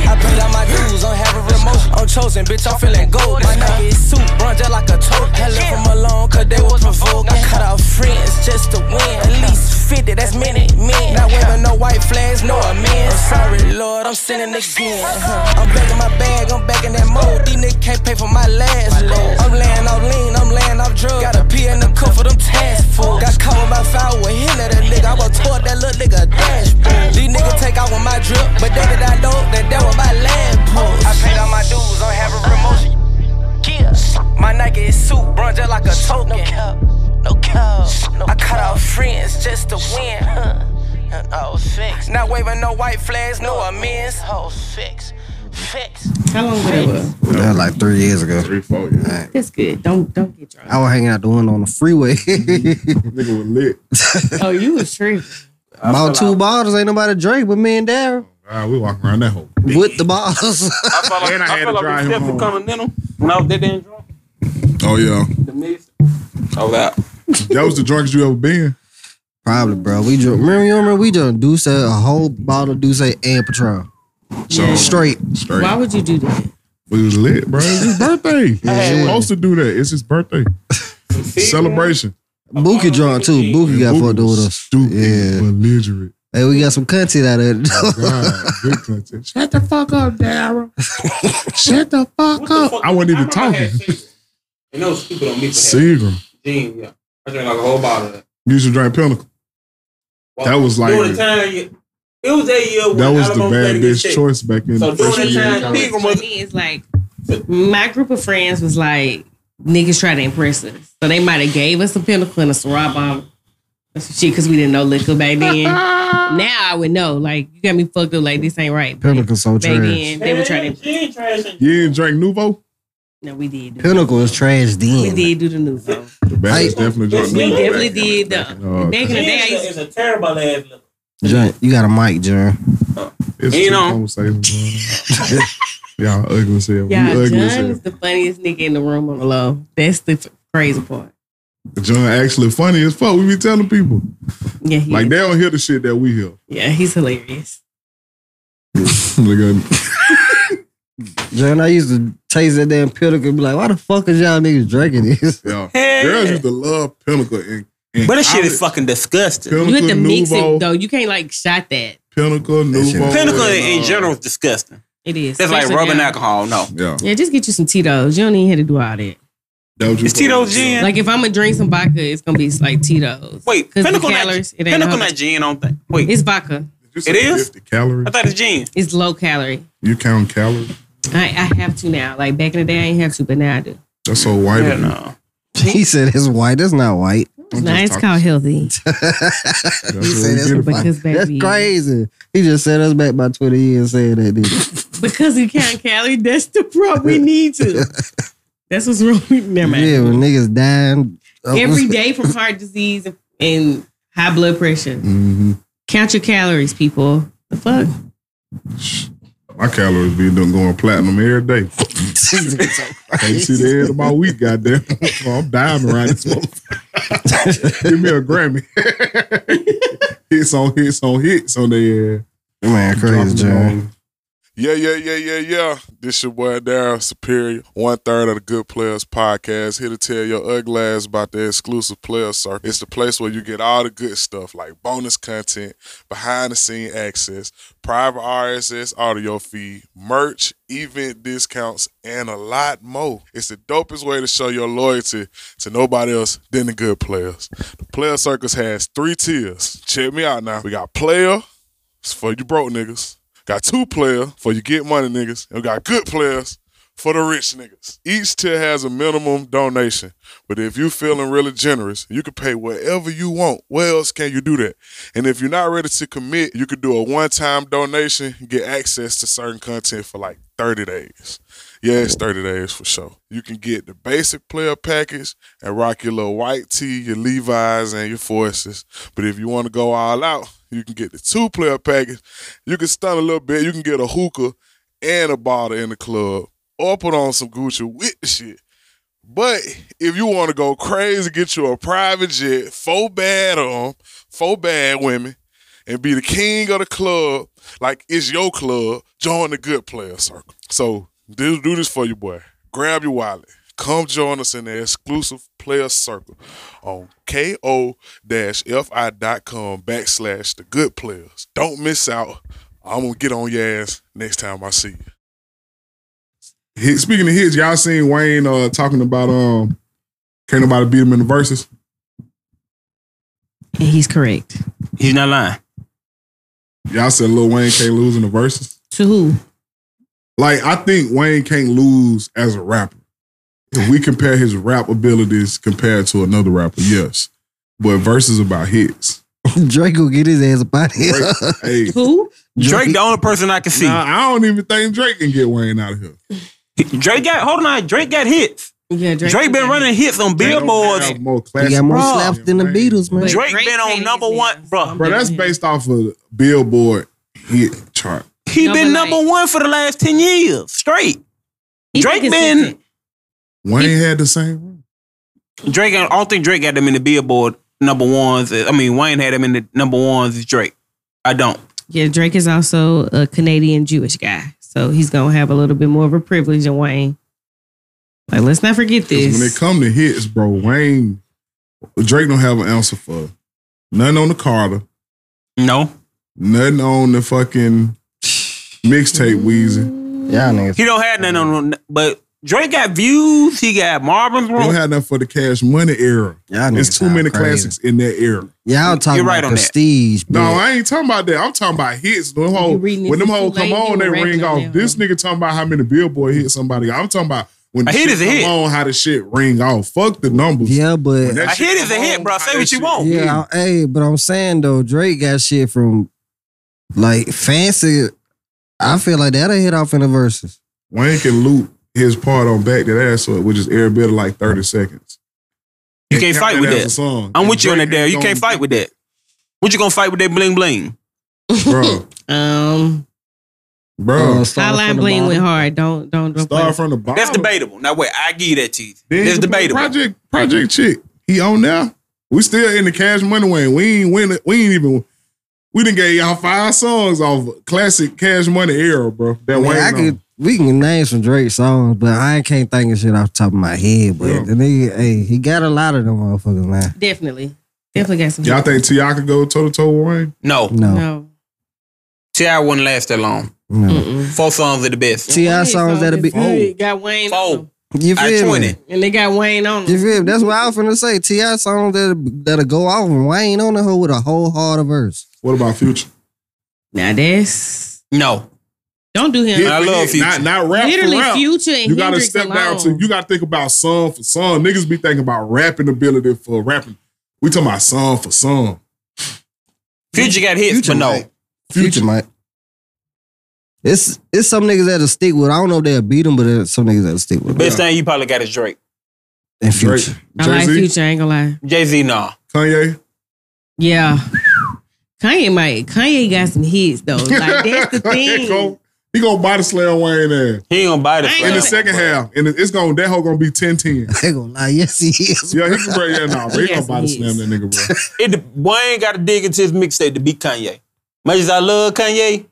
[SPEAKER 6] I paid out my dues, I'm having remotion. I'm chosen, bitch, I'm feeling gold. My Nike is soup, brun just like a tote. I left them alone, cause they was provoked. I cut out friends just to win. At least 50, that's many men. Not wearing no white flags, no amends. Sorry, Lord, I'm sinning again. Uh-huh. I'm back in my bag, I'm back in that mode. These niggas can't pay for my last load. I'm laying off lean, I'm laying off drugs. Got a pee in the cup for them task force. Got caught with my foul with him that nigga. I was toward that little nigga dashboard. These niggas take out with my drip, but they did I know that that was my land post. I paid all my dues, I'm having remotion. My Nike is suit, brun just like a token. No cap, no cap. I cut out friends just to win. Oh, fix. Not waving no white flags, no amends. Oh, fix. Fix.
[SPEAKER 4] How long that was?
[SPEAKER 5] That was like three years ago.
[SPEAKER 2] Three, four years.
[SPEAKER 4] That's good. Don't don't get drunk.
[SPEAKER 5] I was hanging out the window on the freeway. *laughs*
[SPEAKER 2] Nigga was lit.
[SPEAKER 4] Oh, you was tripping.
[SPEAKER 5] About two bottles, ain't nobody drink but me and Darryl
[SPEAKER 2] God, we walking around that hole.
[SPEAKER 5] with the bottles. *laughs*
[SPEAKER 3] I felt like,
[SPEAKER 2] And I
[SPEAKER 3] I
[SPEAKER 2] had
[SPEAKER 3] felt
[SPEAKER 2] to
[SPEAKER 3] like
[SPEAKER 2] drive
[SPEAKER 3] we
[SPEAKER 2] him
[SPEAKER 3] stepped
[SPEAKER 2] home.
[SPEAKER 3] to Continental when I was that damn drunk.
[SPEAKER 2] Oh yeah.
[SPEAKER 3] The mix. I was out.
[SPEAKER 2] That was the drunkest you ever been.
[SPEAKER 5] Probably, bro. We drunk. Remember, you remember we drunk Deuce a whole bottle of Deuce and Patron
[SPEAKER 2] So
[SPEAKER 5] straight.
[SPEAKER 2] straight.
[SPEAKER 4] Why would you do that?
[SPEAKER 2] We was lit, bro. It's his birthday.
[SPEAKER 4] *laughs*
[SPEAKER 2] He's supposed to do that. It's his birthday. Celebration.
[SPEAKER 5] Bookie drunk too. Bookie got fucked up with us.
[SPEAKER 2] Stupid.
[SPEAKER 5] Yeah.
[SPEAKER 2] Belligerent.
[SPEAKER 5] Hey, we got some content out of it. *laughs*
[SPEAKER 2] God, good content. Shut the fuck up, Daryl. Shut the fuck up. I wasn't even talking.
[SPEAKER 3] And those people on me for having
[SPEAKER 2] Seagram.
[SPEAKER 3] gin, yeah. I drank like a whole bottle of that.
[SPEAKER 2] You used to drink Pinnacle. That was like-
[SPEAKER 3] during the time you- it was that year when
[SPEAKER 2] That was the
[SPEAKER 3] Alabama
[SPEAKER 2] bad
[SPEAKER 3] played against
[SPEAKER 2] bitch
[SPEAKER 3] Tech.
[SPEAKER 2] choice back in
[SPEAKER 3] So
[SPEAKER 2] the
[SPEAKER 3] during
[SPEAKER 2] first
[SPEAKER 3] that
[SPEAKER 2] year. in
[SPEAKER 3] time,
[SPEAKER 2] college.
[SPEAKER 3] Pegram
[SPEAKER 4] For
[SPEAKER 3] was
[SPEAKER 4] me, it's like my group of friends was like niggas try to impress us, so they might have gave us a pinnacle and a Ciroc bomb. That's some shit because we didn't know liquor back then. now I would know. Like you got me fucked up. Like this ain't right.
[SPEAKER 5] Pinnacle so
[SPEAKER 4] Back
[SPEAKER 5] trash.
[SPEAKER 4] then they were trying to.
[SPEAKER 3] Gin trash and-
[SPEAKER 2] You didn't drink Nuvo?
[SPEAKER 4] No, we did. Do,
[SPEAKER 5] Pinnacle is trash
[SPEAKER 4] we
[SPEAKER 5] then.
[SPEAKER 4] did do the new song.
[SPEAKER 2] The Badgers definitely drank
[SPEAKER 3] We
[SPEAKER 2] Nuvo.
[SPEAKER 4] We
[SPEAKER 2] back
[SPEAKER 4] definitely
[SPEAKER 2] in
[SPEAKER 4] did the.
[SPEAKER 2] Oh,
[SPEAKER 4] Back in the
[SPEAKER 3] Gin
[SPEAKER 4] day, I used
[SPEAKER 3] is a terrible ass look.
[SPEAKER 5] John, you got a mic, John.
[SPEAKER 2] It's
[SPEAKER 3] You
[SPEAKER 2] two
[SPEAKER 3] know.
[SPEAKER 2] conversations.
[SPEAKER 5] *laughs*
[SPEAKER 2] Y'all ugly as hell.
[SPEAKER 4] Yeah,
[SPEAKER 2] you
[SPEAKER 4] John
[SPEAKER 2] ugly as hell.
[SPEAKER 4] is the funniest nigga in the room on the low. That's the f- crazy part.
[SPEAKER 2] John actually funny as fuck. We be telling people.
[SPEAKER 4] Yeah, he
[SPEAKER 2] Like
[SPEAKER 4] is.
[SPEAKER 2] they don't hear the shit that we hear.
[SPEAKER 4] yeah, he's hilarious.
[SPEAKER 2] Look at him.
[SPEAKER 5] John, I used to taste that damn Pinnacle and be like, why the fuck is y'all niggas drinking this?
[SPEAKER 2] *laughs*
[SPEAKER 5] *laughs*
[SPEAKER 2] Yeah.
[SPEAKER 3] Hell
[SPEAKER 2] Girls
[SPEAKER 3] yeah.
[SPEAKER 2] used to love Pinnacle. And, and
[SPEAKER 3] But this shit
[SPEAKER 2] I-
[SPEAKER 3] is fucking disgusting.
[SPEAKER 2] Pinnacle,
[SPEAKER 4] You have to mix
[SPEAKER 2] Nuvo,
[SPEAKER 4] it though. You can't like shot that.
[SPEAKER 2] Pinnacle,
[SPEAKER 5] shit-
[SPEAKER 2] Nuvo.
[SPEAKER 3] Pinnacle
[SPEAKER 2] and,
[SPEAKER 3] in
[SPEAKER 2] uh,
[SPEAKER 3] general is disgusting.
[SPEAKER 4] It is.
[SPEAKER 3] That's like
[SPEAKER 4] Especially
[SPEAKER 3] rubbing
[SPEAKER 4] now.
[SPEAKER 3] alcohol. No.
[SPEAKER 2] Yeah.
[SPEAKER 4] Yeah, just get you some Tito's. You don't even have to do all that.
[SPEAKER 2] That was
[SPEAKER 3] It's
[SPEAKER 2] your-
[SPEAKER 3] Tito Gin.
[SPEAKER 4] Like if I'm gonna drink some vodka, it's gonna be like Tito's.
[SPEAKER 3] Wait,
[SPEAKER 4] because the
[SPEAKER 3] Pinnacle not,
[SPEAKER 4] calories, it ain't
[SPEAKER 3] Pinnacle
[SPEAKER 4] no-
[SPEAKER 3] not gin, I don't think. Wait,
[SPEAKER 4] It's vodka.
[SPEAKER 2] Did you say
[SPEAKER 3] It is?
[SPEAKER 2] 50 calories.
[SPEAKER 3] I thought it's gin.
[SPEAKER 4] It's low calorie.
[SPEAKER 2] You count calories.
[SPEAKER 4] I, I have to now. Like back in the day, I ain't have to, but now I do.
[SPEAKER 2] That's so white.
[SPEAKER 3] Yeah,
[SPEAKER 2] of you.
[SPEAKER 3] no.
[SPEAKER 5] he said it's white. That's not white. *laughs*
[SPEAKER 2] I'm
[SPEAKER 4] Now
[SPEAKER 2] just
[SPEAKER 4] it's
[SPEAKER 2] talking
[SPEAKER 4] called
[SPEAKER 2] shit.
[SPEAKER 4] healthy.
[SPEAKER 2] That's
[SPEAKER 5] He
[SPEAKER 2] where
[SPEAKER 5] said
[SPEAKER 2] we
[SPEAKER 5] that's,
[SPEAKER 2] get it from.
[SPEAKER 4] Because
[SPEAKER 5] that's
[SPEAKER 4] baby-
[SPEAKER 5] crazy. He just set us back by 20 years saying that, dude.
[SPEAKER 4] *laughs* Because you count calorie, that's the problem we need to. That's what's wrong with me.
[SPEAKER 5] yeah, when niggas dying.
[SPEAKER 4] Every day from heart disease and high blood pressure.
[SPEAKER 2] Mhm.
[SPEAKER 4] Count your calories, people. The fuck?
[SPEAKER 2] My calories be done going platinum every day. Can't see the end of my week, goddamn. *laughs* So I'm dying around this motherfucker. Give me a Grammy. hits on hits on hits on the air.
[SPEAKER 5] Man, crazy, John.
[SPEAKER 2] Yeah, yeah, yeah, yeah, yeah. This your boy Daryl Superior, one third of the Good Players Podcast. Here to tell your ugly ass about the exclusive player circle. It's the place where you get all the good stuff like bonus content, behind the scene access, private RSS audio feed, merch, event discounts, and a lot more. It's the dopest way to show your loyalty to nobody else than the good players. The player circus has three tiers. Check me out now. We got player, it's for you broke niggas. Got two player for you get money niggas, and we got good players for the rich niggas. Each tier has a minimum donation, but if you feeling really generous, you can pay whatever you want. Where else can you do that? And if you're not ready to commit, you can do a one-time donation, get access to certain content for like 30 days. Yeah, it's 30 days for sure. You can get the basic player package and rock your little white tee, your Levi's, and your forces. But if you want to go all out, you can get the two player package. You can stun a little bit. You can get a hookah and a bottle in the club or put on some Gucci with the shit. But if you want to go crazy, get you a private jet, four bad on, four bad women, and be the king of the club, like it's your club, join the good player circle. So do, do this for you, boy. Grab your wallet. Come join us in the exclusive player circle on ko-fi.com backslash the good players. Don't miss out. I'm going to get on your ass next time I see you. Hit- Speaking of hits, y'all seen Wayne uh, talking about um can't nobody beat him in the verses.
[SPEAKER 4] And he's correct.
[SPEAKER 3] He's not lying.
[SPEAKER 2] Y'all said Lil Wayne can't lose in the verses.
[SPEAKER 4] To who?
[SPEAKER 2] Like I think Wayne can't lose as a rapper. If we compare his rap abilities compared to another rapper, yes, but verses about hits.
[SPEAKER 5] *laughs* Drake will get his ass up out here.
[SPEAKER 2] Hey,
[SPEAKER 4] Who?
[SPEAKER 3] Drake, the only person I can see.
[SPEAKER 2] nah, I don't even think Drake can get Wayne out of here.
[SPEAKER 3] Drake got hold on. Drake got hits.
[SPEAKER 4] Yeah, Drake.
[SPEAKER 3] Drake been running hits on billboards.
[SPEAKER 2] They don't have more
[SPEAKER 5] He
[SPEAKER 2] classic
[SPEAKER 5] got more
[SPEAKER 2] hits
[SPEAKER 5] slaps than the
[SPEAKER 2] Wayne.
[SPEAKER 5] Beatles, man.
[SPEAKER 4] But
[SPEAKER 3] Drake been on
[SPEAKER 4] can't
[SPEAKER 3] number
[SPEAKER 4] hit
[SPEAKER 3] one,
[SPEAKER 4] him,
[SPEAKER 3] bruh.
[SPEAKER 4] so I'm
[SPEAKER 2] Bro, that's
[SPEAKER 4] down here.
[SPEAKER 2] based off of Billboard hit chart.
[SPEAKER 3] He
[SPEAKER 4] No,
[SPEAKER 3] been
[SPEAKER 4] but like-
[SPEAKER 3] number one for the last ten years straight.
[SPEAKER 4] He
[SPEAKER 3] Drake been-
[SPEAKER 4] consistent.
[SPEAKER 2] Wayne had the same. run.
[SPEAKER 3] Drake, I don't think Drake got them in the Billboard number ones. I mean, Wayne had them in the number ones. as Drake, I don't.
[SPEAKER 4] Yeah, Drake is also a Canadian Jewish guy, so he's gonna have a little bit more of a privilege than Wayne. Like, let's not forget
[SPEAKER 2] 'Cause
[SPEAKER 4] this.
[SPEAKER 2] When it come to hits, bro, Wayne, Drake don't have an answer for. Nothing on the Carter,
[SPEAKER 3] No,
[SPEAKER 2] nothing on the fucking mixtape Weezy.
[SPEAKER 5] Y'all niggas.
[SPEAKER 3] he don't have nothing on. But Drake got views. He got Marvin's
[SPEAKER 2] He don't
[SPEAKER 3] room.
[SPEAKER 2] have nothing for the Cash Money era.
[SPEAKER 5] Y'all niggas
[SPEAKER 2] There's too
[SPEAKER 5] sound
[SPEAKER 2] many
[SPEAKER 5] crazy.
[SPEAKER 2] classics in that era.
[SPEAKER 5] Y'all talking
[SPEAKER 3] You're right
[SPEAKER 5] about
[SPEAKER 3] on that.
[SPEAKER 5] prestige,
[SPEAKER 2] No,
[SPEAKER 5] bro.
[SPEAKER 2] I ain't talking about that. I'm talking about hits. Them
[SPEAKER 4] You
[SPEAKER 2] whole,
[SPEAKER 4] reading this
[SPEAKER 2] when them
[SPEAKER 4] too
[SPEAKER 2] whole come
[SPEAKER 4] late,
[SPEAKER 2] on,
[SPEAKER 4] you
[SPEAKER 2] they
[SPEAKER 4] were
[SPEAKER 2] ring
[SPEAKER 4] writing
[SPEAKER 2] off.
[SPEAKER 4] them down.
[SPEAKER 2] This nigga talking about how many Billboard hit somebody. got. I'm talking about when the
[SPEAKER 3] A hit
[SPEAKER 2] shit
[SPEAKER 3] is a
[SPEAKER 2] come
[SPEAKER 3] hit.
[SPEAKER 2] on, how the shit ring off. Fuck the numbers.
[SPEAKER 5] yeah, but
[SPEAKER 2] When that
[SPEAKER 3] A
[SPEAKER 2] shit
[SPEAKER 3] hit is a
[SPEAKER 2] come
[SPEAKER 3] hit,
[SPEAKER 2] on,
[SPEAKER 3] bro.
[SPEAKER 2] how
[SPEAKER 3] Say
[SPEAKER 2] that
[SPEAKER 3] what you
[SPEAKER 2] shit-
[SPEAKER 3] want.
[SPEAKER 5] yeah, I- hey, but I'm saying though, Drake got shit from like fancy. I feel like that'll hit off in the verses.
[SPEAKER 2] Wayne can loop his part on back that ass up, which is every bit of like 30 seconds.
[SPEAKER 3] You can't fight with that.
[SPEAKER 2] Song.
[SPEAKER 3] I'm
[SPEAKER 2] And
[SPEAKER 3] with you on
[SPEAKER 2] Drake
[SPEAKER 3] that, there. You
[SPEAKER 2] ain't
[SPEAKER 3] can't
[SPEAKER 2] gonna-
[SPEAKER 3] fight with that. What you gonna fight with that bling bling?
[SPEAKER 2] Bro,
[SPEAKER 4] um,
[SPEAKER 2] bro.
[SPEAKER 5] Uh, start from
[SPEAKER 4] Highline
[SPEAKER 5] the
[SPEAKER 4] Bling
[SPEAKER 5] bottom.
[SPEAKER 4] went hard. Don't don't don't. play
[SPEAKER 2] Start
[SPEAKER 4] with-
[SPEAKER 2] from the bottom.
[SPEAKER 3] That's debatable. Now wait, I give you that to you.
[SPEAKER 2] Then
[SPEAKER 3] That's
[SPEAKER 2] you play
[SPEAKER 3] debatable.
[SPEAKER 2] Project Project Chick. He on now. We still in the cash money win. We ain't win it. We ain't even we didn't get y'all five songs off classic cash money era, bro. That
[SPEAKER 5] I, mean,
[SPEAKER 2] Wayne
[SPEAKER 5] I
[SPEAKER 2] on.
[SPEAKER 5] could we can name some Drake songs, but I can't think of shit off the top of my head. But
[SPEAKER 2] Yeah.
[SPEAKER 5] the nigga, hey, he got a lot of them motherfuckers, man.
[SPEAKER 4] Definitely, definitely got some.
[SPEAKER 2] Y'all think T.I. could go toe to toe with Wayne?
[SPEAKER 3] No,
[SPEAKER 5] No,
[SPEAKER 4] no.
[SPEAKER 3] Ti wouldn't last that long.
[SPEAKER 5] no.
[SPEAKER 4] Mm-mm.
[SPEAKER 3] Four songs at the best.
[SPEAKER 5] Ti songs that'll be Oh.
[SPEAKER 4] They got Wayne on
[SPEAKER 3] Four
[SPEAKER 4] them.
[SPEAKER 5] you
[SPEAKER 3] at
[SPEAKER 5] feel
[SPEAKER 3] twenty.
[SPEAKER 5] me?
[SPEAKER 4] and they got Wayne on
[SPEAKER 5] You
[SPEAKER 4] them.
[SPEAKER 5] feel me? That's what I was finna say. Ti songs that that'll go off and Wayne on the hoe with a whole heart of verse.
[SPEAKER 2] What about Future?
[SPEAKER 4] Now that's
[SPEAKER 3] No,
[SPEAKER 4] don't do
[SPEAKER 3] I
[SPEAKER 4] him.
[SPEAKER 2] Hit for
[SPEAKER 3] love
[SPEAKER 2] hit,
[SPEAKER 3] Future.
[SPEAKER 2] Not, not rap
[SPEAKER 4] Literally,
[SPEAKER 2] for rap.
[SPEAKER 4] Future and
[SPEAKER 2] You gotta
[SPEAKER 4] Hendrix
[SPEAKER 2] step
[SPEAKER 4] alone.
[SPEAKER 2] down to. You gotta think about song for song. Niggas be thinking about rapping ability for rapping. We talking about song for song.
[SPEAKER 3] Future got hits,
[SPEAKER 5] Future
[SPEAKER 3] but no.
[SPEAKER 5] might. Future might. It's it's some niggas that'll stick with. I don't know if they'll beat him, but there's some niggas that'll stick with.
[SPEAKER 3] Best thing you probably got is Drake.
[SPEAKER 5] And
[SPEAKER 2] Drake,
[SPEAKER 5] *laughs* Future.
[SPEAKER 4] I like
[SPEAKER 2] Jay-Z,
[SPEAKER 4] Future. I ain't gonna lie.
[SPEAKER 3] Jay Z, nah.
[SPEAKER 2] Kanye.
[SPEAKER 4] Yeah. Kanye might. Kanye got some hits though. Like that's the
[SPEAKER 2] *laughs* He gon-
[SPEAKER 4] thing.
[SPEAKER 2] he gonna body slam Wayne ass.
[SPEAKER 3] He ain't gonna buy the
[SPEAKER 4] I ain't
[SPEAKER 3] flag.
[SPEAKER 2] in
[SPEAKER 4] Yeah.
[SPEAKER 2] the second half, and it- it's going to that hoe gonna be 10-10.
[SPEAKER 5] I ain't gonna lie. Yes, he is.
[SPEAKER 2] Yeah, he can break that now, bro. He gonna
[SPEAKER 4] Yes,
[SPEAKER 2] body
[SPEAKER 4] he
[SPEAKER 2] slam that
[SPEAKER 4] is.
[SPEAKER 2] nigga,
[SPEAKER 4] *laughs*
[SPEAKER 2] bro.
[SPEAKER 3] It, de- Wayne got to dig into his mixtape to beat Kanye. Much as I love Kanye,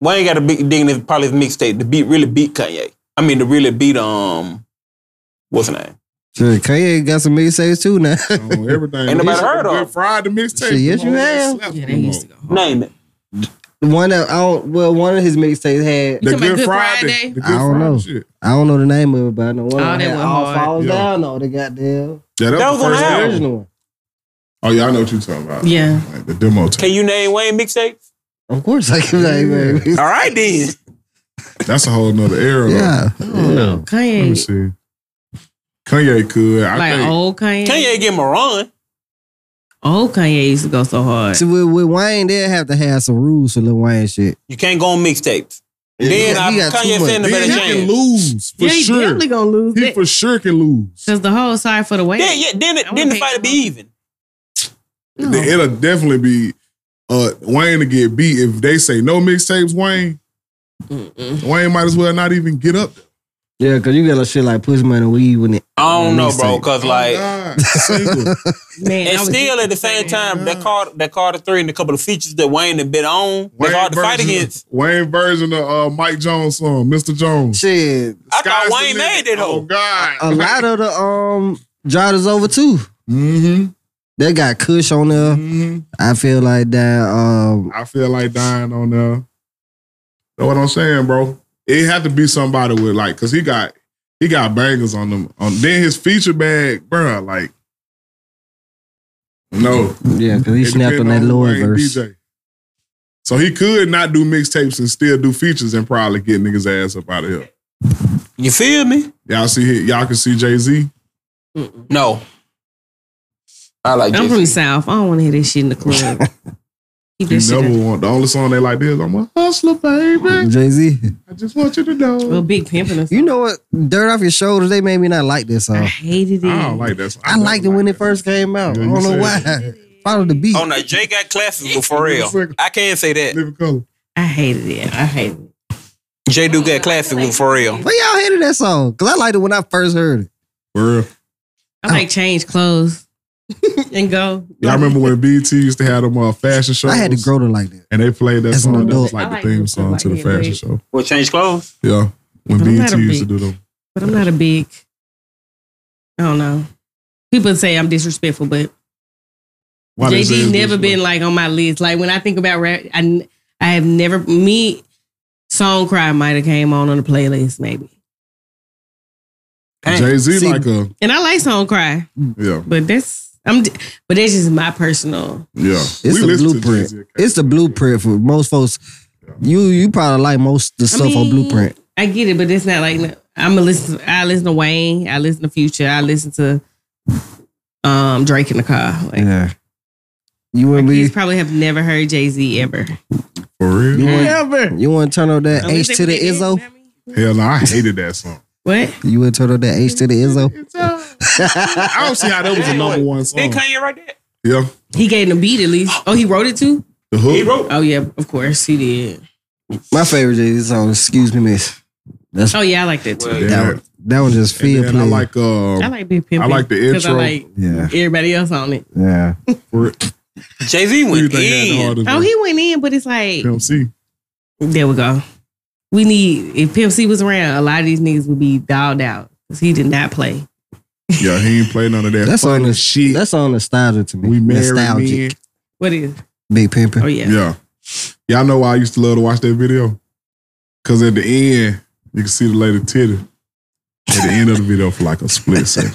[SPEAKER 3] Wayne got a big digging his probably his mixtape. The beat really beat Kanye. I mean, the really beat um, what's his name?
[SPEAKER 5] Shit, Kanye got some mixtapes too now. *laughs*
[SPEAKER 2] on everything.
[SPEAKER 3] Ain't nobody
[SPEAKER 2] Good
[SPEAKER 3] heard of him.
[SPEAKER 2] Friday mixtape.
[SPEAKER 5] Shit, yes,
[SPEAKER 2] Come
[SPEAKER 5] you
[SPEAKER 2] on,
[SPEAKER 5] have.
[SPEAKER 2] slap
[SPEAKER 4] Yeah, they
[SPEAKER 2] them
[SPEAKER 4] used to
[SPEAKER 2] on.
[SPEAKER 4] go. hard.
[SPEAKER 3] Name it.
[SPEAKER 5] one of, I don't, well, one of his mixtapes had
[SPEAKER 2] The
[SPEAKER 4] talking about
[SPEAKER 2] Good
[SPEAKER 4] Good
[SPEAKER 2] Friday.
[SPEAKER 4] Friday?
[SPEAKER 2] The Good
[SPEAKER 5] I don't
[SPEAKER 2] Friday
[SPEAKER 5] know.
[SPEAKER 2] Shit.
[SPEAKER 5] I don't know the name of it, but I know one
[SPEAKER 4] Oh, that
[SPEAKER 5] of them had
[SPEAKER 4] went
[SPEAKER 5] all
[SPEAKER 4] hard.
[SPEAKER 5] falls
[SPEAKER 2] Yeah.
[SPEAKER 5] down on the goddamn
[SPEAKER 2] Yeah, that,
[SPEAKER 3] That
[SPEAKER 2] was the
[SPEAKER 3] was on
[SPEAKER 2] first
[SPEAKER 3] the album.
[SPEAKER 2] album.
[SPEAKER 5] original one.
[SPEAKER 2] Oh yeah, I know what you're talking about.
[SPEAKER 4] Yeah.
[SPEAKER 2] Like the demo tape.
[SPEAKER 3] Can you name Wayne mixtapes?
[SPEAKER 5] Of course, I can like, baby.
[SPEAKER 3] *laughs* All right then.
[SPEAKER 2] That's a whole nother era. though.
[SPEAKER 5] Yeah, yeah.
[SPEAKER 4] Oh,
[SPEAKER 2] Let me
[SPEAKER 4] Kanye,
[SPEAKER 2] see. Kanye could. I
[SPEAKER 4] like oh,
[SPEAKER 2] think.
[SPEAKER 4] old Kanye.
[SPEAKER 3] Kanye give him a run.
[SPEAKER 4] Old Kanye used to go so hard.
[SPEAKER 5] See, with, with Wayne, they have to have some rules for Lil Wayne shit.
[SPEAKER 3] You can't go on mixtapes.
[SPEAKER 5] Yeah,
[SPEAKER 3] Then
[SPEAKER 5] he
[SPEAKER 3] I-
[SPEAKER 5] got too
[SPEAKER 3] Kanye
[SPEAKER 5] much.
[SPEAKER 3] saying the
[SPEAKER 2] Then
[SPEAKER 3] better
[SPEAKER 2] he can
[SPEAKER 3] chance.
[SPEAKER 2] lose for
[SPEAKER 4] yeah, he
[SPEAKER 2] sure.
[SPEAKER 4] definitely gonna lose
[SPEAKER 2] He
[SPEAKER 4] that.
[SPEAKER 2] for sure can lose.
[SPEAKER 4] Cause the whole side for the way.
[SPEAKER 3] Yeah, yeah. Then it,
[SPEAKER 4] I
[SPEAKER 3] then
[SPEAKER 4] wouldn't
[SPEAKER 3] the
[SPEAKER 4] pay
[SPEAKER 3] fight will be
[SPEAKER 4] no mind.
[SPEAKER 3] even.
[SPEAKER 4] No.
[SPEAKER 2] It'll definitely be uh, Wayne to get beat if they say no mixtapes. Wayne,
[SPEAKER 4] Mm-mm.
[SPEAKER 2] Wayne might as well not even get up.
[SPEAKER 5] Yeah, cause you got a shit like push money weed when it.
[SPEAKER 3] I don't know, bro.
[SPEAKER 5] Mixtape.
[SPEAKER 3] Oh, Cause like, *laughs*
[SPEAKER 2] God, single.
[SPEAKER 4] Man,
[SPEAKER 3] and
[SPEAKER 4] I was
[SPEAKER 3] still
[SPEAKER 4] just
[SPEAKER 3] at the same
[SPEAKER 4] saying.
[SPEAKER 3] time, that
[SPEAKER 2] God.
[SPEAKER 3] Carter, that Carter three and a couple of features that Wayne had been on, that's hard to fight
[SPEAKER 2] version-
[SPEAKER 3] against.
[SPEAKER 2] Wayne version of uh, Mike Jones song, Mr. Jones.
[SPEAKER 5] Shit,
[SPEAKER 3] I thought
[SPEAKER 2] Sky's the
[SPEAKER 3] Wayne
[SPEAKER 2] limit.
[SPEAKER 3] made it
[SPEAKER 2] Oh
[SPEAKER 3] though.
[SPEAKER 2] God,
[SPEAKER 5] a lot of the um jotters over too.
[SPEAKER 2] *laughs* Mm-hmm.
[SPEAKER 5] They got Kush on there.
[SPEAKER 2] hmm
[SPEAKER 5] I feel like that. Um,
[SPEAKER 2] I feel like dying on there. Know what I'm saying, bro? It had to be somebody with like, cause he got he got bangers on them. On then his feature bag, bro. Like, no,
[SPEAKER 5] yeah, cause he
[SPEAKER 2] It
[SPEAKER 5] snapped on
[SPEAKER 2] depend
[SPEAKER 5] that
[SPEAKER 2] who
[SPEAKER 5] lower
[SPEAKER 2] ain't
[SPEAKER 5] verse.
[SPEAKER 2] DJ. So he could not do mixtapes and still do features and probably get niggas ass up out of here.
[SPEAKER 3] You feel me?
[SPEAKER 2] Y'all see, here- y'all can see Jay Z.
[SPEAKER 3] No. I like
[SPEAKER 4] I'm
[SPEAKER 3] Jay-Z.
[SPEAKER 4] from the south. I don't want to hear this shit in
[SPEAKER 2] *laughs*
[SPEAKER 4] the club. Keep
[SPEAKER 2] You
[SPEAKER 4] this shit.
[SPEAKER 2] never
[SPEAKER 4] out.
[SPEAKER 2] want the only song they like this. I'm a hustler, baby.
[SPEAKER 5] Jay Z.
[SPEAKER 2] I just want you to know.
[SPEAKER 4] Well, big pimping. Or
[SPEAKER 5] You know what? Dirt off your shoulders. They made me not like this
[SPEAKER 4] I
[SPEAKER 5] song.
[SPEAKER 4] hated it.
[SPEAKER 2] I don't like that. Song.
[SPEAKER 5] I liked it when it
[SPEAKER 2] never liked
[SPEAKER 5] first came out.
[SPEAKER 2] Yeah,
[SPEAKER 5] I
[SPEAKER 2] you
[SPEAKER 5] don't know
[SPEAKER 2] said
[SPEAKER 5] why. Follow the beat.
[SPEAKER 3] Oh no, Jay got classes with Pharrell. I can't say
[SPEAKER 2] that.
[SPEAKER 3] that.
[SPEAKER 2] Living color.
[SPEAKER 4] I hated it. I hated it.
[SPEAKER 3] Jay do got classes with Pharrell.
[SPEAKER 5] But y'all hated that song because I liked it when I first heard it.
[SPEAKER 2] For real.
[SPEAKER 4] I like
[SPEAKER 2] *laughs*
[SPEAKER 4] change clothes and go.
[SPEAKER 2] Y'all remember when BT used to have them uh, fashion shows?
[SPEAKER 5] I had to grow to like that.
[SPEAKER 2] And they played that
[SPEAKER 5] As an
[SPEAKER 2] song that
[SPEAKER 5] adult.
[SPEAKER 2] was like
[SPEAKER 4] I
[SPEAKER 2] the
[SPEAKER 4] like
[SPEAKER 2] theme
[SPEAKER 4] them
[SPEAKER 2] song to the
[SPEAKER 4] too, like,
[SPEAKER 2] fashion
[SPEAKER 4] yeah,
[SPEAKER 2] show.
[SPEAKER 3] Well, change clothes.
[SPEAKER 2] Yeah. When
[SPEAKER 4] But I'm not
[SPEAKER 2] BT
[SPEAKER 4] a
[SPEAKER 2] used to
[SPEAKER 4] big-
[SPEAKER 2] do them.
[SPEAKER 4] But I'm not a big. I don't know. People say I'm disrespectful, but
[SPEAKER 2] Why they say
[SPEAKER 4] JD
[SPEAKER 2] it's
[SPEAKER 4] never
[SPEAKER 2] this
[SPEAKER 4] been
[SPEAKER 2] way?
[SPEAKER 4] like on my list. Like when I think about rap, I, n- I have never me. Song Cry might have came on on the playlist maybe,
[SPEAKER 2] Jay Z
[SPEAKER 5] See-
[SPEAKER 2] like a
[SPEAKER 4] and I like Song Cry,
[SPEAKER 2] yeah
[SPEAKER 4] but that's I'm. d- But that's just my personal.
[SPEAKER 2] yeah.
[SPEAKER 5] It's the
[SPEAKER 2] listen to
[SPEAKER 5] blueprint.
[SPEAKER 2] Jay-Z
[SPEAKER 5] It's the blueprint for most folks. You you probably like most the stuff on
[SPEAKER 4] mean,
[SPEAKER 5] Blueprint.
[SPEAKER 4] I get it, but it's not like I'm a listen. I listen to Wayne. I listen to Future. I listen to um Drake in the car. Like,
[SPEAKER 5] Yeah. You wouldn't
[SPEAKER 4] He's
[SPEAKER 5] be.
[SPEAKER 4] probably have never heard Jay Z ever.
[SPEAKER 2] for real.
[SPEAKER 5] You wouldn't,
[SPEAKER 4] Ever.
[SPEAKER 5] you wouldn't turn up that
[SPEAKER 4] Unless
[SPEAKER 5] H
[SPEAKER 4] they
[SPEAKER 5] to the
[SPEAKER 4] put it in,
[SPEAKER 5] Izzo.
[SPEAKER 4] I mean.
[SPEAKER 2] Hell no, I hated that song.
[SPEAKER 4] What?
[SPEAKER 5] You wouldn't turn up that H to the Izzo.
[SPEAKER 2] I don't see how that was a number one
[SPEAKER 3] Then
[SPEAKER 2] song.
[SPEAKER 3] Kanye right there.
[SPEAKER 2] Yeah,
[SPEAKER 4] He gave him a beat at least. Oh, he wrote it too?
[SPEAKER 2] the
[SPEAKER 3] He
[SPEAKER 2] hook.
[SPEAKER 3] wrote.
[SPEAKER 4] Oh, yeah, of course he did.
[SPEAKER 5] My favorite Jay Z song. Excuse me, miss. That's
[SPEAKER 4] Oh, yeah, I like that too.
[SPEAKER 3] Well,
[SPEAKER 5] that one. That one just
[SPEAKER 2] And
[SPEAKER 5] feel
[SPEAKER 2] then I
[SPEAKER 5] play.
[SPEAKER 2] like um,
[SPEAKER 4] I like Big Pimpin'
[SPEAKER 2] I like the
[SPEAKER 4] 'cause I
[SPEAKER 2] intro.
[SPEAKER 4] like
[SPEAKER 5] Yeah,
[SPEAKER 4] everybody else on it.
[SPEAKER 5] yeah.
[SPEAKER 4] *laughs*
[SPEAKER 2] for it.
[SPEAKER 3] Jay Z
[SPEAKER 2] Who you
[SPEAKER 3] went
[SPEAKER 2] think had the
[SPEAKER 3] in.
[SPEAKER 2] hardest
[SPEAKER 4] Oh, he went in, but it's like,
[SPEAKER 2] one? MC.
[SPEAKER 4] there we go. We need, if Pimp C was around, a lot of these niggas would be dialed out because he did not play.
[SPEAKER 2] Yeah, he ain't played none of that.
[SPEAKER 5] That's
[SPEAKER 2] funny
[SPEAKER 5] on the
[SPEAKER 2] shit.
[SPEAKER 5] That's on nostalgic to me.
[SPEAKER 2] we married
[SPEAKER 5] nostalgic.
[SPEAKER 2] men.
[SPEAKER 4] What is?
[SPEAKER 5] Big pimpin'.
[SPEAKER 4] Oh, yeah.
[SPEAKER 2] Yeah. Y'all know why I used to love to watch that video? Because at the end, you can see the lady titty. At the end of the video for like a split
[SPEAKER 5] *laughs*
[SPEAKER 2] second.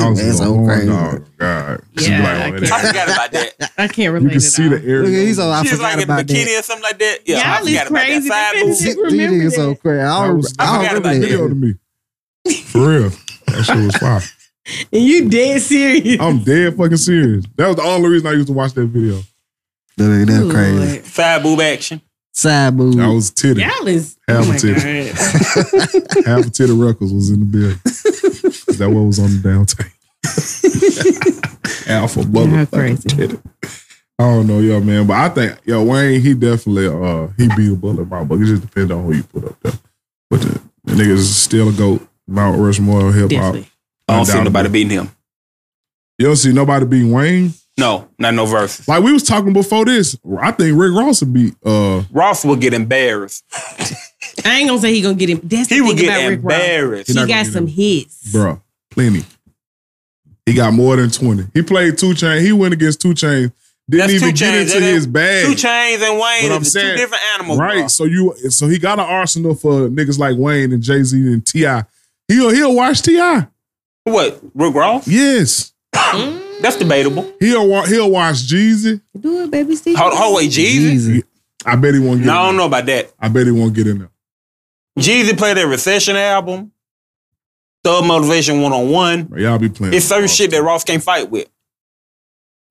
[SPEAKER 2] I was
[SPEAKER 5] That's
[SPEAKER 2] like,
[SPEAKER 5] so
[SPEAKER 2] oh my
[SPEAKER 5] crazy.
[SPEAKER 2] God. God. She
[SPEAKER 4] Yeah,
[SPEAKER 2] like,
[SPEAKER 4] I
[SPEAKER 2] oh,
[SPEAKER 4] can't-
[SPEAKER 2] that-
[SPEAKER 3] I forgot about
[SPEAKER 4] *laughs*
[SPEAKER 3] that.
[SPEAKER 4] I can't
[SPEAKER 2] *laughs*
[SPEAKER 4] relate
[SPEAKER 2] you can
[SPEAKER 4] at
[SPEAKER 2] see
[SPEAKER 4] all.
[SPEAKER 2] the air.
[SPEAKER 5] Look at he's all. I
[SPEAKER 3] She was
[SPEAKER 5] forgot
[SPEAKER 3] like in a
[SPEAKER 5] about that.
[SPEAKER 3] bikini or something like that. Yeah, I
[SPEAKER 4] Y'all is
[SPEAKER 3] forgot about
[SPEAKER 4] crazy.
[SPEAKER 3] that side
[SPEAKER 4] That
[SPEAKER 3] boob.
[SPEAKER 4] is-
[SPEAKER 5] These
[SPEAKER 4] Remember
[SPEAKER 5] niggas so
[SPEAKER 4] that.
[SPEAKER 5] crazy. I
[SPEAKER 2] I
[SPEAKER 5] don't,
[SPEAKER 2] was-
[SPEAKER 5] I
[SPEAKER 3] I forgot
[SPEAKER 5] don't
[SPEAKER 3] about
[SPEAKER 5] remember
[SPEAKER 2] video
[SPEAKER 5] that.
[SPEAKER 2] to me. For real. That shit was fire.
[SPEAKER 4] And you dead serious.
[SPEAKER 2] I'm dead fucking serious. That was the only reason I used to watch that video.
[SPEAKER 5] That- That's crazy.
[SPEAKER 4] Lord.
[SPEAKER 3] Side boob action.
[SPEAKER 5] Side move.
[SPEAKER 2] I was titty.
[SPEAKER 4] Y'all is,
[SPEAKER 2] Have
[SPEAKER 4] oh
[SPEAKER 2] a
[SPEAKER 4] my
[SPEAKER 2] *laughs* titty. *laughs*
[SPEAKER 4] God.
[SPEAKER 2] Half of Titty Records was in the *laughs* building. that what was on the down tape. *laughs* Alpha
[SPEAKER 4] How
[SPEAKER 2] motherfucker.
[SPEAKER 4] crazy.
[SPEAKER 2] Titty. I don't know, yo, man, but I think yo Wayne, he definitely uh he beat a bullet my book. It just depends on who you put up there. But the, the niggas is still a goat. Mount Rushmore hip hop.
[SPEAKER 4] Definitely.
[SPEAKER 3] I don't see nobody beating him.
[SPEAKER 2] You don't see nobody beating Wayne.
[SPEAKER 3] No, not no verses.
[SPEAKER 2] Like we was talking before this, I think Rick Ross would be uh
[SPEAKER 3] Ross will get embarrassed.
[SPEAKER 4] I ain't gonna say he gonna get him. That's
[SPEAKER 3] He
[SPEAKER 4] the
[SPEAKER 3] will
[SPEAKER 4] thing about
[SPEAKER 3] get
[SPEAKER 4] Rick Ross.
[SPEAKER 3] embarrassed.
[SPEAKER 2] He's not
[SPEAKER 4] He
[SPEAKER 2] gonna
[SPEAKER 4] got
[SPEAKER 2] get
[SPEAKER 4] some hits.
[SPEAKER 2] bro, plenty. He got more than 20. He played two chain. He went against two chain. Didn't
[SPEAKER 3] That's
[SPEAKER 2] even
[SPEAKER 3] two
[SPEAKER 2] get
[SPEAKER 3] chains.
[SPEAKER 2] into
[SPEAKER 3] that
[SPEAKER 2] his
[SPEAKER 3] ain't-
[SPEAKER 2] bag.
[SPEAKER 3] Two chains and Wayne
[SPEAKER 2] But I'm
[SPEAKER 3] is two
[SPEAKER 2] saying-
[SPEAKER 3] different animals.
[SPEAKER 2] right.
[SPEAKER 3] Right.
[SPEAKER 2] So you so he got an arsenal for niggas like Wayne and Jay Z and Ti. He'll he'll watch Ti.
[SPEAKER 3] What? Rick Ross?
[SPEAKER 2] Yes,
[SPEAKER 3] That's debatable.
[SPEAKER 2] he'll wa- he'll watch Jeezy.
[SPEAKER 4] Do it, baby. See,
[SPEAKER 3] Hold, hold wait, Jeezy?
[SPEAKER 2] I bet he won't get.
[SPEAKER 3] No, I
[SPEAKER 2] in there.
[SPEAKER 3] don't know about that.
[SPEAKER 2] I bet he won't get in there.
[SPEAKER 3] Jeezy played that Recession album, Thug Motivation One on One.
[SPEAKER 2] Bro, y'all be playing.
[SPEAKER 3] It's certain shit that Ross can't fight with.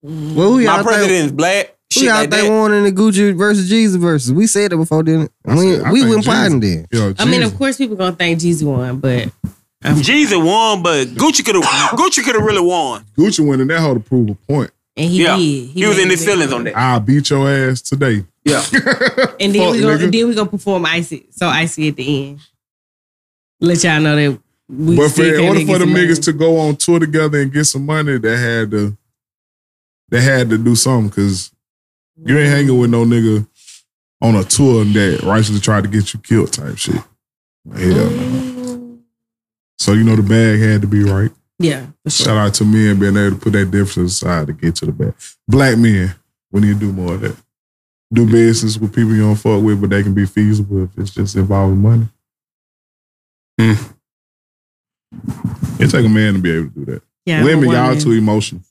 [SPEAKER 5] Well, who
[SPEAKER 3] My
[SPEAKER 5] y'all
[SPEAKER 3] president
[SPEAKER 5] think,
[SPEAKER 3] is black.
[SPEAKER 5] who
[SPEAKER 3] Shit
[SPEAKER 5] y'all
[SPEAKER 3] like
[SPEAKER 5] think
[SPEAKER 3] that.
[SPEAKER 5] won in the Gucci versus Jeezy versus? We said it before, didn't we?
[SPEAKER 2] I said, I
[SPEAKER 5] we
[SPEAKER 2] think
[SPEAKER 5] went
[SPEAKER 2] Jeezy.
[SPEAKER 5] plotting then.
[SPEAKER 2] Yo,
[SPEAKER 4] I mean,
[SPEAKER 2] Jeezy.
[SPEAKER 4] of course, people gonna think Jeezy won, but
[SPEAKER 3] *laughs* Jeezy won, but Gucci could have Gucci could have really won.
[SPEAKER 2] Gucci went in that hole to prove a point.
[SPEAKER 4] and he
[SPEAKER 3] yeah,
[SPEAKER 4] did.
[SPEAKER 3] he, was
[SPEAKER 4] made
[SPEAKER 3] in his
[SPEAKER 4] it.
[SPEAKER 3] feelings on that.
[SPEAKER 2] I'll beat your ass today.
[SPEAKER 3] Yeah,
[SPEAKER 4] And then
[SPEAKER 2] Fuck,
[SPEAKER 4] we gonna
[SPEAKER 2] nigga.
[SPEAKER 4] and then we gonna perform icy. So icy at the end. Let y'all know that we.
[SPEAKER 2] but for,
[SPEAKER 4] still
[SPEAKER 2] in
[SPEAKER 4] came
[SPEAKER 2] order
[SPEAKER 4] and
[SPEAKER 2] for the
[SPEAKER 4] get some money.
[SPEAKER 2] niggas to go on tour together and get some money, they had to they had to do something because you ain't hanging with no nigga on a tour that righteously tried to get you killed type shit. Hell
[SPEAKER 4] Mm-hmm.
[SPEAKER 2] no. So you know the bag had to be right.
[SPEAKER 4] yeah, for sure.
[SPEAKER 2] Shout out to men being able to put that difference aside to get to the bag. Black men, we need to do more of that. Do business with people you don't fuck with, but they can be feasible if it's just involving money.
[SPEAKER 4] Hmm.
[SPEAKER 2] It take a man to be able to do that.
[SPEAKER 4] Yeah,
[SPEAKER 2] Women,
[SPEAKER 4] but
[SPEAKER 2] y'all
[SPEAKER 4] women-
[SPEAKER 2] too emotional.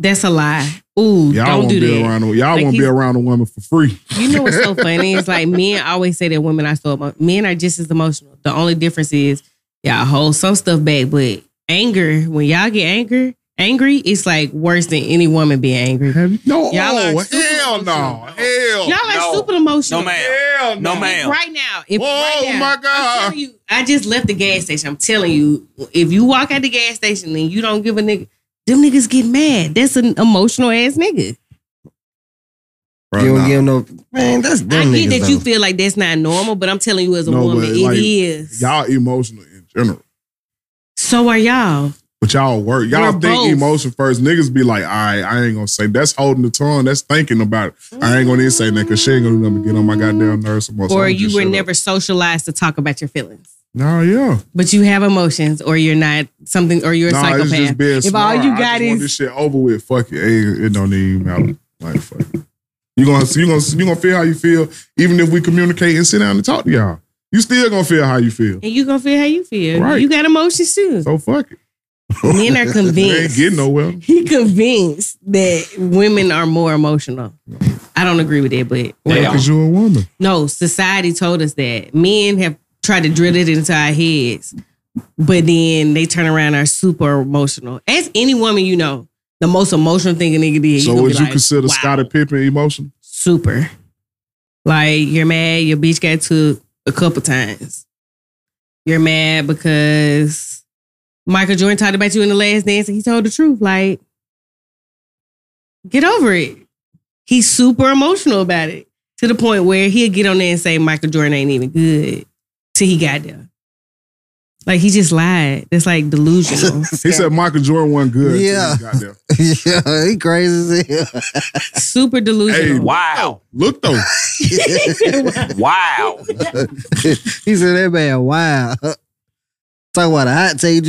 [SPEAKER 4] That's a lie. Ooh,
[SPEAKER 2] Y'all
[SPEAKER 4] don't
[SPEAKER 2] won't
[SPEAKER 4] do
[SPEAKER 2] be
[SPEAKER 4] that.
[SPEAKER 2] around. A, y'all
[SPEAKER 4] Like
[SPEAKER 2] won't be
[SPEAKER 4] he's-
[SPEAKER 2] around a woman for free.
[SPEAKER 4] You know what's
[SPEAKER 2] *laughs*
[SPEAKER 4] so funny? It's like men always say that women are so emo- men are just as emotional. The only difference is y'all hold some stuff back, but anger when y'all get angry, angry, it's like worse than any woman being angry.
[SPEAKER 2] Have you? No,
[SPEAKER 4] Y'all are
[SPEAKER 2] oh,
[SPEAKER 4] super
[SPEAKER 2] hell no,
[SPEAKER 4] emotional.
[SPEAKER 2] hell,
[SPEAKER 4] Y'all are
[SPEAKER 3] No.
[SPEAKER 4] super emotional.
[SPEAKER 3] no ma'am,
[SPEAKER 2] hell
[SPEAKER 3] no ma'am.
[SPEAKER 4] Right now, if
[SPEAKER 2] Whoa,
[SPEAKER 4] right now,
[SPEAKER 2] my
[SPEAKER 4] I'm
[SPEAKER 2] God.
[SPEAKER 4] telling you, I just left the gas station. I'm telling you, if you walk out the gas station and you don't give a nigga, them niggas get mad. That's an emotional ass nigga.
[SPEAKER 2] Bro,
[SPEAKER 5] you don't
[SPEAKER 2] nah.
[SPEAKER 5] give no man. That's them
[SPEAKER 4] I get
[SPEAKER 5] niggas.
[SPEAKER 4] that you
[SPEAKER 5] though.
[SPEAKER 4] feel like that's not normal, but I'm telling you, as a
[SPEAKER 2] No,
[SPEAKER 4] woman,
[SPEAKER 2] but,
[SPEAKER 4] it
[SPEAKER 2] like,
[SPEAKER 4] is.
[SPEAKER 2] y'all emotional in general.
[SPEAKER 4] so are y'all.
[SPEAKER 2] But y'all work. Y'all
[SPEAKER 4] We're
[SPEAKER 2] think
[SPEAKER 4] both.
[SPEAKER 2] emotion first. Niggas be like, all right, I ain't gonna say that's holding the tongue. That's thinking about it. I ain't gonna even say nothing because she ain't gonna do nothing but get on my goddamn nerves. some more, so
[SPEAKER 4] or
[SPEAKER 2] I'ma
[SPEAKER 4] you
[SPEAKER 2] just
[SPEAKER 4] were
[SPEAKER 2] shut up.
[SPEAKER 4] never socialized to talk about your feelings.
[SPEAKER 2] Nah, yeah.
[SPEAKER 4] But you have emotions, or you're not something, or you're a
[SPEAKER 2] Nah, it's just
[SPEAKER 4] psychopath.
[SPEAKER 2] being
[SPEAKER 4] If all
[SPEAKER 2] smart.
[SPEAKER 4] you
[SPEAKER 2] I
[SPEAKER 4] got
[SPEAKER 2] just want
[SPEAKER 4] is
[SPEAKER 2] this shit over with, fuck it. Ain't- it don't even matter. Like fuck it. You gonna you gonna you gonna feel how you feel, even if we communicate and sit down and talk to y'all. You still gonna feel how you feel.
[SPEAKER 4] and you gonna feel how you feel.
[SPEAKER 2] Right.
[SPEAKER 4] You got
[SPEAKER 2] *laughs*
[SPEAKER 4] emotions too.
[SPEAKER 2] So fuck it.
[SPEAKER 4] Men are
[SPEAKER 2] We ain't
[SPEAKER 4] convinced.
[SPEAKER 2] getting nowhere.
[SPEAKER 4] he convinced that women are more emotional. I don't agree with that, but
[SPEAKER 3] Yeah.
[SPEAKER 2] Because you're a woman.
[SPEAKER 4] no, society told us that men have tried to drill it into our heads, but then they turn around and are super emotional. As any woman, you know, the most emotional thing a nigga did.
[SPEAKER 2] So
[SPEAKER 4] gonna
[SPEAKER 2] would
[SPEAKER 4] be
[SPEAKER 2] you
[SPEAKER 4] like,
[SPEAKER 2] consider
[SPEAKER 4] wow.
[SPEAKER 2] Scottie Pippen emotional?
[SPEAKER 4] super. Like you're mad, your bitch got took a couple times. You're mad because Michael Jordan talked about you in the last dance and he told the truth. Like, get over it. He's super emotional about it to the point where he'll get on there and say Michael Jordan ain't even good till he got there. Like he just lied. That's like
[SPEAKER 2] *laughs*
[SPEAKER 4] delusional.
[SPEAKER 2] He said Michael Jordan wasn't good. until he
[SPEAKER 5] Yeah.
[SPEAKER 2] got there.
[SPEAKER 5] *laughs* yeah, he crazy as hell. *laughs*
[SPEAKER 4] super delusional.
[SPEAKER 3] Wow,
[SPEAKER 2] Look
[SPEAKER 4] *laughs*
[SPEAKER 2] though.
[SPEAKER 3] wow.
[SPEAKER 5] he said that man. Wow. *laughs* Talk about a hot take.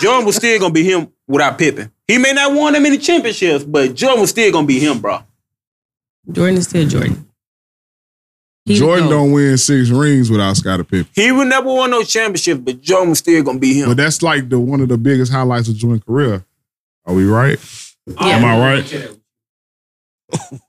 [SPEAKER 3] Jordan was still gonna be him without Pippen. He may not won that many championships, but Jordan was still gonna be him, bro.
[SPEAKER 4] Jordan is still Jordan. He the
[SPEAKER 2] Jordan
[SPEAKER 4] GOAT.
[SPEAKER 2] don't win six rings without Scottie Pippen.
[SPEAKER 3] He would never won no championships, but Jordan was still gonna be him.
[SPEAKER 2] But that's like the one of the biggest highlights of Jordan's career. Are we right?
[SPEAKER 4] Yeah.
[SPEAKER 2] Am I right?
[SPEAKER 3] *laughs*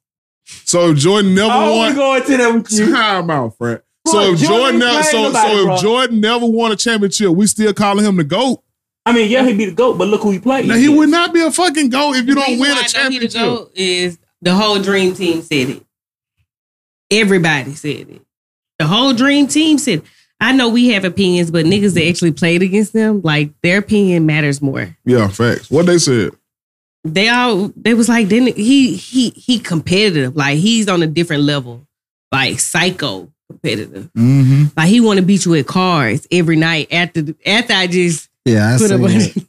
[SPEAKER 2] So if Jordan never
[SPEAKER 3] Oh, we
[SPEAKER 2] won.
[SPEAKER 3] going to them.
[SPEAKER 2] *laughs* Time out, Fred.
[SPEAKER 3] Bro,
[SPEAKER 2] So if Jordan,
[SPEAKER 3] Jordan
[SPEAKER 2] never,
[SPEAKER 3] ain't
[SPEAKER 2] so,
[SPEAKER 3] playing nobody,
[SPEAKER 2] so
[SPEAKER 3] bro.
[SPEAKER 2] if Jordan never won a championship, we still calling him the goat.
[SPEAKER 3] I mean, yeah, he'd be the goat, but look who he played.
[SPEAKER 2] Now he would not be a fucking goat if you
[SPEAKER 4] The
[SPEAKER 2] don't
[SPEAKER 4] reason
[SPEAKER 2] win
[SPEAKER 4] why I
[SPEAKER 2] a
[SPEAKER 4] know
[SPEAKER 2] championship.
[SPEAKER 4] He the GOAT is the whole dream team said it. Everybody said it. The whole dream team said. It. I know we have opinions, but niggas that actually played against them, like their opinion matters more.
[SPEAKER 2] Yeah, facts. What they said.
[SPEAKER 4] They all they was like, then he he he competitive. Like he's on a different level, like psycho competitive.
[SPEAKER 2] Mm-hmm.
[SPEAKER 4] Like he want to beat you at cards every night after the- after I just
[SPEAKER 5] *laughs* yeah, I
[SPEAKER 2] *laughs*
[SPEAKER 4] put
[SPEAKER 5] seen
[SPEAKER 4] *laughs* up.
[SPEAKER 5] that.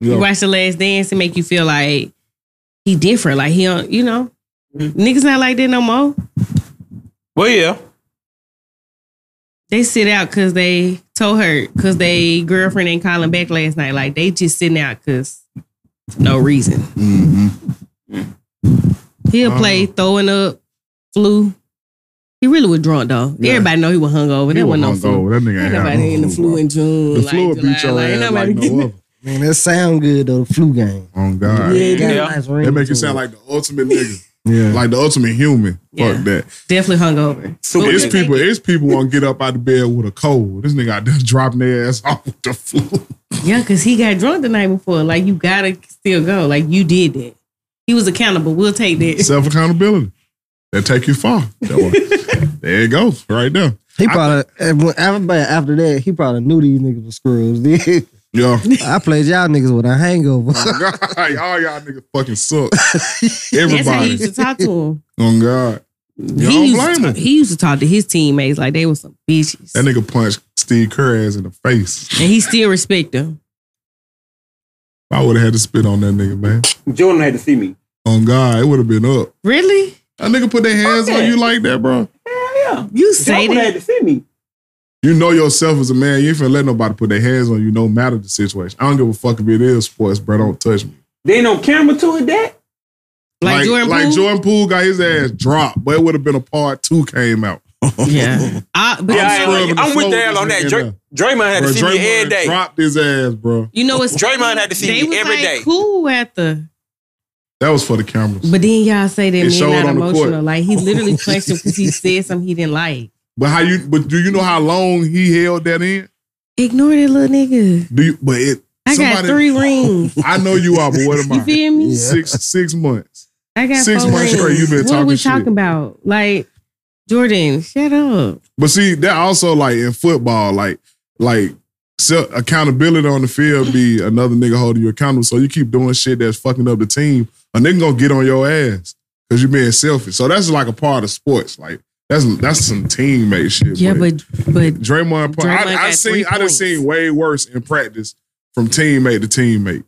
[SPEAKER 4] You watch the last dance and make you feel like he different. Like he don't, you know,
[SPEAKER 2] Mm-hmm.
[SPEAKER 4] niggas not like that no more.
[SPEAKER 3] Well, yeah.
[SPEAKER 4] They sit out because they told her because they girlfriend ain't calling back last night. Like they just sitting out because no reason.
[SPEAKER 2] mm-hmm.
[SPEAKER 4] He'll
[SPEAKER 2] Oh.
[SPEAKER 4] play throwing up, flu. He really was drunk though. Everybody know he was hungover.
[SPEAKER 2] He
[SPEAKER 4] There
[SPEAKER 2] was
[SPEAKER 4] wasn't no flu.
[SPEAKER 2] hungover. That nigga ain't
[SPEAKER 4] Ain't
[SPEAKER 2] had
[SPEAKER 4] nobody
[SPEAKER 2] no
[SPEAKER 4] in the
[SPEAKER 2] flu,
[SPEAKER 4] flu
[SPEAKER 2] bro.
[SPEAKER 4] in June.
[SPEAKER 2] The
[SPEAKER 4] like,
[SPEAKER 2] flu will beat
[SPEAKER 4] July.
[SPEAKER 2] your
[SPEAKER 4] Like, ain't
[SPEAKER 2] ass
[SPEAKER 4] nobody
[SPEAKER 2] like
[SPEAKER 4] getting
[SPEAKER 2] no other.
[SPEAKER 7] Man, that sound good though. The flu game.
[SPEAKER 2] On God.
[SPEAKER 7] It got a
[SPEAKER 3] Yeah.
[SPEAKER 7] nice
[SPEAKER 2] That
[SPEAKER 7] ring
[SPEAKER 2] make
[SPEAKER 7] to
[SPEAKER 2] you sound
[SPEAKER 7] it.
[SPEAKER 2] like the ultimate nigga. *laughs*
[SPEAKER 7] yeah.
[SPEAKER 2] Like the ultimate human.
[SPEAKER 4] Yeah.
[SPEAKER 2] Fuck that.
[SPEAKER 4] *laughs* Definitely hungover.
[SPEAKER 3] Super
[SPEAKER 2] It's
[SPEAKER 3] nigga.
[SPEAKER 2] people. It's people want to get up out of bed with a cold. This nigga out there *laughs* dropping their ass off with the flu.
[SPEAKER 4] Yeah, because he got drunk the night before. Like you gotta still go. Like you did that. He was accountable. We'll take that.
[SPEAKER 2] Self accountability. That take you far. That one. there you go. Right there.
[SPEAKER 7] He probably
[SPEAKER 5] eh,
[SPEAKER 7] and when- after after that he probably knew these niggas were
[SPEAKER 5] *laughs*
[SPEAKER 7] scrubs. dude.
[SPEAKER 2] Yeah.
[SPEAKER 7] I played y'all niggas with a hangover.
[SPEAKER 5] *laughs*
[SPEAKER 2] like, all *laughs* y'all niggas fucking suck.
[SPEAKER 4] That's how he
[SPEAKER 2] Everybody.
[SPEAKER 4] used to talk to him.
[SPEAKER 2] On God. *laughs* You
[SPEAKER 4] he,
[SPEAKER 2] don't
[SPEAKER 4] used
[SPEAKER 2] blame
[SPEAKER 4] to,
[SPEAKER 2] him.
[SPEAKER 4] talk- he used to talk to his teammates like they was some bitches.
[SPEAKER 2] That nigga punched Steve Kerr ass in the face.
[SPEAKER 4] and he still respect them.
[SPEAKER 2] I would have had to spit on that nigga, man.
[SPEAKER 3] Jordan had to see me.
[SPEAKER 2] On God, it would have been up.
[SPEAKER 4] Really?
[SPEAKER 2] That nigga put their hands on you like that, bro.
[SPEAKER 3] Hell yeah.
[SPEAKER 4] You say
[SPEAKER 3] Jordan had
[SPEAKER 4] that?
[SPEAKER 3] to see me.
[SPEAKER 2] You know yourself as a man. You ain't finna let nobody put their hands on you, no matter the situation. I don't give a fuck if it is sports, bro. Don't touch me.
[SPEAKER 3] They ain't on camera to it, that.
[SPEAKER 4] Like, Jordan
[SPEAKER 2] like
[SPEAKER 4] Poole?
[SPEAKER 2] Jordan Poole got his ass dropped, but it would have been a part two came out.
[SPEAKER 4] Yeah. I, but
[SPEAKER 3] Yeah,
[SPEAKER 4] you,
[SPEAKER 3] I
[SPEAKER 2] scrubbing
[SPEAKER 3] ain't like-
[SPEAKER 4] know,
[SPEAKER 2] the
[SPEAKER 3] I'm with
[SPEAKER 2] floor
[SPEAKER 3] Dale
[SPEAKER 2] with
[SPEAKER 3] on
[SPEAKER 2] this
[SPEAKER 3] that.
[SPEAKER 2] nigga
[SPEAKER 3] Dra-
[SPEAKER 2] in
[SPEAKER 3] Draymond had to
[SPEAKER 2] Bro,
[SPEAKER 3] see me every
[SPEAKER 2] Draymond
[SPEAKER 3] day.
[SPEAKER 2] dropped his ass, bro.
[SPEAKER 4] you know it's
[SPEAKER 3] Draymond had to see
[SPEAKER 4] they
[SPEAKER 3] me
[SPEAKER 4] was
[SPEAKER 3] every
[SPEAKER 4] like
[SPEAKER 3] day.
[SPEAKER 4] cool at the
[SPEAKER 2] That was for the cameras.
[SPEAKER 4] but then y'all say that
[SPEAKER 2] It showed
[SPEAKER 4] man not
[SPEAKER 2] on the court.
[SPEAKER 4] emotional. Like
[SPEAKER 2] *laughs*
[SPEAKER 4] he literally punched him because he said something he didn't like.
[SPEAKER 2] But how you? But do you know how long he held that in?
[SPEAKER 4] Ignore that little nigga.
[SPEAKER 2] Do you? But it.
[SPEAKER 4] I got
[SPEAKER 2] somebody-
[SPEAKER 4] three rings.
[SPEAKER 2] I know you are, but what am
[SPEAKER 4] *laughs* You
[SPEAKER 2] I?
[SPEAKER 4] feel me?
[SPEAKER 2] Six six months.
[SPEAKER 4] I got
[SPEAKER 2] Six
[SPEAKER 4] four
[SPEAKER 2] months
[SPEAKER 4] rings.
[SPEAKER 2] straight, you been
[SPEAKER 4] what are
[SPEAKER 2] talking
[SPEAKER 4] we
[SPEAKER 2] shit.
[SPEAKER 4] talking about? Like Jordan, shut up.
[SPEAKER 2] But see, that also like in football, like like so accountability on the field be another nigga holding you accountable. So you keep doing shit that's fucking up the team, a nigga gonna get on your ass because you being selfish. So that's like a part of sports. Like that's that's some teammate shit.
[SPEAKER 4] Yeah, but but
[SPEAKER 2] Draymond, Draymond
[SPEAKER 4] Draymond
[SPEAKER 2] I, I
[SPEAKER 4] got
[SPEAKER 2] seen
[SPEAKER 4] three
[SPEAKER 2] I done
[SPEAKER 4] points.
[SPEAKER 2] seen way worse in practice from teammate to teammate.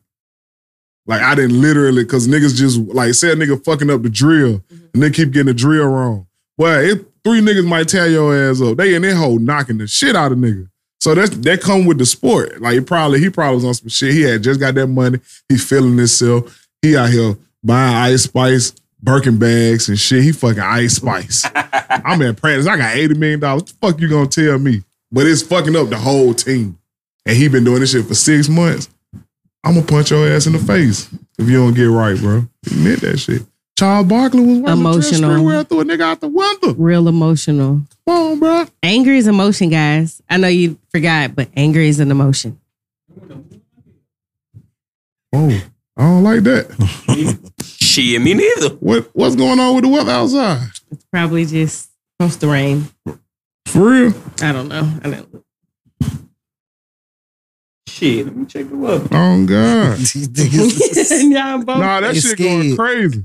[SPEAKER 2] Like I didn't literally cause niggas just like say a nigga fucking up the drill
[SPEAKER 4] Mm-hmm.
[SPEAKER 2] and they keep getting the drill wrong. Well, it three niggas might tear your ass up. They in their hole knocking the shit out of nigga. So that's that come with the sport. Like it probably he probably was on some shit. He had just got that money. He feeling himself. He out here buying ice spice, Birkin bags and shit. He fucking ice spice. I'm in practice. I got eighty million dollars. What the fuck you gonna tell me? But it's fucking up the whole team. And he been doing this shit for six months. I'm gonna punch your ass in the face if you don't get right, bro. He meant that shit. Charles Barkley was watching
[SPEAKER 4] Emotional.
[SPEAKER 2] Emotional. where I threw a nigga out the window. Come
[SPEAKER 4] real emotional.
[SPEAKER 2] on, bro.
[SPEAKER 4] Anger is emotion, guys. I know you forgot, but anger is an emotion.
[SPEAKER 2] Whoa, I don't like that.
[SPEAKER 3] Shit, me neither.
[SPEAKER 2] What what's going on with the weather outside?
[SPEAKER 4] It's probably just supposed to rain.
[SPEAKER 2] For real?
[SPEAKER 4] I don't know. *laughs* I don't.
[SPEAKER 3] Shit, let me check the weather.
[SPEAKER 2] Oh *laughs* God.
[SPEAKER 7] These
[SPEAKER 4] *laughs*
[SPEAKER 7] niggas-
[SPEAKER 4] Y'all both-
[SPEAKER 2] Nah, that
[SPEAKER 7] They
[SPEAKER 2] shit going
[SPEAKER 7] scared.
[SPEAKER 2] crazy.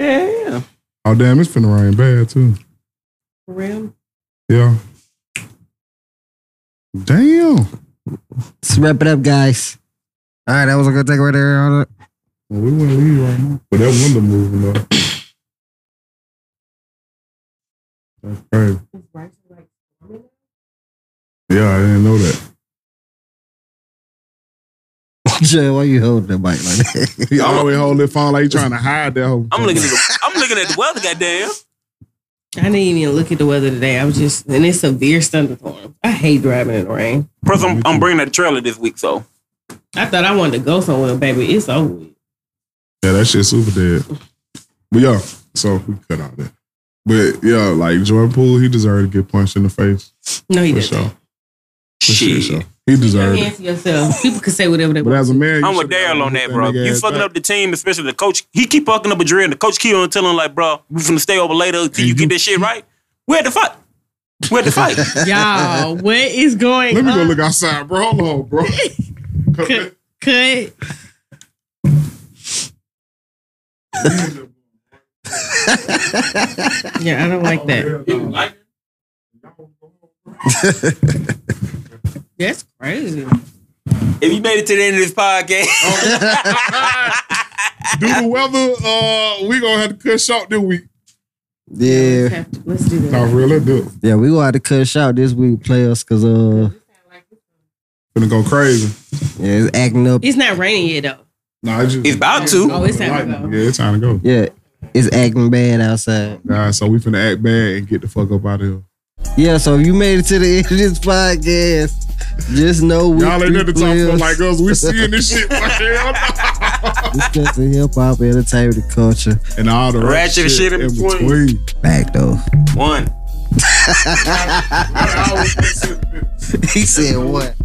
[SPEAKER 3] Yeah, yeah.
[SPEAKER 2] Oh damn, it's finna rain bad too.
[SPEAKER 4] For real?
[SPEAKER 2] Yeah. Damn.
[SPEAKER 7] Let's wrap it up, guys. All right, that was a good takeaway there. All right.
[SPEAKER 2] Well, we wouldn't leave right now. But that window moving though. That's crazy. Yeah, I didn't know that.
[SPEAKER 7] Jay,
[SPEAKER 5] *laughs*
[SPEAKER 7] why you holding that mic like that? *laughs*
[SPEAKER 2] He always hold that phone like he trying to hide that whole.
[SPEAKER 3] I'm looking at the I'm looking at the weather, goddamn.
[SPEAKER 4] I didn't even look at the weather today. I was just, and it's severe thunderstorm. I hate driving in the rain.
[SPEAKER 3] Plus, I'm, I'm bringing a trailer this week, so
[SPEAKER 4] I thought I wanted to go somewhere, baby. It's over. with.
[SPEAKER 2] Yeah, that shit super dead. But yeah, so we cut out that. But yeah, like Jordan Poole, he deserved to get punched in the face
[SPEAKER 4] No, you
[SPEAKER 2] for
[SPEAKER 4] didn't.
[SPEAKER 2] sure. For sure,
[SPEAKER 3] shit.
[SPEAKER 2] sure. He
[SPEAKER 4] Your
[SPEAKER 2] deserved it.
[SPEAKER 4] hands to yourself. People can say whatever they
[SPEAKER 2] But
[SPEAKER 4] want.
[SPEAKER 2] as a man, you
[SPEAKER 3] I'm with
[SPEAKER 2] should've got
[SPEAKER 3] Daryl on that,
[SPEAKER 2] that
[SPEAKER 3] bro.
[SPEAKER 2] nigga
[SPEAKER 3] You
[SPEAKER 2] ass
[SPEAKER 3] fucking
[SPEAKER 2] back.
[SPEAKER 3] up the team, especially the coach. He keep fucking up a drill, and the coach keep on telling him, like, bro, we finna stay over later till you
[SPEAKER 2] And
[SPEAKER 3] get
[SPEAKER 2] you-
[SPEAKER 3] this shit right. We had to fight. We had to fight.
[SPEAKER 4] Y'all, what is going
[SPEAKER 2] Let me go
[SPEAKER 4] on? *laughs*
[SPEAKER 2] look outside, bro. Hold on, bro.
[SPEAKER 4] Cut. Cut. *laughs* yeah, I don't like that. That's crazy.
[SPEAKER 3] if you made it to the end of this podcast,
[SPEAKER 2] Due to weather, uh, we gonna have to cut short this week.
[SPEAKER 5] Yeah.
[SPEAKER 4] Let's, have to- let's do that.
[SPEAKER 2] Not real, let's do it.
[SPEAKER 5] Yeah, we gonna have to cut short this week, players, cause uh
[SPEAKER 2] Gonna go crazy.
[SPEAKER 5] yeah, it's acting up.
[SPEAKER 4] It's not raining yet though.
[SPEAKER 2] Nah, I just
[SPEAKER 3] *laughs* It's about to.
[SPEAKER 4] Oh, it's time to go.
[SPEAKER 2] Yeah, it's time to go.
[SPEAKER 5] Yeah. It's acting bad outside.
[SPEAKER 2] Nah, so we finna act bad and get the fuck up out of here.
[SPEAKER 5] Yeah, so if you made it to the end of this podcast, just know we
[SPEAKER 2] Y'all ain't
[SPEAKER 5] three
[SPEAKER 2] never talking
[SPEAKER 5] players
[SPEAKER 2] like us.
[SPEAKER 5] *laughs*
[SPEAKER 2] We seeing this shit. *laughs* Like, hell no.
[SPEAKER 5] discussing hip hop, entertainment, and culture.
[SPEAKER 2] And all the
[SPEAKER 3] Ratchet shit in between.
[SPEAKER 5] Back though. *laughs*
[SPEAKER 3] One.
[SPEAKER 5] He said what?